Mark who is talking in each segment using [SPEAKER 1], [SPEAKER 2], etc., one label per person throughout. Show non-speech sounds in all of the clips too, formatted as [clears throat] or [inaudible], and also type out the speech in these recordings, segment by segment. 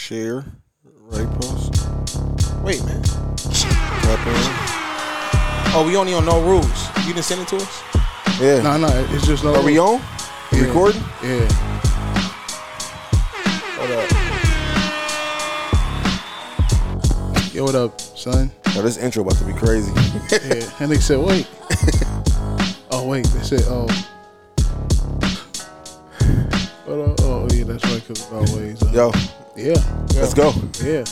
[SPEAKER 1] share, right post. Wait, man. Tap in.
[SPEAKER 2] Oh, we only on no rules. You didn't send it to us?
[SPEAKER 1] Yeah.
[SPEAKER 3] No, no, it's just no.
[SPEAKER 1] Are we on?
[SPEAKER 3] Yeah.
[SPEAKER 1] Recording?
[SPEAKER 3] Yeah.
[SPEAKER 1] Hold up.
[SPEAKER 3] Yo, what up, son?
[SPEAKER 1] [laughs] Now this intro about to be
[SPEAKER 2] [laughs]
[SPEAKER 1] crazy.
[SPEAKER 3] Yeah. And they said,
[SPEAKER 1] [laughs]
[SPEAKER 3] wait. oh, wait. They said, oh. But, uh, oh, yeah, that's right, because it's always. Uh,
[SPEAKER 1] Yo,
[SPEAKER 3] Yeah.
[SPEAKER 1] let's go.
[SPEAKER 3] Yeah.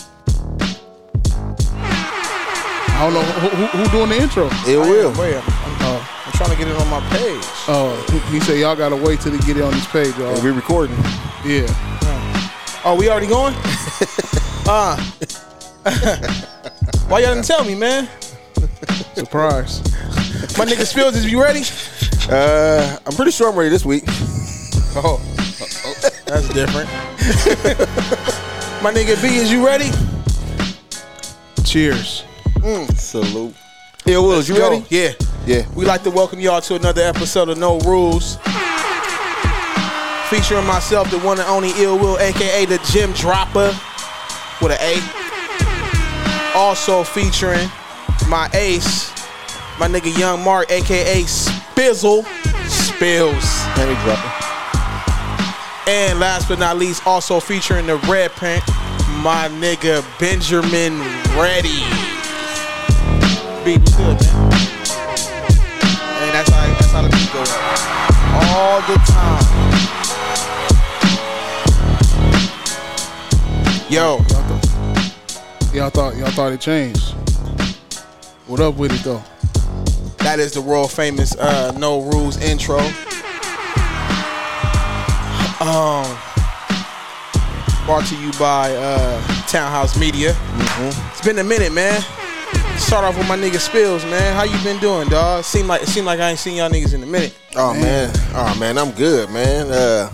[SPEAKER 3] I don't know who, who, who doing the intro.
[SPEAKER 1] It will.
[SPEAKER 2] Where? I'm, uh, I'm trying to get it on my page.
[SPEAKER 3] Oh, he- he said y'all gotta wait till they get it on this page,
[SPEAKER 1] And
[SPEAKER 3] y'all.
[SPEAKER 1] we recording.
[SPEAKER 3] Yeah.
[SPEAKER 2] Oh, we already going? uh. [laughs] Why y'all didn't tell me, man?
[SPEAKER 3] Surprise.
[SPEAKER 2] My nigga Spills, is you ready?
[SPEAKER 1] Uh, I'm pretty sure I'm ready this week.
[SPEAKER 2] [laughs] Oh. That's different. My nigga B, is you ready?
[SPEAKER 3] Cheers.
[SPEAKER 1] Salute. Yeah, Wills, you ready?
[SPEAKER 2] Yeah.
[SPEAKER 1] Yeah.
[SPEAKER 2] We'd like to welcome y'all to another episode of No Rules. Featuring myself, the one and only Ill Will, aka the Gym Dropper with an A. Also featuring my ace, my nigga Young Mark, aka Spizzle Spills.
[SPEAKER 1] Penny dropping.
[SPEAKER 2] And last but not least, also featuring the red print, my nigga Benjamin Reddy. Beat was good, man. And that's how that's how the beat goes. All the time. Yo,
[SPEAKER 3] Y'all thought y'all thought it changed. What up with it though?
[SPEAKER 2] that is the world famous uh, No Rules intro. Um, brought to you by uh, Townhouse Media. It's been a minute, man. Start off with my nigga Spills, man. How you been doing, dog? Seem like it seem like I ain't seen y'all niggas in a minute.
[SPEAKER 1] Oh man. Oh man, I'm good, man. Uh,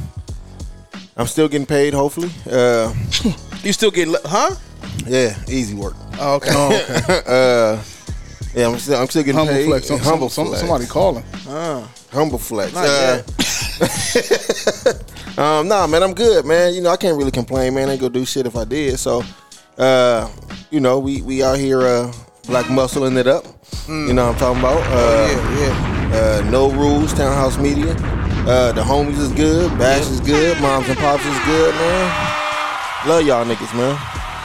[SPEAKER 1] I'm still getting paid, hopefully. Uh,
[SPEAKER 2] You still get, le- huh?
[SPEAKER 1] yeah, easy work.
[SPEAKER 2] Oh, okay.
[SPEAKER 3] Oh, okay.
[SPEAKER 1] Uh, yeah, I'm still, I'm still getting
[SPEAKER 3] Humble
[SPEAKER 1] paid.
[SPEAKER 3] flex. Some,
[SPEAKER 1] humble
[SPEAKER 3] some,
[SPEAKER 1] flex.
[SPEAKER 3] Somebody calling.
[SPEAKER 1] Humble flex.
[SPEAKER 2] Not
[SPEAKER 1] Uh, [laughs] um, nah, man, I'm good, man. You know, I can't really complain, man. I ain't gonna do shit if I did. So, uh, you know, we we out here uh, black muscling it up.
[SPEAKER 3] Hmm.
[SPEAKER 1] You know what I'm talking about? Uh,
[SPEAKER 3] Oh,
[SPEAKER 2] yeah, yeah.
[SPEAKER 1] uh, no rules, Townhouse Media. Uh, the homies is good, Bash is good, Moms and Pops is good, man. Love y'all niggas, man.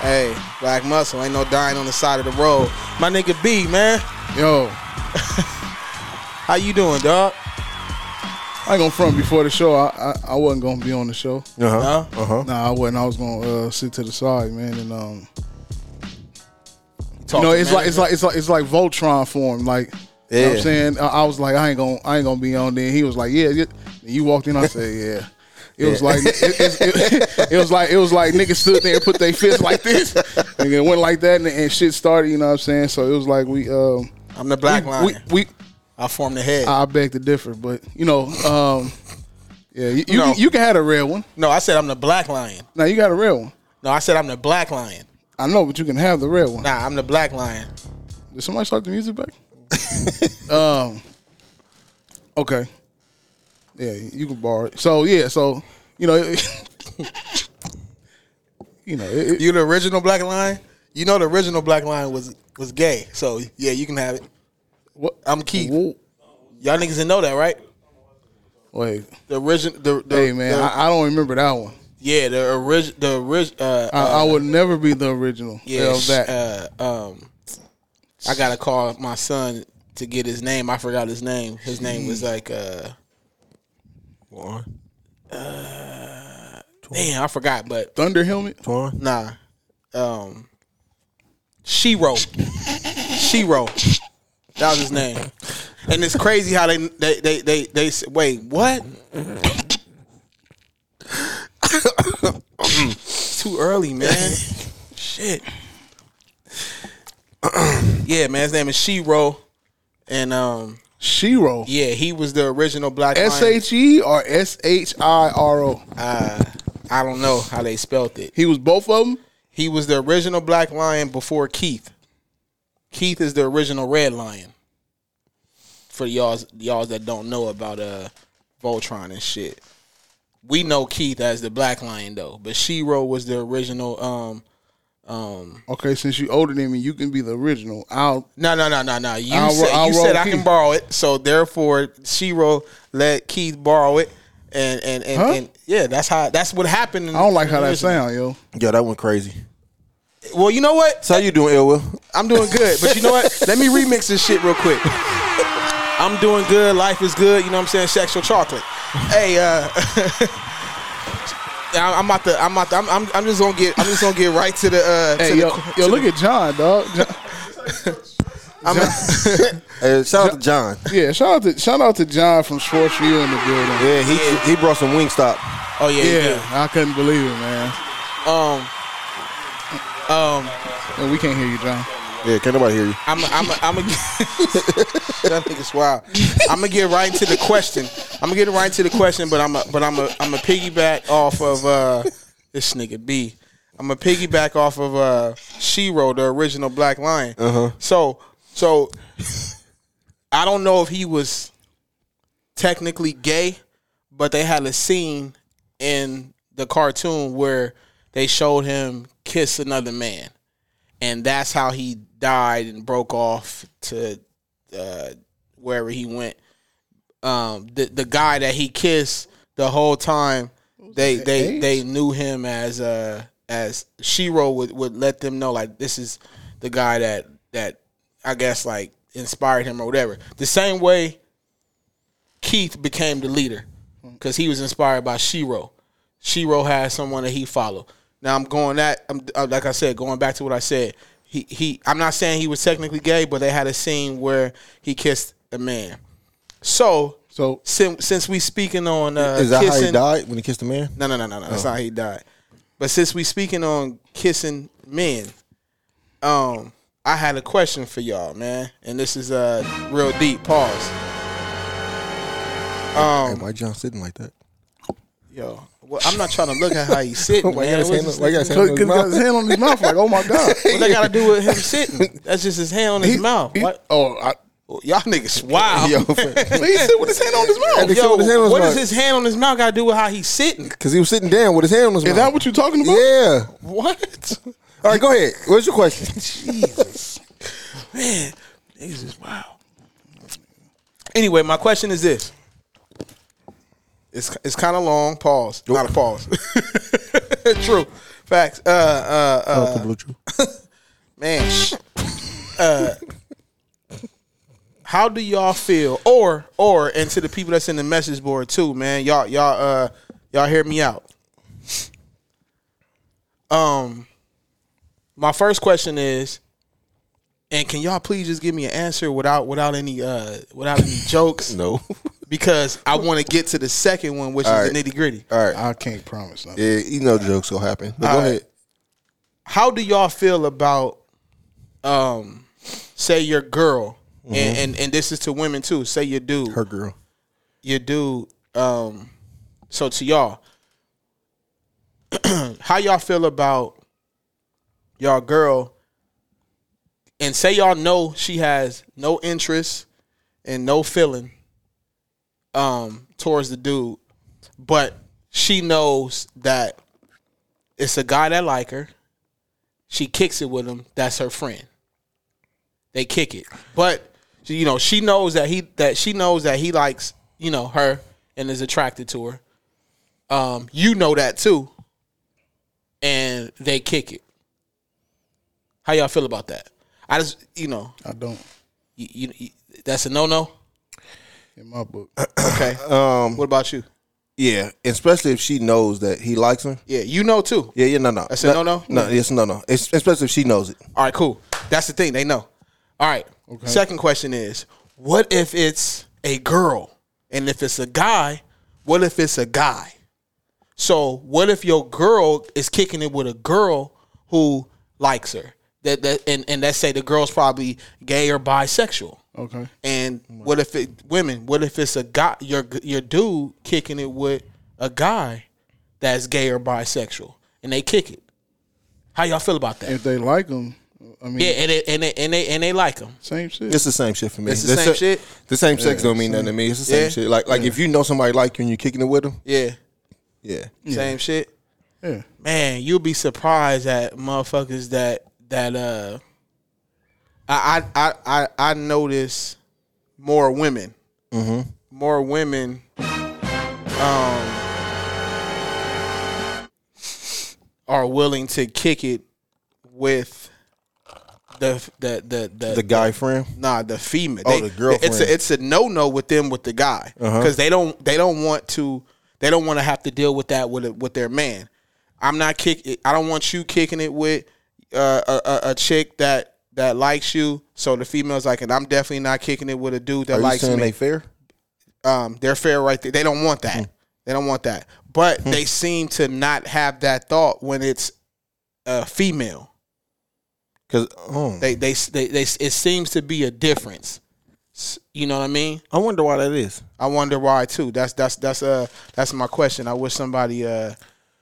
[SPEAKER 2] Hey, black muscle ain't no dying on the side of the road. My nigga B, man.
[SPEAKER 3] Yo,
[SPEAKER 2] How you doing, dog?
[SPEAKER 3] I ain't gonna front before the show. I, I, I wasn't gonna be on the show.
[SPEAKER 1] Uh
[SPEAKER 2] No?
[SPEAKER 1] huh.
[SPEAKER 3] Nah, I wasn't. I was gonna uh, sit to the side, man. And um,
[SPEAKER 2] Talk,
[SPEAKER 3] you know, it's
[SPEAKER 2] man.
[SPEAKER 3] like it's like it's like it's like Voltron form. Like, you know
[SPEAKER 1] Yeah.
[SPEAKER 3] what I'm saying, I, I was like, I ain't gonna I ain't gonna be on. Then he was like, yeah. yeah. And you walked in, I said, yeah. It was like it, it's- it- it was like it was like niggas stood there and put their fists like this, and it went like that, and, and shit started. You know what I'm saying? So it was like we um
[SPEAKER 2] I'm the black line.
[SPEAKER 3] we, Uh, we
[SPEAKER 2] I form the head.
[SPEAKER 3] I beg to differ, but you know, um, yeah, you you,
[SPEAKER 2] No.
[SPEAKER 3] you can have a red one.
[SPEAKER 2] no, I said I'm the black lion.
[SPEAKER 3] Now you got a red one.
[SPEAKER 2] No, I said I'm the black lion.
[SPEAKER 3] I know, but you can have the red one.
[SPEAKER 2] Nah, I'm the black lion.
[SPEAKER 3] Did somebody start the music back? [laughs] um. Okay. Yeah, you can borrow it. So yeah, so you know, it- [laughs] you know, it, it-
[SPEAKER 2] You the original black lion? You know the original black lion was was gay. So yeah, you can have it.
[SPEAKER 3] what,
[SPEAKER 2] I'm Keith.
[SPEAKER 3] Whoa.
[SPEAKER 2] Y'all niggas didn't know that, right?
[SPEAKER 3] Wait,
[SPEAKER 2] The original the, the
[SPEAKER 3] hey man,
[SPEAKER 2] the-
[SPEAKER 3] I, I don't remember that one.
[SPEAKER 2] yeah, the original the original uh,
[SPEAKER 3] I,
[SPEAKER 2] uh
[SPEAKER 3] I would never be the original
[SPEAKER 2] yeah,
[SPEAKER 3] of that.
[SPEAKER 2] uh um I gotta call my son to get his name. I forgot his name. His name was like uh
[SPEAKER 1] One,
[SPEAKER 2] damn, I forgot, but
[SPEAKER 3] Thunder helmet.
[SPEAKER 1] one.
[SPEAKER 2] Nah. Um Shiro. Shiro. That was his name. And it's crazy how they they they they, they s- wait, what? [coughs] Too early, man. Shit. [coughs] yeah, man, his name is Shiro. And um
[SPEAKER 3] Shiro.
[SPEAKER 2] yeah, he was the original black
[SPEAKER 3] S
[SPEAKER 2] Lion.
[SPEAKER 3] H E or S H I R O.
[SPEAKER 2] Uh, I don't know how they spelt it.
[SPEAKER 3] He was both of them.
[SPEAKER 2] He was the original black lion before Keith. Keith is the original red lion. For y'all y'all that don't know about uh Voltron and shit. We know Keith as the Black Lion though, but Shiro was the original. Um, um,
[SPEAKER 3] Okay, since you older than me, you can be the original. I'll
[SPEAKER 2] no, no, no, no, no. You
[SPEAKER 3] I'll ro-
[SPEAKER 2] said
[SPEAKER 3] I'll
[SPEAKER 2] you
[SPEAKER 3] roll
[SPEAKER 2] said I
[SPEAKER 3] Keith.
[SPEAKER 2] can borrow it, so therefore Shiro let Keith borrow it, and and and,
[SPEAKER 3] Huh?
[SPEAKER 2] and yeah, that's how that's what happened. in-
[SPEAKER 3] I don't like how that
[SPEAKER 2] originally.
[SPEAKER 3] sound, yo.
[SPEAKER 1] Yo, that went crazy.
[SPEAKER 2] Well, you know what?
[SPEAKER 1] So how you doing, Elwell?
[SPEAKER 2] I'm doing good, but you know what? Let me remix this shit real quick. I'm doing good. Life is good. You know what I'm saying? Sexual chocolate. Hey, uh, [laughs] I- I'm about to. I'm about to. I'm, I'm, I'm just gonna get. I'm just gonna get right to the. Uh, to
[SPEAKER 3] Hey,
[SPEAKER 2] the-
[SPEAKER 3] yo,
[SPEAKER 2] to
[SPEAKER 3] yo,
[SPEAKER 2] the-
[SPEAKER 3] look at John, dog. John,
[SPEAKER 1] [laughs] Hey, shout out to John.
[SPEAKER 3] yeah, shout out to shout out to John from Sportsview in the building.
[SPEAKER 1] Yeah, he he brought some wing stop.
[SPEAKER 2] oh yeah,
[SPEAKER 3] Yeah,
[SPEAKER 2] yeah.
[SPEAKER 3] I couldn't believe it, man.
[SPEAKER 2] Um,
[SPEAKER 3] And we can't hear you, John.
[SPEAKER 1] Yeah, can't nobody hear you.
[SPEAKER 2] I'm. I'm. I'm. [laughs] I'm that nigga's wild. I'm gonna get right into the question. I'm gonna get right to the question, but I'm. A, but I'm. A, I'm a piggyback off of uh, this nigga B. I'm a piggyback off of uh, Shiro, the original Black Lion. Uh-huh. So, so I don't know if he was technically gay, but they had a scene in the cartoon where they showed him kiss another man, and that's how he died and broke off to uh, wherever he went. Um, the the guy that he kissed the whole time, they they
[SPEAKER 3] Ace?
[SPEAKER 2] they knew him as uh as Shiro would would let them know like this is the guy that that I guess like inspired him or whatever. The same way Keith became the leader because he was inspired by Shiro. Shiro had someone that he followed. Now I'm going that I'm uh, like I said, going back to what I said. He he. I'm not saying he was technically gay, but they had a scene where he kissed a man. So
[SPEAKER 3] So
[SPEAKER 2] since since we speaking on uh,
[SPEAKER 1] Is that how
[SPEAKER 2] kissing,
[SPEAKER 1] he died Oh. when he kissed the man?
[SPEAKER 2] no, no, no, no, no. That's not how he died. But since we speaking on kissing men, um, I had a question for y'all, man. And this is a uh, real deep pause.
[SPEAKER 1] Hey, why John sitting like that?
[SPEAKER 2] Yo, well, I'm not trying to look at how
[SPEAKER 1] [laughs]
[SPEAKER 2] he's sitting.
[SPEAKER 1] Why you
[SPEAKER 2] man.
[SPEAKER 1] gotta
[SPEAKER 2] What's
[SPEAKER 1] say no-
[SPEAKER 2] this
[SPEAKER 1] why you gotta
[SPEAKER 2] nigga-
[SPEAKER 1] say
[SPEAKER 3] because got his hand on his mouth, like, oh my
[SPEAKER 1] [laughs]
[SPEAKER 3] god.
[SPEAKER 2] what that got to do with him sitting? That's just his hand on his mouth.
[SPEAKER 3] He-
[SPEAKER 2] What?
[SPEAKER 3] oh, I,
[SPEAKER 2] Y'all niggas, wow.
[SPEAKER 1] Yo,
[SPEAKER 2] Yo, [laughs]
[SPEAKER 3] so he sit with his hand on his
[SPEAKER 1] [laughs]
[SPEAKER 3] mouth.
[SPEAKER 1] Nigga sit with his hand on his
[SPEAKER 2] what
[SPEAKER 1] mouth.
[SPEAKER 2] does his hand on his mouth got to do with how he's sitting?
[SPEAKER 1] because he was sitting down with his hand on his
[SPEAKER 3] Is that
[SPEAKER 1] mouth.
[SPEAKER 3] what you're talking about?
[SPEAKER 1] yeah.
[SPEAKER 2] What?
[SPEAKER 1] All right, go ahead. What's your [laughs] question?
[SPEAKER 2] Man, niggas is wow. Anyway, my question is this. It's it's kind of long. Pause. Not a pause. [laughs] True. Facts. Uh, uh, uh,
[SPEAKER 1] [laughs]
[SPEAKER 2] man. sh- Uh, how do y'all feel? Or or and to the people that's in the message board too, man. Y'all y'all uh y'all hear me out. Um, my first question is, and can y'all please just give me an answer without without any uh without any
[SPEAKER 1] [laughs]
[SPEAKER 2] jokes?
[SPEAKER 1] no.
[SPEAKER 2] Because I want to get to the second one, which is
[SPEAKER 1] All
[SPEAKER 2] the
[SPEAKER 1] right.
[SPEAKER 2] nitty gritty.
[SPEAKER 1] All right.
[SPEAKER 3] I can't promise nothing.
[SPEAKER 1] Yeah, you know jokes will happen. But go
[SPEAKER 2] All right.
[SPEAKER 1] ahead.
[SPEAKER 2] how do y'all feel about um say your girl and, and and this is to women too say your dude
[SPEAKER 1] Her girl.
[SPEAKER 2] your dude um so to y'all [clears throat] how y'all feel about y'all girl and say y'all know she has no interest and no feeling um towards the dude but she knows that it's a guy that like her she kicks it with him that's her friend they kick it but she- you know she knows that he that she knows that he likes you know her and is attracted to her um you know that too and they kick it how y'all feel about that i just you know
[SPEAKER 3] I don't.
[SPEAKER 2] you, you, you- that's a no-no
[SPEAKER 3] In my book,
[SPEAKER 2] okay
[SPEAKER 1] Um,
[SPEAKER 2] what about you
[SPEAKER 1] yeah, especially if she knows that he likes her.
[SPEAKER 2] yeah you know too
[SPEAKER 1] Yeah, yeah, no, no.
[SPEAKER 2] That's a no-no?
[SPEAKER 1] No, yes, no, no. It's, especially if she knows it.
[SPEAKER 2] All right, cool. That's the thing. They know. All right. Second question is, what if it's a girl? And if it's a guy, what if it's a guy? So, what if your girl is kicking it with a girl who likes her? That that and, and let's say the girl's probably gay or bisexual.
[SPEAKER 3] okay.
[SPEAKER 2] And what if it women? What if it's a guy? Your your dude kicking it with a guy that's gay or bisexual, and they kick it. How y'all feel about that?
[SPEAKER 3] If they like him, I mean,
[SPEAKER 2] Yeah, and they and they and they, and they like him.
[SPEAKER 3] same shit.
[SPEAKER 1] It's the same shit for me.
[SPEAKER 2] It's the same
[SPEAKER 1] se-
[SPEAKER 2] shit?
[SPEAKER 1] The same sex don't mean nothing to me. It's the same
[SPEAKER 2] Yeah.
[SPEAKER 1] shit. Like, like if you know somebody like you and you're kicking it with them,
[SPEAKER 2] Yeah,
[SPEAKER 1] Yeah.
[SPEAKER 2] Same shit.
[SPEAKER 3] Yeah.
[SPEAKER 2] Man, you'll be surprised at motherfuckers that that uh I I I I, I notice more women. Mm-hmm. More women um are willing to kick it with the the the the,
[SPEAKER 1] The guy friend.
[SPEAKER 2] Nah, the female.
[SPEAKER 1] Oh,
[SPEAKER 2] They-
[SPEAKER 1] the
[SPEAKER 2] It's
[SPEAKER 1] girlfriend. Uh-huh.
[SPEAKER 2] a it's a no no with them with the guy because they don't they don't want to they don't want to have to deal with that with a, with their man. I'm not kick. I don't want you kicking it with uh, a, a a chick that that likes you. So the female's like, and I'm definitely not kicking it with a dude that
[SPEAKER 1] Are you
[SPEAKER 2] likes me
[SPEAKER 1] saying they fair?
[SPEAKER 2] um, they're fair right there. They don't want that.
[SPEAKER 1] Hmm.
[SPEAKER 2] They don't want that. But they seem to not have that thought when it's a female.
[SPEAKER 1] Because oh,
[SPEAKER 2] They, they they they it seems to be a difference. S- You know what I mean?
[SPEAKER 1] I wonder why that is.
[SPEAKER 2] I wonder why too. That's that's that's uh that's my question. I wish somebody uh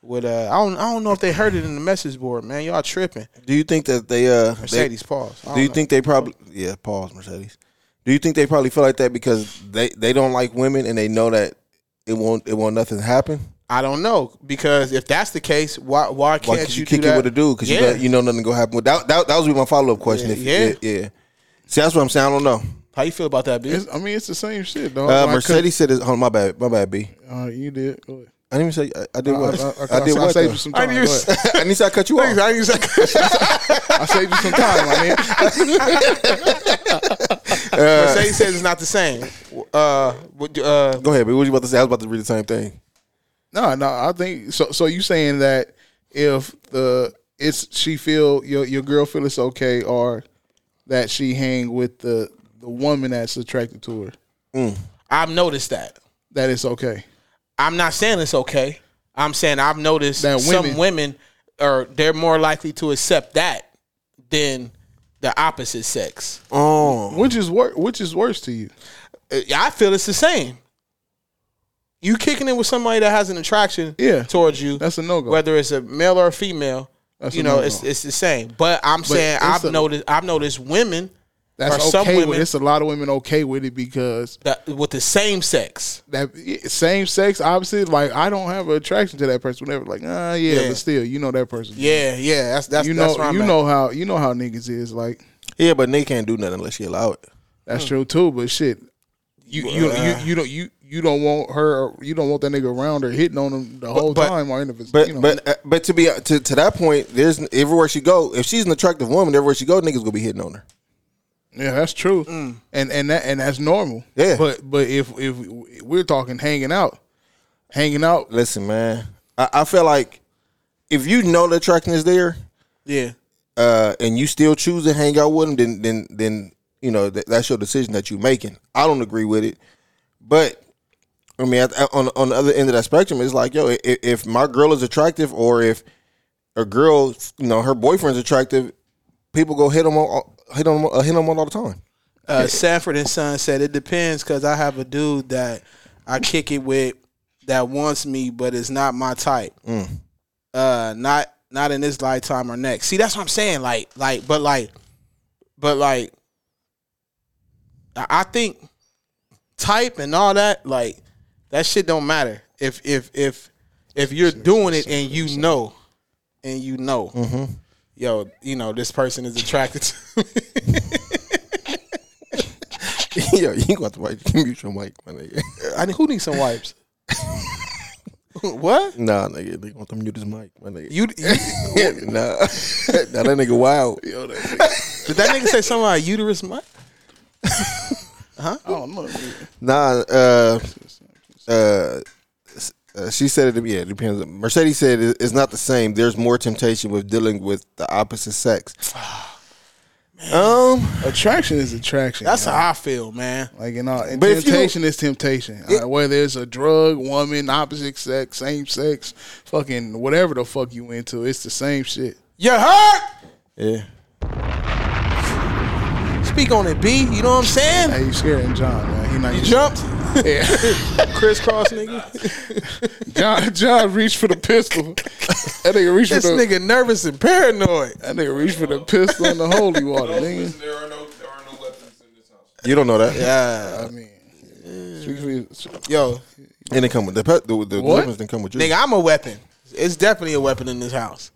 [SPEAKER 2] would uh I don't I don't know if they heard it in the message board, man. Y'all tripping.
[SPEAKER 1] Do you think that they uh they,
[SPEAKER 2] Mercedes pause. I
[SPEAKER 1] Do you
[SPEAKER 2] don't know.
[SPEAKER 1] think they probably yeah pause Mercedes? Do you think they probably feel like that because they they don't like women and they know that it won't it won't nothing happen?
[SPEAKER 2] I don't know because if that's the case, why why can't
[SPEAKER 1] Why could
[SPEAKER 2] you,
[SPEAKER 1] you, kick
[SPEAKER 2] do
[SPEAKER 1] it
[SPEAKER 2] that?
[SPEAKER 1] with a dude? Because
[SPEAKER 2] yeah.
[SPEAKER 1] you, know, you know nothing gonna happen. With that, that, that was my follow up question.
[SPEAKER 2] Yeah,
[SPEAKER 1] if, yeah, yeah. See, that's what I'm saying. I don't know.
[SPEAKER 2] How you feel about that, bitch?
[SPEAKER 3] It's, I mean, it's the same shit,
[SPEAKER 2] Oh,
[SPEAKER 3] dog.
[SPEAKER 1] Uh, Mercedes said, it's, "Hold on, my bad, my bad, B.
[SPEAKER 3] Uh, you did. Go ahead.
[SPEAKER 1] I didn't even say I, I did
[SPEAKER 3] I,
[SPEAKER 1] what
[SPEAKER 3] uh, I, I,
[SPEAKER 1] did
[SPEAKER 3] I
[SPEAKER 1] what.
[SPEAKER 3] saved
[SPEAKER 1] though?
[SPEAKER 3] you some
[SPEAKER 2] I
[SPEAKER 3] time.
[SPEAKER 2] didn't
[SPEAKER 3] Go
[SPEAKER 2] even-
[SPEAKER 3] ahead.
[SPEAKER 1] [laughs] I didn't say I cut you off.
[SPEAKER 2] [laughs] [laughs] I ain't exactly-
[SPEAKER 3] I saved you some time, my man.
[SPEAKER 1] Uh,
[SPEAKER 2] Mercedes says it's not the same. Uh, what do- uh,
[SPEAKER 1] Go ahead, B. What you about to say? I was about to read the same thing.
[SPEAKER 3] No, no, I think so. So you saying that if the it's she feel your your girl feel it's okay, or that she hang with the the woman that's attracted to her,
[SPEAKER 2] I've noticed that.
[SPEAKER 3] that it's okay.
[SPEAKER 2] I'm not saying it's okay. I'm saying I've noticed
[SPEAKER 3] That
[SPEAKER 2] some
[SPEAKER 3] women-
[SPEAKER 2] women are they're more likely to accept that than the opposite sex.
[SPEAKER 1] Oh,
[SPEAKER 3] Which is worse? Which is worse to you?
[SPEAKER 2] Uh, I feel it's the same. You kicking it with somebody that has an attraction
[SPEAKER 3] Yeah.
[SPEAKER 2] towards you,
[SPEAKER 3] That's a no go.
[SPEAKER 2] whether it's a male or a female.
[SPEAKER 3] That's
[SPEAKER 2] you
[SPEAKER 3] a
[SPEAKER 2] know,
[SPEAKER 3] no-go.
[SPEAKER 2] it's it's the same. But I'm saying
[SPEAKER 3] it's
[SPEAKER 2] I've
[SPEAKER 3] a-
[SPEAKER 2] noticed I've noticed women
[SPEAKER 3] That's
[SPEAKER 2] or some
[SPEAKER 3] okay with
[SPEAKER 2] women-
[SPEAKER 3] it's a lot of women okay with it because
[SPEAKER 2] that with the same sex.
[SPEAKER 3] that yeah, same sex obviously like I don't have an attraction to that person. Whatever, like ah yeah,
[SPEAKER 2] Yeah.
[SPEAKER 3] but still you know that person.
[SPEAKER 2] Yeah, yeah. That's that's
[SPEAKER 3] you
[SPEAKER 2] that's
[SPEAKER 3] know
[SPEAKER 2] where I'm
[SPEAKER 3] you
[SPEAKER 2] at.
[SPEAKER 3] know how you know how niggas is like.
[SPEAKER 1] yeah, but they can't do nothing unless she allow it.
[SPEAKER 3] That's true too, but shit, you you
[SPEAKER 1] uh,
[SPEAKER 3] you, you don't you you don't want her, or you don't want that nigga around her hitting on him the whole
[SPEAKER 1] but-
[SPEAKER 3] time or any of his,
[SPEAKER 1] But
[SPEAKER 3] you know.
[SPEAKER 1] but uh, but to be to, to that point, there's everywhere she go. If she's an attractive woman, everywhere she go, niggas gonna be hitting on her.
[SPEAKER 3] yeah, that's true, and and that and that's normal.
[SPEAKER 1] Mm. Yeah.
[SPEAKER 3] but but if if we're talking hanging out, hanging out,
[SPEAKER 1] Listen, man, I, I feel like if you know the attraction is there,
[SPEAKER 2] Yeah.
[SPEAKER 1] uh, and you still choose to hang out with them, then then then you know that, that's your decision that you're making. I don't agree with it, but I mean, I, I- on on the other end of that spectrum, it's like, yo, if, if my girl is attractive, or if a girl, you know, her boyfriend's attractive, people go hit them on hit them uh, hit them on all the time. [laughs]
[SPEAKER 2] Uh, Sanford and Son said it depends because I have a dude that I kick it with that wants me, but it's not my type. Uh, not not in this lifetime or next. See, that's what I'm saying. Like, like, but like, but like, I I think type and all that, like, that shit don't matter. If if if if you're doing it and you know, and you know, yo, you know, this person is attracted to me.
[SPEAKER 1] yo, you got to write- [laughs] mute your mic, my nigga.
[SPEAKER 2] I need, who needs some wipes? [laughs] what?
[SPEAKER 1] Nah, nigga, they want to mute his mic, my nigga.
[SPEAKER 2] You, you
[SPEAKER 1] nah, nah, [laughs] that nigga wild. [laughs]
[SPEAKER 2] did that nigga say something about uterus mic?
[SPEAKER 3] I don't know. dude.
[SPEAKER 1] Nah, uh, uh, uh, she said it. Yeah, it depends. Mercedes said it- it's not the same. There's more temptation with dealing with the opposite sex. um,
[SPEAKER 3] Attraction is attraction.
[SPEAKER 2] That's
[SPEAKER 3] you know?
[SPEAKER 2] how I feel, man.
[SPEAKER 3] like you know, and
[SPEAKER 1] But if you-
[SPEAKER 3] temptation is temptation. Uh, whether it's a drug, woman, opposite sex, same sex, fucking whatever the fuck you into, it's the same shit.
[SPEAKER 2] You heard?
[SPEAKER 1] yeah,
[SPEAKER 2] Speak on it, B. You know what I'm saying?
[SPEAKER 3] Hey, you scaring John, man? He not
[SPEAKER 2] You
[SPEAKER 3] used-
[SPEAKER 2] jumped,
[SPEAKER 3] Yeah.
[SPEAKER 2] crisscross, nigga.
[SPEAKER 3] John John reached for the pistol. That nigga
[SPEAKER 2] [laughs]
[SPEAKER 3] reached
[SPEAKER 2] This
[SPEAKER 3] for the
[SPEAKER 2] nigga nervous and paranoid.
[SPEAKER 3] that nigga reached for the pistol and the holy water, nigga.
[SPEAKER 4] There are no there are no weapons in this house.
[SPEAKER 1] you don't know that.
[SPEAKER 2] Yeah,
[SPEAKER 3] I mean, speak for you-
[SPEAKER 2] Uh, yo,
[SPEAKER 1] And it come with the pe- the, the
[SPEAKER 3] What?
[SPEAKER 1] weapons. Didn't come with you.
[SPEAKER 2] Nigga, I'm a weapon. It's definitely a weapon in this house.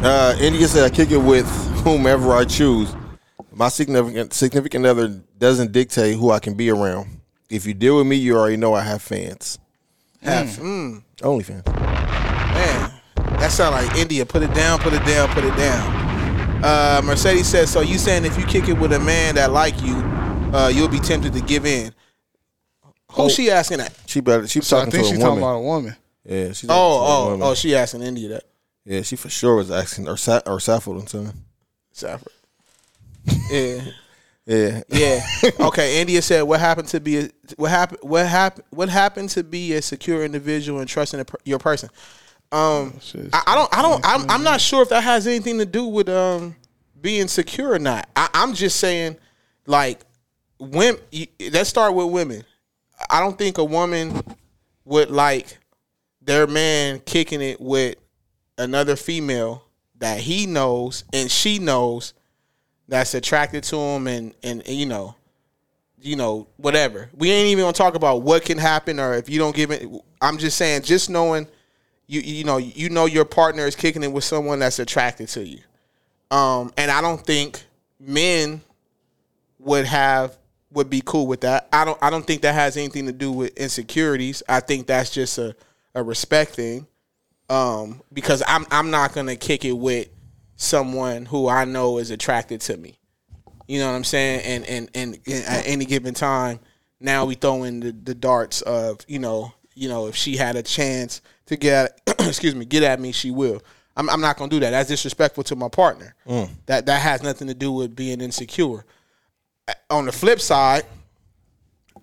[SPEAKER 1] Uh, India said, "I kick it with whomever I choose. My significant significant other doesn't dictate who I can be around. If you deal with me, you already know I have fans. Mm.
[SPEAKER 2] Have
[SPEAKER 1] Only fans.
[SPEAKER 2] Man, that sound like India. Put it down, put it down, put it down. Uh, Mercedes says, so you saying if you kick it with a man that like you, uh, you'll be tempted to give in. Who's she asking that?
[SPEAKER 1] She better. She's
[SPEAKER 3] So I
[SPEAKER 1] talking
[SPEAKER 3] think
[SPEAKER 1] to a
[SPEAKER 3] she's
[SPEAKER 1] woman.
[SPEAKER 3] talking about a woman.
[SPEAKER 1] yeah. She's
[SPEAKER 2] Oh, oh,
[SPEAKER 1] woman.
[SPEAKER 2] oh, she asking India that.
[SPEAKER 1] yeah. She for sure was asking or Sa- or Safford and something.
[SPEAKER 2] Safford. Yeah.
[SPEAKER 1] Yeah.
[SPEAKER 2] Yeah. Okay. India said, "What happened to be a, what happened what happened what happened to be a secure individual and trusting a, per- your person?" Um,
[SPEAKER 3] shit.
[SPEAKER 2] I, I don't. I don't. I'm, I'm not sure if that has anything to do with um being secure or not. I, I'm just saying, like, women. Let's start with women. I don't think a woman would like their man kicking it with another female that he knows and she knows that's attracted to him and, and and, you know you know whatever we ain't even gonna talk about what can happen or if you don't give it i'm just saying just knowing you you know you know your partner is kicking it with someone that's attracted to you um and i don't think men would have would be cool with that i don't i don't think that has anything to do with insecurities i think that's just a a respect thing um because i'm i'm not gonna kick it with someone who i know is attracted to me you know what I'm saying? And and and, and at any given time, now we throw in the, the darts of you know you know if she had a chance to get excuse me get at [clears throat] me, she will. I'm, I'm not gonna do that. That's disrespectful to my partner. That that has nothing to do with being insecure. Uh, On the flip side,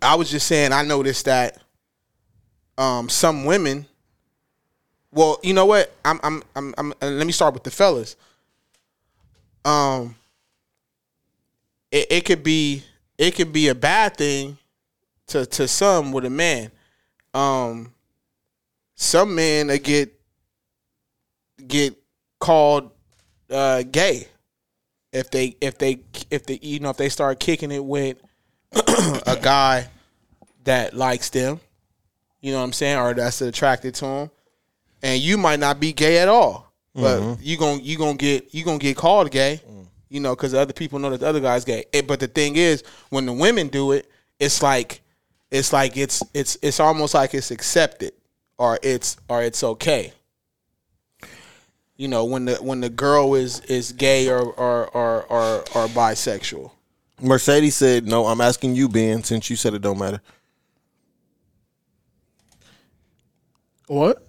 [SPEAKER 2] I was just saying I noticed that um, some women. Well, you know what? I'm I'm I'm, I'm uh, let me start with the fellas. Um it, it could be it could be a bad thing to to some with a man. Um some men that get get called uh gay if they if they if they you know if they start kicking it with [clears throat] a guy that likes them, you know what I'm saying, or that's attracted to him. And you might not be gay at all. But
[SPEAKER 3] Mm-hmm.
[SPEAKER 2] you gon' you gonna get you gonna get called gay
[SPEAKER 3] Mm.
[SPEAKER 2] you know, because other people know that the other guy's gay. It, but the thing is, when the women do it, it's like, it's like it's it's it's almost like it's accepted, or it's or it's okay. You know, when the when the girl is is gay or or or or, or bisexual.
[SPEAKER 1] Mercedes said, "No, I'm asking you, Ben, since you said it don't matter."
[SPEAKER 3] What?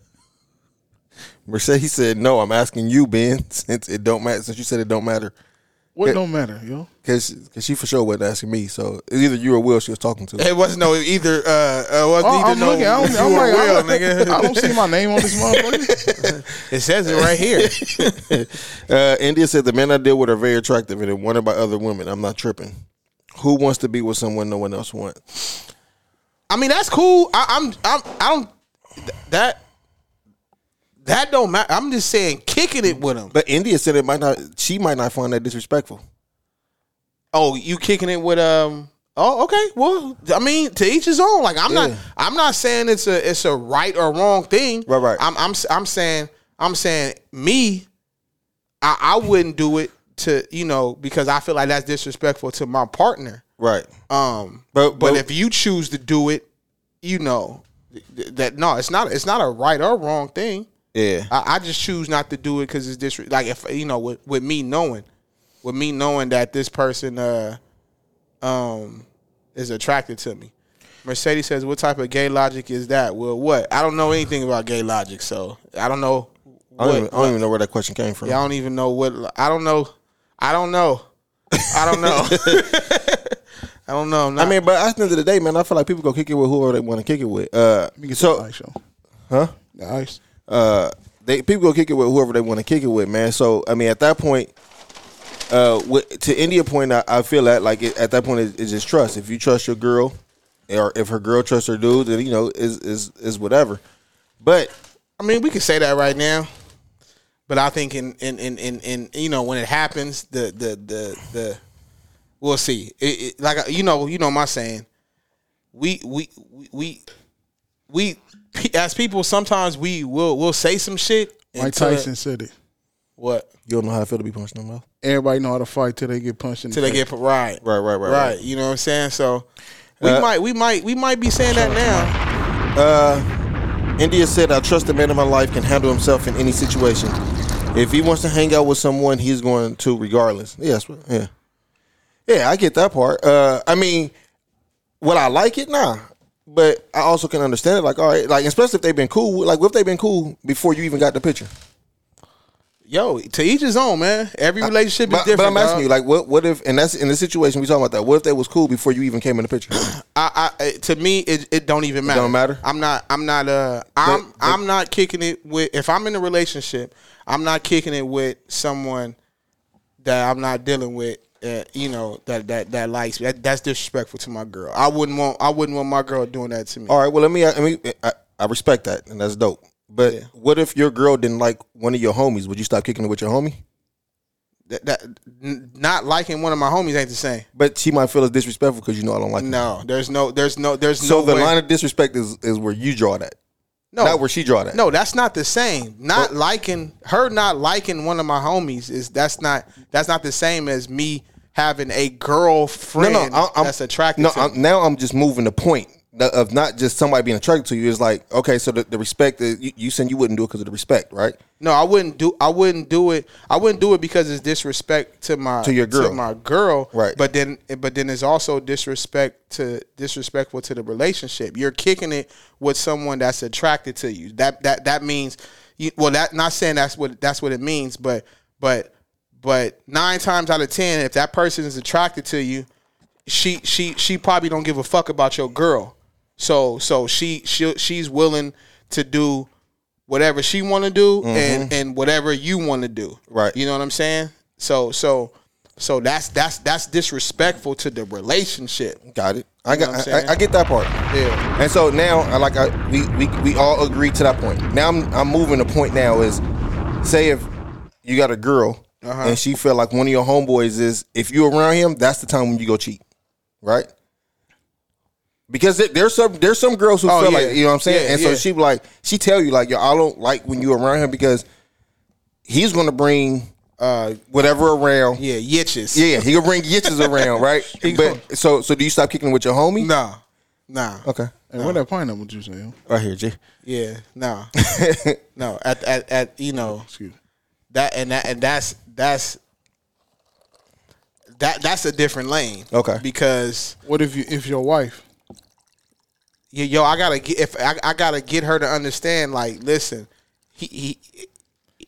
[SPEAKER 1] Mercedes said, "No, I'm asking you, Ben, [laughs] since it don't matter. Since you said it don't matter."
[SPEAKER 3] What don't matter, yo?
[SPEAKER 1] Cause, 'cause she for sure wasn't asking me, so it's either you or Will she was talking to.
[SPEAKER 2] It wasn't no either. Uh, it wasn't
[SPEAKER 3] Oh,
[SPEAKER 2] either
[SPEAKER 3] I'm
[SPEAKER 2] no.
[SPEAKER 3] looking. I don't,
[SPEAKER 2] you
[SPEAKER 3] I'm
[SPEAKER 2] or
[SPEAKER 3] like, I
[SPEAKER 2] Will,
[SPEAKER 3] don't-
[SPEAKER 2] nigga.
[SPEAKER 3] [laughs] I don't see my name on this motherfucker.
[SPEAKER 2] It says it right here.
[SPEAKER 1] Uh, India said the men I deal with are very attractive and they're wanted by other women. I'm not tripping. Who wants to be with someone no one else wants?
[SPEAKER 2] I mean, that's cool. I, I'm, I'm, I don't. th- That that don't matter. I'm just saying, kicking it with him.
[SPEAKER 1] But India said it might not. She might not find that disrespectful.
[SPEAKER 2] Oh, you kicking it with um. Oh, okay. Well, I mean, to each his own. Like, I'm not. I'm not saying it's a it's a right or wrong thing.
[SPEAKER 1] Right, right.
[SPEAKER 2] I'm I'm I'm saying I'm saying me. I I wouldn't do it to you know because I feel like that's disrespectful to my partner.
[SPEAKER 1] Right.
[SPEAKER 2] Um,
[SPEAKER 1] But-
[SPEAKER 2] but,
[SPEAKER 1] but-
[SPEAKER 2] but if you choose to do it, you know th- that no, it's not. It's not a right or wrong thing.
[SPEAKER 1] Yeah.
[SPEAKER 2] I, I just choose not to do it because it's disre- like if you know with, with me knowing, with me knowing that this person uh um is attracted to me. Mercedes says, "What type of gay logic is that?" Well, what I don't know anything about gay logic, so I don't know.
[SPEAKER 1] I don't,
[SPEAKER 2] what-
[SPEAKER 1] even, I don't even know where that question came from.
[SPEAKER 2] I don't even know what I don't know. I don't know. I
[SPEAKER 1] [laughs]
[SPEAKER 2] don't know. [laughs] I don't know. I'm
[SPEAKER 1] I
[SPEAKER 2] not-
[SPEAKER 1] mean, but at the end of the day, man, I feel like people go kick it with whoever they want to kick it with. Uh,
[SPEAKER 3] Let me
[SPEAKER 1] [laughs]
[SPEAKER 3] get
[SPEAKER 1] so
[SPEAKER 3] the ice, yo.
[SPEAKER 1] Huh?
[SPEAKER 3] The ice.
[SPEAKER 1] uh, they people go kick it with whoever they want to kick it with, man. So I mean, at that point, uh, with, to India point, I, I feel that like it, at that point it's, it's just trust. If you trust your girl, or if her girl trusts her dude, then you know is is is whatever. But
[SPEAKER 2] I mean, we can say that right now, but I think in in in in, in you know when it happens, the the the the We'll see. It, it, like you know, you know my saying. We we we we, we [laughs] pe- as people sometimes we will will say some shit.
[SPEAKER 3] Mike
[SPEAKER 2] until-
[SPEAKER 3] Tyson said it.
[SPEAKER 2] What?
[SPEAKER 1] You don't know how I feel to be punched in the mouth.
[SPEAKER 3] Everybody know how to fight till they get punched in the
[SPEAKER 2] Till they
[SPEAKER 3] face.
[SPEAKER 2] get right.
[SPEAKER 1] [laughs] Right, right, right,
[SPEAKER 2] right. You know what I'm saying? So we
[SPEAKER 1] Uh,
[SPEAKER 2] might we might we might be saying that now.
[SPEAKER 1] India said, I trust the man in my life can handle himself in any situation. If he wants to hang out with someone, he's going to regardless. Yes, yeah. Yeah, I get that part. Uh, I mean, would I like it? Nah. But I also can understand it. Like, all right, like, especially if they've been cool. Like, what if they've been cool before you even got the picture?
[SPEAKER 2] Yo, to each his own, man. Every relationship is
[SPEAKER 1] But,
[SPEAKER 2] different.
[SPEAKER 1] but I'm asking
[SPEAKER 2] dog.
[SPEAKER 1] you, like, what what if, and that's in this situation we talking about that, what if they was cool before you even came in the
[SPEAKER 2] [coughs]
[SPEAKER 1] picture?
[SPEAKER 2] I, I it- to me it, it don't even matter.
[SPEAKER 1] don't matter?
[SPEAKER 2] I'm not I'm not uh I'm
[SPEAKER 1] But- but-
[SPEAKER 2] I'm not kicking it with if I'm in a relationship, I'm not kicking it with someone that I'm not dealing with uh, you know that that that likes me. That, that's disrespectful to my girl. I wouldn't want I wouldn't want my girl doing that to me.
[SPEAKER 1] all right, well, let me, I mean, I, I respect that, and that's dope. But what if your girl didn't like one of your homies? Would you stop kicking it with your homie?
[SPEAKER 2] That, that n- not liking one of my homies ain't the same.
[SPEAKER 1] But she might feel it's disrespectful because you know I don't like her.
[SPEAKER 2] No, there's no there's no there's
[SPEAKER 1] So
[SPEAKER 2] no
[SPEAKER 1] the
[SPEAKER 2] way.
[SPEAKER 1] line of disrespect is, is where you draw that,
[SPEAKER 2] no
[SPEAKER 1] not where she draw that.
[SPEAKER 2] No, that's not the same. Not liking her, not liking one of my homies is that's not that's not the same as me having a girlfriend
[SPEAKER 1] no, no, I- I'm,
[SPEAKER 2] that's attracted.
[SPEAKER 1] No,
[SPEAKER 2] to me.
[SPEAKER 1] I'm, now I'm just moving the point that- of not just somebody being attracted to you. It's like okay, so the, the respect that you, you saying you wouldn't do it because of the respect, right?
[SPEAKER 2] No, I wouldn't do. I wouldn't do it. I wouldn't do it because it's disrespect to my to
[SPEAKER 1] your girl.
[SPEAKER 2] my girl.
[SPEAKER 1] Right.
[SPEAKER 2] But then, but then it's also disrespect to disrespectful to the relationship. You're kicking it with someone that's attracted to you. That that that means. You, well, that not saying that's what that's what it means, but but but nine times out of ten, if that person is attracted to you, she she she probably don't give a fuck about your girl. So so she she she's willing to do whatever she want to do and and whatever you want to do.
[SPEAKER 1] Mm-hmm. Right.
[SPEAKER 2] You know what I'm saying? So so so that's that's that's disrespectful to the relationship.
[SPEAKER 1] Got it. I
[SPEAKER 2] what I'm
[SPEAKER 1] got. I,
[SPEAKER 2] saying?
[SPEAKER 1] I, I get that part.
[SPEAKER 2] Yeah.
[SPEAKER 1] And so now, I like I, we, we we all agree to that point. Now I'm I'm moving the point. Now is say if you got a girl
[SPEAKER 2] Uh-huh.
[SPEAKER 1] and she felt like one of your homeboys is if you around him, that's the time when you go cheat, right? Because there- there's some there's some girls who
[SPEAKER 2] Oh,
[SPEAKER 1] feel
[SPEAKER 2] yeah.
[SPEAKER 1] like you know what I'm saying,
[SPEAKER 2] Yeah,
[SPEAKER 1] and
[SPEAKER 2] yeah.
[SPEAKER 1] so she be like she tell you like yo I don't like when you around him because he's gonna bring uh whatever around.
[SPEAKER 2] Yeah, yitches.
[SPEAKER 1] Yeah, he gonna bring yitches around,
[SPEAKER 2] [laughs]
[SPEAKER 1] right? But so so do you stop kicking with your homie?
[SPEAKER 2] Nah. Nah.
[SPEAKER 1] Okay,
[SPEAKER 3] Hey, where that pineapple juice at? yo?
[SPEAKER 1] right here, G.
[SPEAKER 2] Yeah,
[SPEAKER 1] [laughs]
[SPEAKER 2] nah. no, at, at at you know
[SPEAKER 3] Excuse me.
[SPEAKER 2] that and that and that's that's that that's a different lane.
[SPEAKER 1] Okay.
[SPEAKER 2] Because
[SPEAKER 3] What if you if your wife?
[SPEAKER 2] yo, yo I gotta get if I, I gotta get her to understand. Like, listen, he he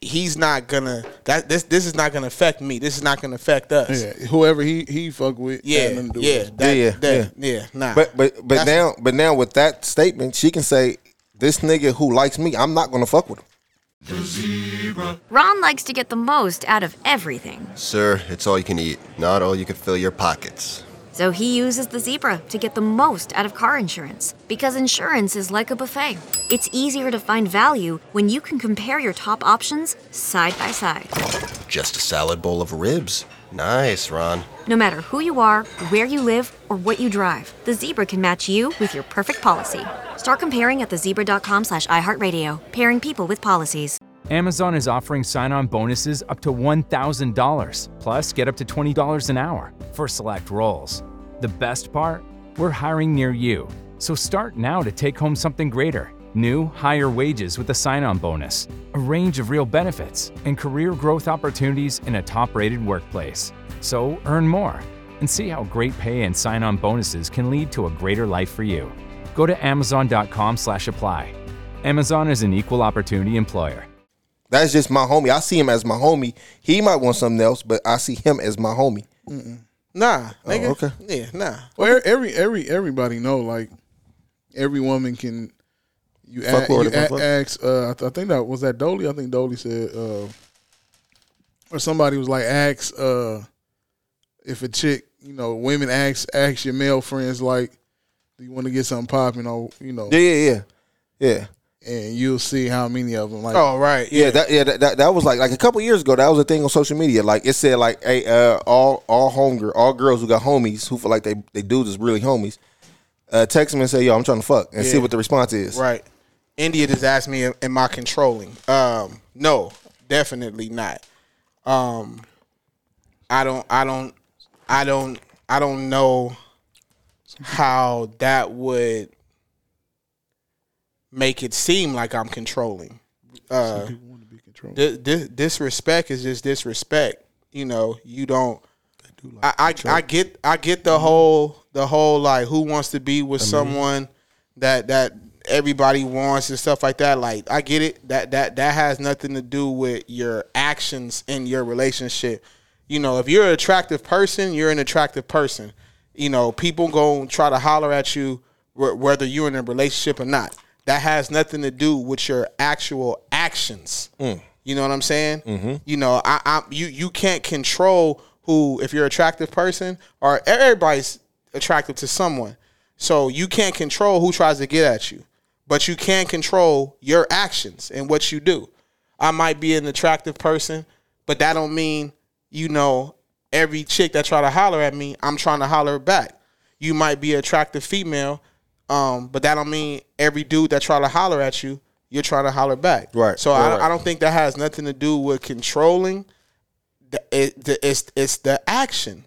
[SPEAKER 2] he's not gonna that this this is not gonna affect me. This is not gonna affect us.
[SPEAKER 3] Yeah, whoever he he fuck with.
[SPEAKER 2] yeah,
[SPEAKER 3] had nothing to do with
[SPEAKER 2] yeah,
[SPEAKER 3] it.
[SPEAKER 2] that,
[SPEAKER 1] Yeah, yeah,
[SPEAKER 2] that, yeah, Nah,
[SPEAKER 1] But but but
[SPEAKER 2] That's-
[SPEAKER 1] now but now with that statement, she can say, "This nigga who likes me, I'm not gonna fuck with him."
[SPEAKER 4] Ron likes to get the most out of everything,
[SPEAKER 5] Sir, it's all you can eat, not all you can fill your pockets.
[SPEAKER 4] so he uses the zebra to get the most out of car insurance because insurance is like a buffet. It's easier to find value when you can compare your top options side by side.
[SPEAKER 5] Just a salad bowl of ribs. Nice, Ron.
[SPEAKER 4] No matter who you are, where you live, or what you drive, the zebra can match you with your perfect policy. Start comparing at thezebra.com slash iHeartRadio, pairing people with policies.
[SPEAKER 6] Amazon is offering sign on bonuses up to $1,000, plus get up to $20 an hour for select roles. The best part? We're hiring near you. So start now to take home something greater new, higher wages with a sign on bonus, a range of real benefits, and career growth opportunities in a top rated workplace. So earn more and see how great pay and sign on bonuses can lead to a greater life for you. Go to amazon.com slash apply. Amazon is an equal opportunity employer.
[SPEAKER 1] That's just my homie. I see him as my homie. He might want something else, but I see him as my homie. Oh,
[SPEAKER 2] nah, nigga.
[SPEAKER 1] okay.
[SPEAKER 2] Yeah, nah.
[SPEAKER 3] Well, e- every every everybody know like every woman can. You,
[SPEAKER 1] Fuck
[SPEAKER 3] a-
[SPEAKER 1] Lord
[SPEAKER 3] you
[SPEAKER 1] if I
[SPEAKER 3] a-
[SPEAKER 1] fuck.
[SPEAKER 3] ask. Uh, I, th- I think that was that Dolly. I think Dolly said, uh, or somebody was like, ask uh, if a chick, you know, women ask ask your male friends like, do you want to get something popping or you know,
[SPEAKER 1] Yeah, yeah, yeah, yeah.
[SPEAKER 3] and you'll see how many of them. Like,
[SPEAKER 2] Oh right,
[SPEAKER 1] Yeah,
[SPEAKER 2] yeah.
[SPEAKER 1] that, yeah, that, that, that was like like a couple years ago. That was a thing on social media. Like it said, like, hey, uh, all all homegirl, all girls who got homies who feel like they they dudes is really homies, uh, text them and say, yo, I'm trying to fuck, and see
[SPEAKER 2] Yeah.
[SPEAKER 1] what the response is.
[SPEAKER 2] Right. India just asked me, "Am- "Am I controlling?" Um, no, definitely not. Um, I don't. I don't. I don't. I don't know how that would make it seem like I'm controlling. Uh, di- di- disrespect is just disrespect. You know, you don't. I, I, I get I get the whole the whole like who wants to be with someone that that everybody wants and stuff like that. Like I get it. That that that has nothing to do with your actions in your relationship. You know, if you're an attractive person, you're an attractive person. You know, people gonna try to holler at you wh- whether you're in a relationship or not. That has nothing to do with your actual actions. You know what I'm saying? You know, I, I you you can't control who if you're an attractive person or everybody's attractive to someone. So you can't control who tries to get at you, but you can control your actions and what you do. I might be an attractive person, but that don't mean you know every chick that try to holler at me, I'm trying to holler back. You might be an attractive female, um, but that don't mean every dude that try to holler at you, you're trying to holler back.
[SPEAKER 1] Right,
[SPEAKER 2] So I,
[SPEAKER 1] right.
[SPEAKER 2] I don't think that has nothing to do with controlling. The- It, the, it's it's the action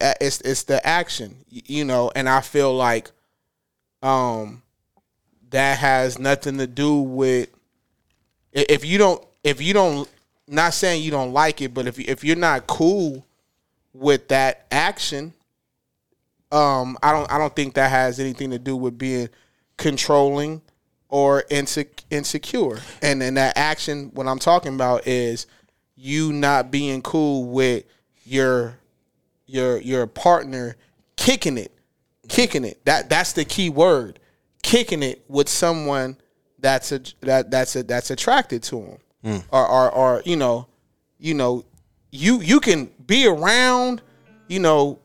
[SPEAKER 2] uh, it's it's the action, y- you know, and I feel like um that has nothing to do with i- if you don't if you don't not saying you don't like it, but if you- if you're not cool with that action, um I don't I don't think that has anything to do with being controlling or insec- insecure. And and that action what I'm talking about is you not being cool with your your your partner kicking it, kicking it. That that's the key word, kicking it with someone that's a, that that's a, that's attracted to him, or, or or you know, you know, you you can be around, you know,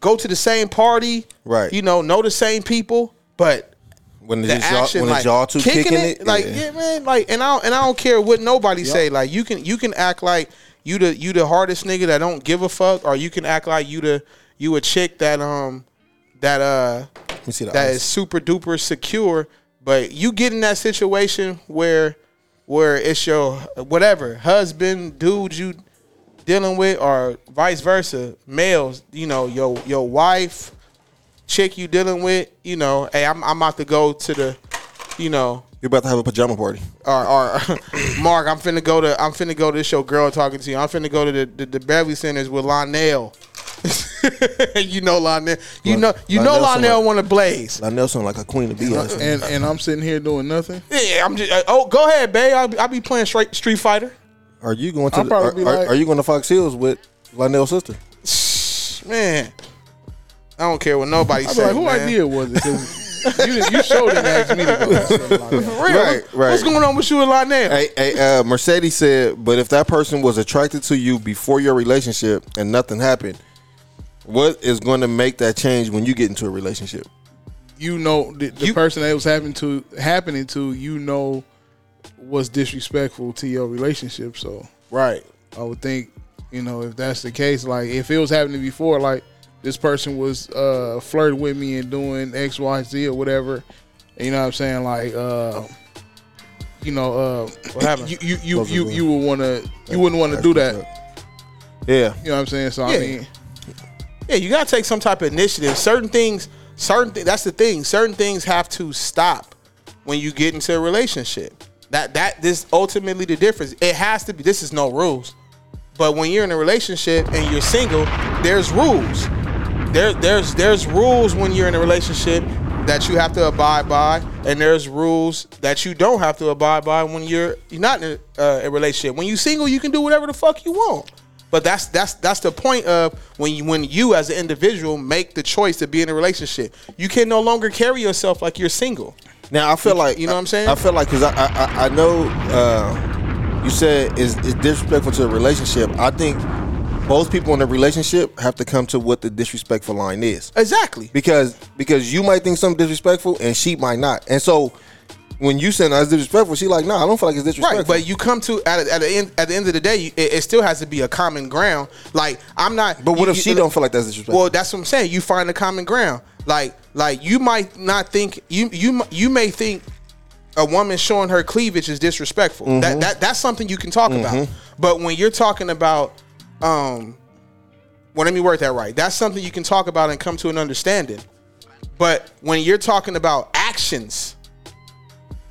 [SPEAKER 2] go to the same party,
[SPEAKER 1] Right.
[SPEAKER 2] You know, know the same people, but
[SPEAKER 1] When
[SPEAKER 2] the
[SPEAKER 1] it's y'all,
[SPEAKER 2] action,
[SPEAKER 1] when
[SPEAKER 2] like
[SPEAKER 1] it's y'all two kicking, it,
[SPEAKER 2] like
[SPEAKER 1] yeah.
[SPEAKER 2] yeah. man, like and I don't, and I don't care what nobody say. Like you can you can act like you the you the hardest nigga that don't give a fuck, or you can act like you the you a chick that um that uh
[SPEAKER 1] Let me see the
[SPEAKER 2] that
[SPEAKER 1] eyes.
[SPEAKER 2] is super duper secure, but you get in that situation where where it's your whatever husband, dude you dealing with, or vice versa, males, you know, your your wife, chick you dealing with, you know, hey, I'm I'm about to go to the, you know,
[SPEAKER 1] You're about to have a pajama party.
[SPEAKER 2] or, or [laughs] Mark, I'm finna go to I'm finna go to this show girl talking to you. I'm finna go to the, the, the Beverly Centers with Lionel. [laughs] you know Lionel. You
[SPEAKER 1] Lon-
[SPEAKER 2] know you know
[SPEAKER 1] Lionel
[SPEAKER 2] Lionel
[SPEAKER 1] somewhere.
[SPEAKER 2] want to blaze.
[SPEAKER 1] I know something like a queen of BS.
[SPEAKER 3] and and I'm sitting here doing nothing.
[SPEAKER 2] Yeah, I'm just. uh, oh, go ahead, babe. I'll, be- I'll be playing straight Street Fighter.
[SPEAKER 1] Are you going to?
[SPEAKER 3] I'll
[SPEAKER 1] The, are,
[SPEAKER 3] probably be
[SPEAKER 1] are-
[SPEAKER 3] like-
[SPEAKER 1] are you going to Fox Hills with Lionel's sister?
[SPEAKER 2] Man, I don't care what nobody
[SPEAKER 3] I'd be
[SPEAKER 2] says.
[SPEAKER 3] like, who
[SPEAKER 2] man.
[SPEAKER 3] idea was it? 'Cause you, you showed it and asked me to go. or something like that.
[SPEAKER 2] Real.
[SPEAKER 1] Right, right.
[SPEAKER 2] What's going on with you and Lionel?
[SPEAKER 1] Hey, hey, uh, Mercedes said, but if that person was attracted to you before your relationship and nothing happened, what is going to make that change when you get into a relationship?
[SPEAKER 3] You know the, the
[SPEAKER 2] You-
[SPEAKER 3] person that it was happening to happening to you know was disrespectful to your relationship. So
[SPEAKER 2] Right.
[SPEAKER 3] I would think you know if that's the case, like if it was happening before, like this person was uh flirting with me and doing X, Y, Z or whatever. You know what I'm saying? Like uh you know uh
[SPEAKER 2] What happened?
[SPEAKER 3] you you you
[SPEAKER 1] Close the
[SPEAKER 3] you,
[SPEAKER 1] door.
[SPEAKER 3] you would want to you wouldn't want to do that.
[SPEAKER 1] Yeah,
[SPEAKER 3] You know what I'm saying? So
[SPEAKER 2] Yeah.
[SPEAKER 3] I mean.
[SPEAKER 2] Yeah, you gotta take some type of initiative. Certain things, certain thi- that's the thing. Certain things have to stop when you get into a relationship. That that this ultimately the difference. It has to be. This is no rules. But when you're in a relationship and you're single, there's rules. There there's there's rules when you're in a relationship that you have to abide by, and there's rules that you don't have to abide by when you're you're not in a, uh, a relationship. When you're single, you can do whatever the fuck you want. But that's that's that's the point of when you when you as an individual make the choice to be in a relationship, you can no longer carry yourself like you're single.
[SPEAKER 1] Now I feel like
[SPEAKER 2] you know what I'm saying?
[SPEAKER 1] I feel like because I, I I- I know uh, you said is it's disrespectful to a relationship. I think both people in a relationship have to come to what the disrespectful line is
[SPEAKER 2] Exactly.
[SPEAKER 1] because because you might think something disrespectful and she might not, and so when you saying that's disrespectful, she like, nah, I don't feel like it's disrespectful.
[SPEAKER 2] Right, but you come to at, at the end at the end of the day, you- it, it still has to be a common ground. Like I'm not.
[SPEAKER 1] But what
[SPEAKER 2] you-
[SPEAKER 1] if
[SPEAKER 2] you-
[SPEAKER 1] she don't feel like that's disrespectful?
[SPEAKER 2] Well, that's what I'm saying. You find a common ground. Like like you might not think you you m- you may think a woman showing her cleavage is disrespectful.
[SPEAKER 1] Mm-hmm.
[SPEAKER 2] That, that that's something you can talk about. But when you're talking about um well, let me word that right. That's something you can talk about and come to an understanding. But when you're talking about actions,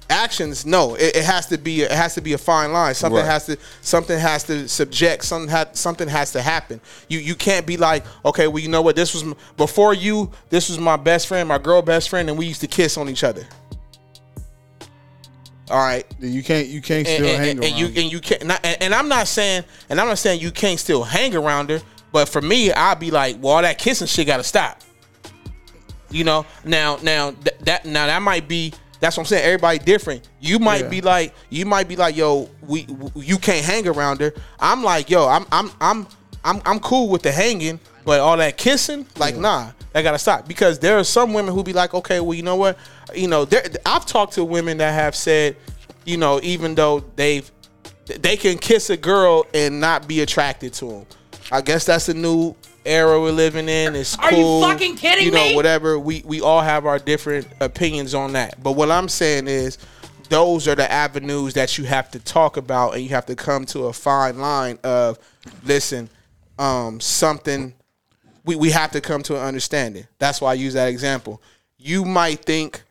[SPEAKER 2] actions, no, it, it has to be it has to be a fine line. Something
[SPEAKER 1] Right.
[SPEAKER 2] has to something has to subject. Something ha- something has to happen. You you can't be like, okay, well, you know what? This was m- before you. This was my best friend, my girl best friend, and we used to kiss on each other. All right,
[SPEAKER 3] Then you can't you can't
[SPEAKER 2] and,
[SPEAKER 3] still
[SPEAKER 2] and-
[SPEAKER 3] hang
[SPEAKER 2] and- and
[SPEAKER 3] around.
[SPEAKER 2] you and you can't. Not, and, and I'm not saying, and I'm not saying you can't still hang around her. But for me, I'd be like, well, all that kissing shit got to stop. You know, now, now th- that now that might be. That's what I'm saying. Everybody different. You might
[SPEAKER 3] Yeah.
[SPEAKER 2] be like, you might be like, yo, we, w- you can't hang around her. I'm like, yo, I'm, I'm, I'm, I'm, I'm cool with the hanging, but all that kissing, like, nah, that gotta stop. Because there are some women who be like, okay, well, you know what, you know, there, I've talked to women that have said, you know, even though they've they can kiss a girl and not be attracted to him. I guess that's the new era we're living in. It's
[SPEAKER 7] Are you
[SPEAKER 2] cool.
[SPEAKER 7] fucking kidding
[SPEAKER 2] You know,
[SPEAKER 7] me?
[SPEAKER 2] whatever. We we all have our different opinions on that. But what I'm saying is, those are the avenues that you have to talk about, and you have to come to a fine line of, listen, um, something. We we have to come to an understanding. That's why I use that example. You might think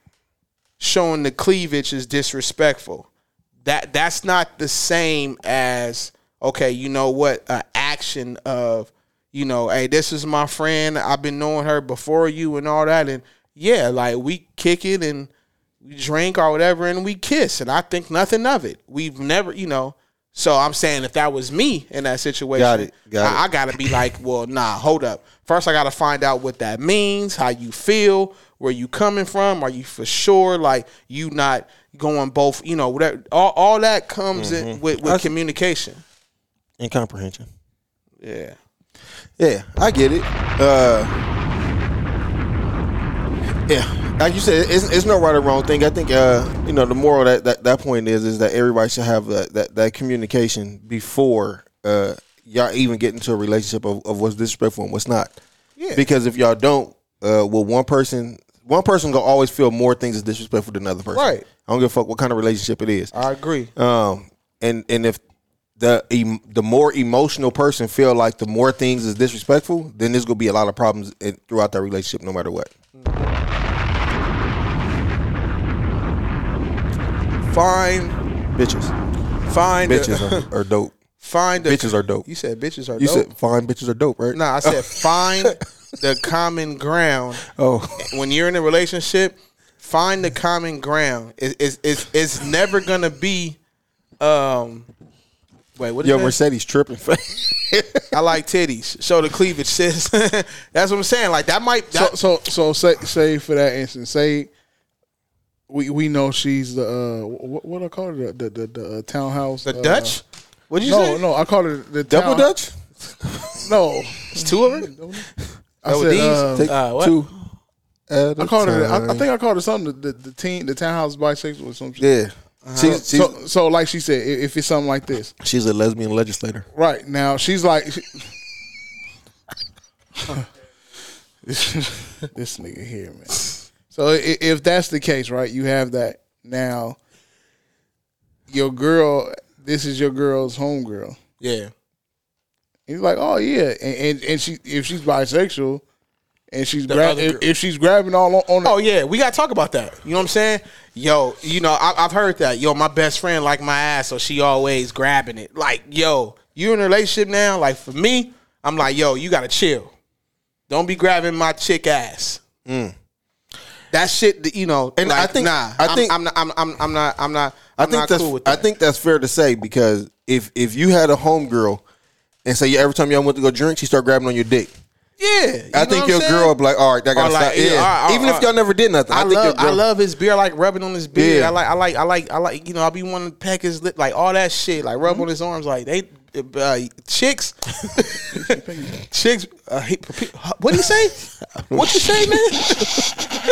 [SPEAKER 2] showing the cleavage is disrespectful. That that's not the same as okay, you know what, an action of you know, hey, this is my friend. I've been knowing her before you and all that, and yeah, like we kick it and we drink or whatever, and we kiss, and I think nothing of it. We've never, you know. So I'm saying if that was me in that situation,
[SPEAKER 1] Got it, got
[SPEAKER 2] I,
[SPEAKER 1] it.
[SPEAKER 2] I gotta be like, well, nah, hold up. First, I gotta find out what that means, how you feel, where you coming from. Are you for sure like you not going both? You know, whatever. All, all that comes in with, with communication.
[SPEAKER 1] Mm-hmm. Incomprehension.
[SPEAKER 2] Yeah.
[SPEAKER 1] Yeah, I get it. Uh, yeah, like you said, it's, it's no right or wrong thing. I think uh, you know the moral that, that that point is is that everybody should have that that, that communication before uh, y'all even get into a relationship of, of what's disrespectful and what's not. Yeah. Because if y'all don't, uh, well, one person one person gonna always feel more things is disrespectful than another person.
[SPEAKER 2] Right.
[SPEAKER 1] I don't give a fuck what kind of relationship it is.
[SPEAKER 2] I agree.
[SPEAKER 1] Um, and and if the em- the more emotional person feel like the more things is disrespectful, then there's gonna be a lot of problems in, throughout that relationship, no matter what.
[SPEAKER 2] Find
[SPEAKER 1] Bitches,
[SPEAKER 2] find a-
[SPEAKER 1] bitches are, are dope.
[SPEAKER 2] find a-
[SPEAKER 1] Bitches are dope.
[SPEAKER 2] You said bitches are
[SPEAKER 1] You
[SPEAKER 2] dope.
[SPEAKER 1] said fine bitches are dope, right?
[SPEAKER 2] no, I
[SPEAKER 1] [laughs]
[SPEAKER 2] said find the common ground
[SPEAKER 1] Oh,
[SPEAKER 2] when you're in a relationship, find the common ground. It, it's, it's, it's never gonna be. Um, wait, what is
[SPEAKER 1] yo,
[SPEAKER 2] that?
[SPEAKER 1] Mercedes tripping.
[SPEAKER 2] [laughs] I like titties. Show the cleavage, sis. [laughs] That's what I'm saying. Like that might. That,
[SPEAKER 3] so so so say say for that instance, say we we know she's the uh what, what I call it the the the, the uh, townhouse
[SPEAKER 2] the
[SPEAKER 3] uh,
[SPEAKER 2] Dutch. What you
[SPEAKER 3] No,
[SPEAKER 2] say?
[SPEAKER 3] no, I call it the
[SPEAKER 1] Double
[SPEAKER 3] town-
[SPEAKER 1] Dutch.
[SPEAKER 3] No,
[SPEAKER 2] It's two of them.
[SPEAKER 3] I
[SPEAKER 2] Double
[SPEAKER 3] said
[SPEAKER 2] D's?
[SPEAKER 3] uh,
[SPEAKER 1] Take
[SPEAKER 2] Uh, what?
[SPEAKER 1] two. at
[SPEAKER 3] I
[SPEAKER 1] a
[SPEAKER 3] called it. I, I
[SPEAKER 1] time.
[SPEAKER 3] think I called it something. The, the, the teen, the townhouse bisexual or something.
[SPEAKER 1] Yeah, she's she's,
[SPEAKER 3] So, so like she said, i- if it's something like this,
[SPEAKER 1] she's a lesbian legislator.
[SPEAKER 3] right now she's like, this, [laughs] this nigga here, man. So i- if that's the case, right, you have that now. Your girl, this is your girl's homegirl.
[SPEAKER 2] Yeah.
[SPEAKER 3] He's like, oh yeah, and, and and she if she's bisexual, and she's
[SPEAKER 2] The
[SPEAKER 3] grab
[SPEAKER 2] other
[SPEAKER 3] if,
[SPEAKER 2] girl.
[SPEAKER 3] if she's grabbing all on, on [laughs]
[SPEAKER 2] Oh yeah, we gotta talk about that. You know what I'm saying? Yo, you know I, I've heard that. Yo, my best friend like my ass, so she always grabbing it. Like, yo, you in a relationship now? Like for me, I'm like, yo, you gotta chill. Don't be grabbing my chick ass. That shit, that, you know.
[SPEAKER 1] Mm. And I
[SPEAKER 2] like,
[SPEAKER 1] think-
[SPEAKER 2] nah,
[SPEAKER 1] I
[SPEAKER 2] I'm-
[SPEAKER 1] think-
[SPEAKER 2] I'm, not, I'm, I'm, I'm not, I'm not,
[SPEAKER 1] I
[SPEAKER 2] I'm
[SPEAKER 1] think
[SPEAKER 2] not
[SPEAKER 1] that's
[SPEAKER 2] cool with
[SPEAKER 1] I
[SPEAKER 2] that.
[SPEAKER 1] think that's fair to say because if if you had a homegirl and say every time y'all went to go drink, she start grabbing on your dick.
[SPEAKER 2] yeah, you know
[SPEAKER 1] I think
[SPEAKER 2] what
[SPEAKER 1] your
[SPEAKER 2] I'm saying?
[SPEAKER 1] girl would be like, all right, that
[SPEAKER 2] Or
[SPEAKER 1] gotta
[SPEAKER 2] like,
[SPEAKER 1] stop.
[SPEAKER 2] yeah,
[SPEAKER 1] Yeah,
[SPEAKER 2] all right, all right,
[SPEAKER 1] Even
[SPEAKER 2] all
[SPEAKER 1] if y'all
[SPEAKER 2] right.
[SPEAKER 1] never did nothing, I,
[SPEAKER 2] I,
[SPEAKER 1] think
[SPEAKER 2] love
[SPEAKER 1] your girl,
[SPEAKER 2] I love his beard, like rubbing on his beard.
[SPEAKER 1] Yeah.
[SPEAKER 2] I like I like I like I like you know I be wanting to pack his lip, like all that shit, like rub on his arms, like they uh, chicks, chicks. Uh, he, what do you say? What you say, man?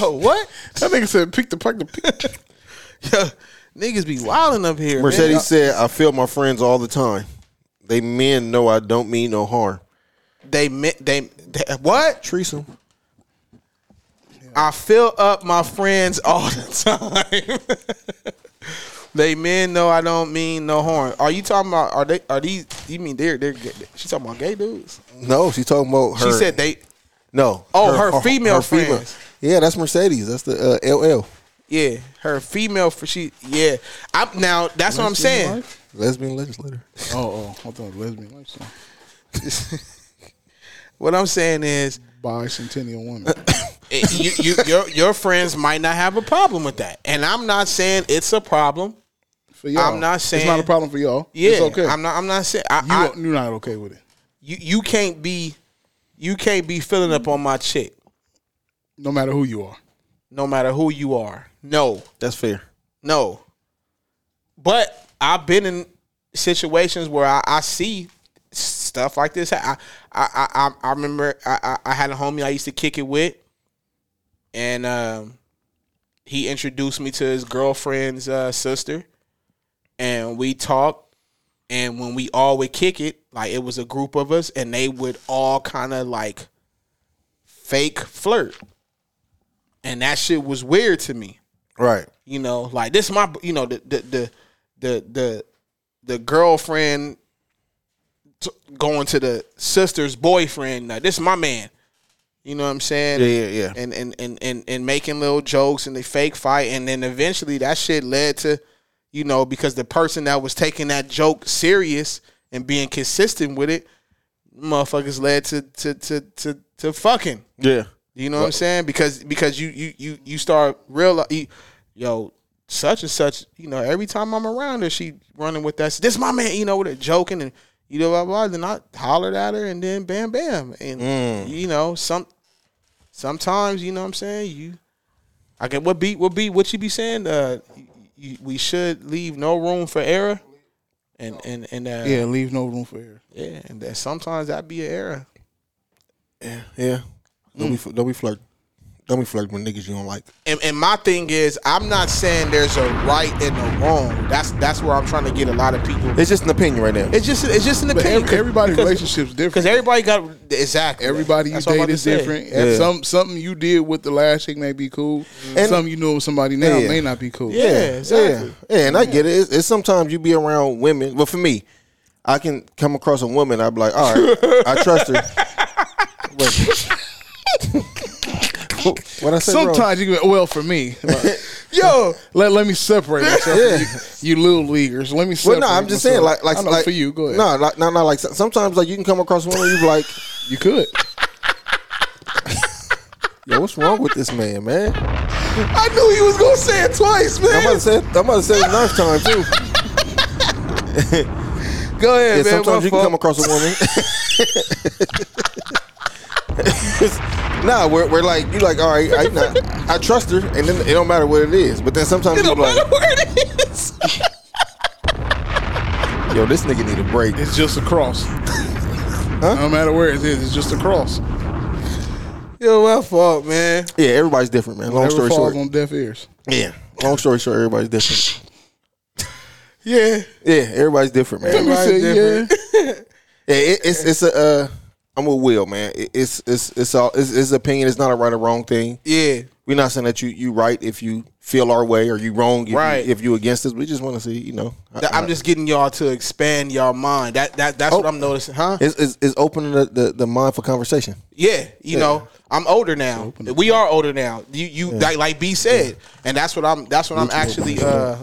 [SPEAKER 2] Yo, what?
[SPEAKER 3] That nigga said, pick the pick the pick.
[SPEAKER 2] [laughs] Yo, niggas be wilding up here. man.
[SPEAKER 1] Mercedes said, I feel my friends all the time. They men know I don't mean no harm.
[SPEAKER 2] They meant they, they what?
[SPEAKER 1] Treesome.
[SPEAKER 2] I fill up my friends all the time. [laughs] they men know I don't mean no harm. Are you talking about? Are they? Are these? You mean they're they're? Gay. She talking about gay dudes?
[SPEAKER 1] No, she talking about her.
[SPEAKER 2] She said they.
[SPEAKER 1] no.
[SPEAKER 2] Oh, her female friends.
[SPEAKER 1] Yeah, that's Mercedes. That's the uh, LL.
[SPEAKER 2] Yeah, her female. For she. Yeah. I now that's what I'm saying.
[SPEAKER 1] Lesbian legislator.
[SPEAKER 3] Oh, oh, I thought lesbian lifestyle.
[SPEAKER 2] What I'm saying is,
[SPEAKER 3] Bicentennial woman.
[SPEAKER 2] [laughs] it- you, you your your friends might not have a problem with that, and I'm not saying it's a problem.
[SPEAKER 3] For y'all,
[SPEAKER 2] I'm not
[SPEAKER 3] it's not
[SPEAKER 2] saying-
[SPEAKER 3] a problem for y'all.
[SPEAKER 2] Yeah,
[SPEAKER 3] it's okay.
[SPEAKER 2] I'm not. I'm not saying I,
[SPEAKER 3] you,
[SPEAKER 2] I,
[SPEAKER 3] are- you're not okay with it.
[SPEAKER 2] you you can't be you can't be filling up on my chick
[SPEAKER 3] No matter who you are.
[SPEAKER 2] no matter who you are. No,
[SPEAKER 1] That's fair.
[SPEAKER 2] no. But I've been in situations where I, I see stuff like this. I I I, I, I remember I, I I had a homie I used to kick it with, and um, he introduced me to his girlfriend's uh, sister, and we talked. And when we all would kick it, like it was a group of us, and they would all kind of like fake flirt, and that shit was weird to me
[SPEAKER 1] Right.
[SPEAKER 2] you know, like this my you know the the the the the, the girlfriend t- going to the sister's boyfriend. Like this my man. You know what I'm saying?
[SPEAKER 1] Yeah, yeah, yeah.
[SPEAKER 2] And and and and, and making little jokes and the fake fight, and then eventually that shit led to, you know, because the person that was taking that joke serious and being consistent with it, motherfuckers led to to to to, to fucking.
[SPEAKER 1] Yeah.
[SPEAKER 2] You know what I'm saying? Because because you you you you start real you, yo such and such. You know every time I'm around her, she running with that. This my man. You know with her joking and you know blah blah. Then I hollered at her and then bam bam and you know some sometimes you know what I'm saying you. I can what beat what beat what you be saying? Uh, you, you, we should leave no room for error, and and and uh, yeah.
[SPEAKER 3] Yeah, leave no room for error.
[SPEAKER 2] and that sometimes that be an error.
[SPEAKER 1] Yeah. Mm. Don't be don't be flirt. Don't be flirting with niggas you don't like.
[SPEAKER 2] and, and my thing is I'm not saying there's a right and a wrong. That's that's where I'm trying to get a lot of people.
[SPEAKER 1] It's just an opinion right now.
[SPEAKER 2] It's just it's just an
[SPEAKER 3] But
[SPEAKER 2] opinion.
[SPEAKER 3] every, everybody's relationship's
[SPEAKER 2] because
[SPEAKER 3] different.
[SPEAKER 2] everybody got exactly
[SPEAKER 3] Everybody you
[SPEAKER 2] That's what I'm
[SPEAKER 3] date
[SPEAKER 2] about
[SPEAKER 3] is
[SPEAKER 2] to say.
[SPEAKER 3] different. And
[SPEAKER 1] Yeah.
[SPEAKER 3] Some something you did with the last chick may be cool.
[SPEAKER 1] And-
[SPEAKER 3] something you know with somebody now
[SPEAKER 1] Yeah.
[SPEAKER 3] may not be cool.
[SPEAKER 2] Mm-hmm. Yeah, exactly.
[SPEAKER 1] Yeah, yeah and I get it. It's, it's sometimes you be around women. But for me, I can come across a woman. I'd be like, all right, I trust
[SPEAKER 3] [laughs]
[SPEAKER 1] her. Wait. what I said wrong?
[SPEAKER 3] Sometimes you can well for me.
[SPEAKER 2] [laughs]
[SPEAKER 3] [laughs]
[SPEAKER 2] Yo,
[SPEAKER 3] let let me separate myself.
[SPEAKER 1] Yeah.
[SPEAKER 3] from you, you little leaguers. Let me
[SPEAKER 1] Well,
[SPEAKER 3] separate.
[SPEAKER 1] no, I'm just saying,
[SPEAKER 3] myself.
[SPEAKER 1] like, like,
[SPEAKER 3] I know,
[SPEAKER 1] like
[SPEAKER 3] for you. Go ahead.
[SPEAKER 1] No, like, no, no, like, so- sometimes, like, you can come across a woman, you be like,
[SPEAKER 3] you could.
[SPEAKER 1] [laughs] yo, what's wrong with this man, man?
[SPEAKER 2] I knew he was gonna say it twice,
[SPEAKER 1] I'm about
[SPEAKER 2] man.
[SPEAKER 1] to say, I'm about to say it another time too.
[SPEAKER 2] Go ahead,
[SPEAKER 1] Yeah,
[SPEAKER 2] man.
[SPEAKER 1] sometimes
[SPEAKER 2] my
[SPEAKER 1] you can
[SPEAKER 2] fault.
[SPEAKER 1] come across a woman. [laughs] nah, we're, we're like you like all right, I, nah, I trust her, and then it don't matter what it is. But then sometimes
[SPEAKER 2] It
[SPEAKER 1] you
[SPEAKER 2] don't
[SPEAKER 1] be like,
[SPEAKER 2] matter where
[SPEAKER 3] [laughs]
[SPEAKER 2] it is.
[SPEAKER 1] yo, this nigga need a break.
[SPEAKER 3] It's just a [laughs] cross. No matter where it is, it's just a cross.
[SPEAKER 2] Yo, my fault, man.
[SPEAKER 1] Yeah, everybody's different, man. Long
[SPEAKER 3] Whatever
[SPEAKER 1] story
[SPEAKER 3] falls
[SPEAKER 1] short,
[SPEAKER 3] on deaf [laughs] ears.
[SPEAKER 1] yeah. Long story short, everybody's different.
[SPEAKER 2] [laughs] Yeah,
[SPEAKER 1] Yeah, everybody's different, man.
[SPEAKER 3] Let me
[SPEAKER 2] Everybody's
[SPEAKER 3] say,
[SPEAKER 2] different.
[SPEAKER 3] yeah.
[SPEAKER 1] Yeah, it, it's it's a. Uh, I'm with Will, man. It, it's it's it's all it's, it's opinion. It's not a right or wrong thing.
[SPEAKER 2] yeah.
[SPEAKER 1] We're not saying that you you right if you feel our way or you wrong if
[SPEAKER 2] Right.
[SPEAKER 1] you, if you against us. We just want to see, you know.
[SPEAKER 2] Th- I'm just getting y'all to expand y'all mind. That that that's what
[SPEAKER 1] Oh.
[SPEAKER 2] I'm noticing, huh?
[SPEAKER 1] It's, it's, it's opening the, the, the mind for conversation.
[SPEAKER 2] Yeah, you know, I'm older now. We are older now. You you like like B said, and that's what I'm that's what I'm actually uh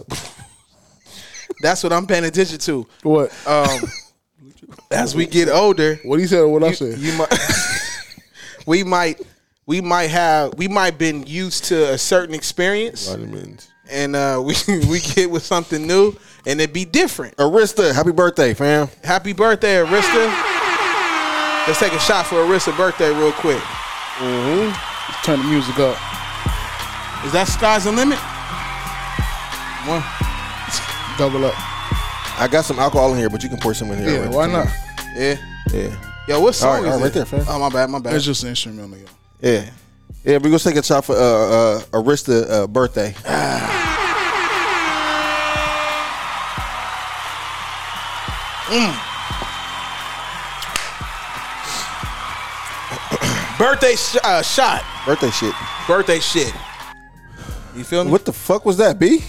[SPEAKER 2] [laughs] that's what I'm paying attention to.
[SPEAKER 3] [laughs] What?
[SPEAKER 2] Um as we get older,
[SPEAKER 3] Uh, What he said or what I said?
[SPEAKER 2] you might [laughs] we might we might have we might been used to a certain experience and uh [laughs] we we get with something new and it be different.
[SPEAKER 1] Arista, happy birthday, fam.
[SPEAKER 2] Happy birthday, Arista. Let's take a shot for Arista's birthday real quick.
[SPEAKER 3] Turn the music up.
[SPEAKER 2] Is that sky's the limit?
[SPEAKER 3] One. Double up.
[SPEAKER 1] I got some alcohol in here, but you can pour some in here.
[SPEAKER 3] Yeah,
[SPEAKER 1] already.
[SPEAKER 3] why not?
[SPEAKER 2] Yeah.
[SPEAKER 1] Yeah.
[SPEAKER 2] Yo, what song
[SPEAKER 1] All right,
[SPEAKER 2] is
[SPEAKER 1] all right,
[SPEAKER 2] it?
[SPEAKER 1] right there, fam.
[SPEAKER 2] Oh my bad, my bad.
[SPEAKER 3] That's just an instrumental, yo.
[SPEAKER 1] Yeah. Yeah, we gonna take a shot for uh, uh, Arista uh, birthday.
[SPEAKER 2] Birthday sh- uh, shot.
[SPEAKER 1] birthday shit.
[SPEAKER 2] Birthday shit. You feel me?
[SPEAKER 1] What the fuck was that, B?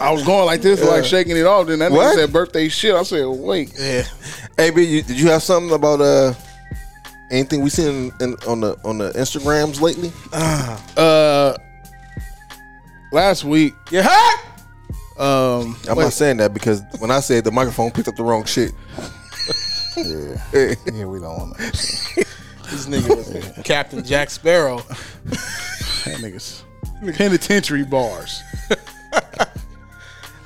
[SPEAKER 3] I was going like this, like shaking it off. Then that nigga
[SPEAKER 1] What?
[SPEAKER 3] said birthday shit. I said, wait.
[SPEAKER 2] Yeah.
[SPEAKER 1] [laughs] hey, B, you, did you have something about uh anything we seen in, in, on the on the Instagrams lately?
[SPEAKER 3] Uh, last week,
[SPEAKER 2] You heard?
[SPEAKER 3] um,
[SPEAKER 1] I'm not saying that because when I said the microphone picked up the wrong shit.
[SPEAKER 3] yeah, we don't want that.
[SPEAKER 2] This nigga was Captain Jack
[SPEAKER 1] [laughs]
[SPEAKER 2] Sparrow.
[SPEAKER 3] That niggas penitentiary bars.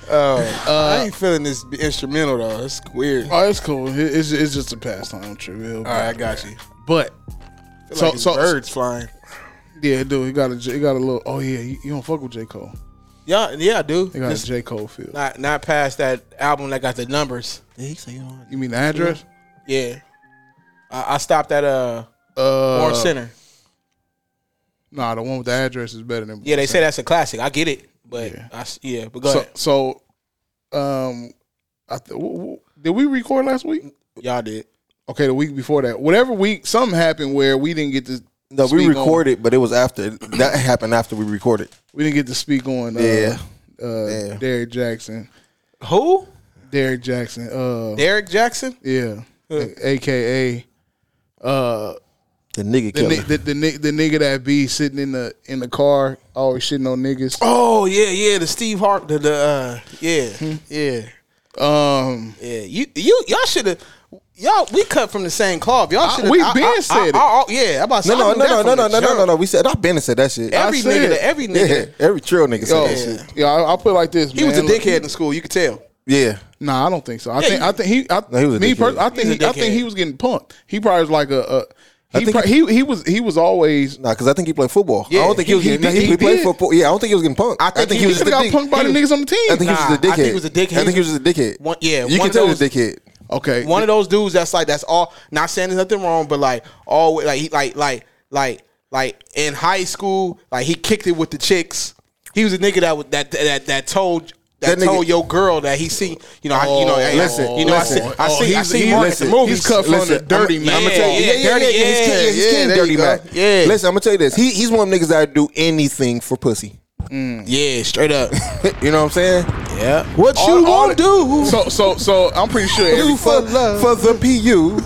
[SPEAKER 2] Uh, I ain't feeling this instrumental though. It's weird. All
[SPEAKER 3] Oh, it's cool. It- It's, it's just a pastime trip. All
[SPEAKER 2] right, I got you.
[SPEAKER 3] but
[SPEAKER 2] So,
[SPEAKER 3] so
[SPEAKER 2] like it's
[SPEAKER 3] so
[SPEAKER 2] birds flying.
[SPEAKER 3] yeah, dude, he got a he got a little. Oh yeah, you, you don't fuck with J Cole.
[SPEAKER 2] Yeah, yeah, dude.
[SPEAKER 3] He got
[SPEAKER 2] Just
[SPEAKER 3] a J Cole feel.
[SPEAKER 2] not not past that album that got the numbers.
[SPEAKER 3] You mean the address?
[SPEAKER 2] Yeah. I, I stopped at uh
[SPEAKER 3] Uh,
[SPEAKER 2] Orange Center.
[SPEAKER 3] Nah, the one with the address is better than.
[SPEAKER 2] Yeah, they say that's a classic. I get it, but
[SPEAKER 3] Yeah.
[SPEAKER 2] I s yeah, but go
[SPEAKER 3] So,
[SPEAKER 2] ahead.
[SPEAKER 3] so, um, I th- w- w- did we record last week?
[SPEAKER 2] Y'all did.
[SPEAKER 3] Okay, the week before that, whatever week, something happened where we didn't get to.
[SPEAKER 1] No, we
[SPEAKER 3] speak on-
[SPEAKER 1] recorded, but it was after that happened after we recorded.
[SPEAKER 3] we didn't get to speak on. Uh,
[SPEAKER 1] Yeah.
[SPEAKER 3] Uh,
[SPEAKER 1] Yeah.
[SPEAKER 3] Derrick Jackson.
[SPEAKER 2] Who?
[SPEAKER 3] Derrick Jackson. Uh,
[SPEAKER 2] Derek Jackson?
[SPEAKER 3] yeah. AKA. Uh,
[SPEAKER 1] The nigga
[SPEAKER 3] the,
[SPEAKER 1] killer.
[SPEAKER 3] ni- the, the, ni- the nigga that be sitting in the in the car always shitting on niggas.
[SPEAKER 2] Oh yeah, yeah, the Steve Harp the, the uh yeah. Yeah.
[SPEAKER 3] Um,
[SPEAKER 2] Yeah. You you y'all should have Y'all, we cut from the same cloth. Y'all
[SPEAKER 3] I-
[SPEAKER 2] should.
[SPEAKER 3] we been said it.
[SPEAKER 2] yeah, I'm about to
[SPEAKER 1] no,
[SPEAKER 2] say,
[SPEAKER 1] no,
[SPEAKER 2] I knew
[SPEAKER 1] no,
[SPEAKER 2] that
[SPEAKER 1] no, no,
[SPEAKER 2] from the
[SPEAKER 1] no, no, no, no,
[SPEAKER 2] jump.
[SPEAKER 1] no. We said I been and said that shit.
[SPEAKER 2] Every
[SPEAKER 3] I said
[SPEAKER 2] nigga,
[SPEAKER 3] it.
[SPEAKER 2] to
[SPEAKER 1] [laughs]
[SPEAKER 2] every
[SPEAKER 1] yeah,
[SPEAKER 2] nigga,
[SPEAKER 1] every trail nigga
[SPEAKER 3] yo,
[SPEAKER 1] said that shit.
[SPEAKER 3] yeah, I, I'll put it like this.
[SPEAKER 2] he was a
[SPEAKER 3] man. Like,
[SPEAKER 2] dickhead in school. You could tell.
[SPEAKER 1] Yeah,
[SPEAKER 3] Nah, I don't think so. I
[SPEAKER 2] Yeah,
[SPEAKER 3] think
[SPEAKER 2] you-
[SPEAKER 3] I think he. I,
[SPEAKER 1] No, he was a
[SPEAKER 3] me.
[SPEAKER 1] dickhead.
[SPEAKER 3] pers- I think
[SPEAKER 2] He was
[SPEAKER 3] he,
[SPEAKER 2] a
[SPEAKER 3] I think
[SPEAKER 2] dickhead.
[SPEAKER 3] he was getting punked. He probably was like a. a he,
[SPEAKER 1] think
[SPEAKER 3] pro- he he was he was always
[SPEAKER 1] nah, because I think he played football. I
[SPEAKER 2] Yeah,
[SPEAKER 1] don't think he, was.
[SPEAKER 3] he
[SPEAKER 1] Getting,
[SPEAKER 3] did-
[SPEAKER 1] he,
[SPEAKER 3] he
[SPEAKER 1] played
[SPEAKER 3] did.
[SPEAKER 1] football. Yeah, I don't think he was getting punked. I,
[SPEAKER 2] think
[SPEAKER 1] think he
[SPEAKER 2] he
[SPEAKER 1] was
[SPEAKER 3] He
[SPEAKER 1] just a
[SPEAKER 3] got
[SPEAKER 1] dick.
[SPEAKER 3] punked by the niggas on the team.
[SPEAKER 1] I think he was just a
[SPEAKER 2] Nah,
[SPEAKER 1] dickhead.
[SPEAKER 2] I think he was a dickhead.
[SPEAKER 1] I think he was just a dickhead.
[SPEAKER 2] One- yeah,
[SPEAKER 1] you
[SPEAKER 2] one
[SPEAKER 1] can
[SPEAKER 2] of
[SPEAKER 1] tell he was a
[SPEAKER 2] those-
[SPEAKER 1] dickhead.
[SPEAKER 3] okay,
[SPEAKER 2] one of those dudes that's like that's all not saying there's nothing wrong but like always like he like like like like in high school like he kicked it with the chicks he was a nigga that would- that that that told
[SPEAKER 1] That
[SPEAKER 2] that,
[SPEAKER 1] nigga- Oh,
[SPEAKER 2] told your girl that he seen you know I, you know hey,
[SPEAKER 1] listen,
[SPEAKER 2] you know
[SPEAKER 1] listen.
[SPEAKER 2] I
[SPEAKER 3] Oh,
[SPEAKER 2] see I see I
[SPEAKER 3] he's-
[SPEAKER 2] see
[SPEAKER 3] he's-
[SPEAKER 2] Mark at
[SPEAKER 1] listen,
[SPEAKER 2] the movies
[SPEAKER 3] he's cut from the dirty
[SPEAKER 1] I'm,
[SPEAKER 3] man.
[SPEAKER 1] I'm gonna tell you,
[SPEAKER 2] Yeah,
[SPEAKER 1] yeah, yeah,
[SPEAKER 2] dirty,
[SPEAKER 1] yeah, yeah, he's king, he's
[SPEAKER 2] yeah,
[SPEAKER 1] king,
[SPEAKER 2] there
[SPEAKER 1] dirty
[SPEAKER 2] you go.
[SPEAKER 1] man.
[SPEAKER 2] Yeah.
[SPEAKER 1] listen, I'm gonna tell you this. He, he's one of them niggas that do anything for pussy.
[SPEAKER 2] yeah straight up
[SPEAKER 1] You know what I'm saying?
[SPEAKER 2] yeah what
[SPEAKER 1] All-
[SPEAKER 2] you
[SPEAKER 1] all
[SPEAKER 2] want
[SPEAKER 1] it-
[SPEAKER 2] to do
[SPEAKER 3] [laughs] So so so I'm pretty sure every,
[SPEAKER 1] Do for love for the pu.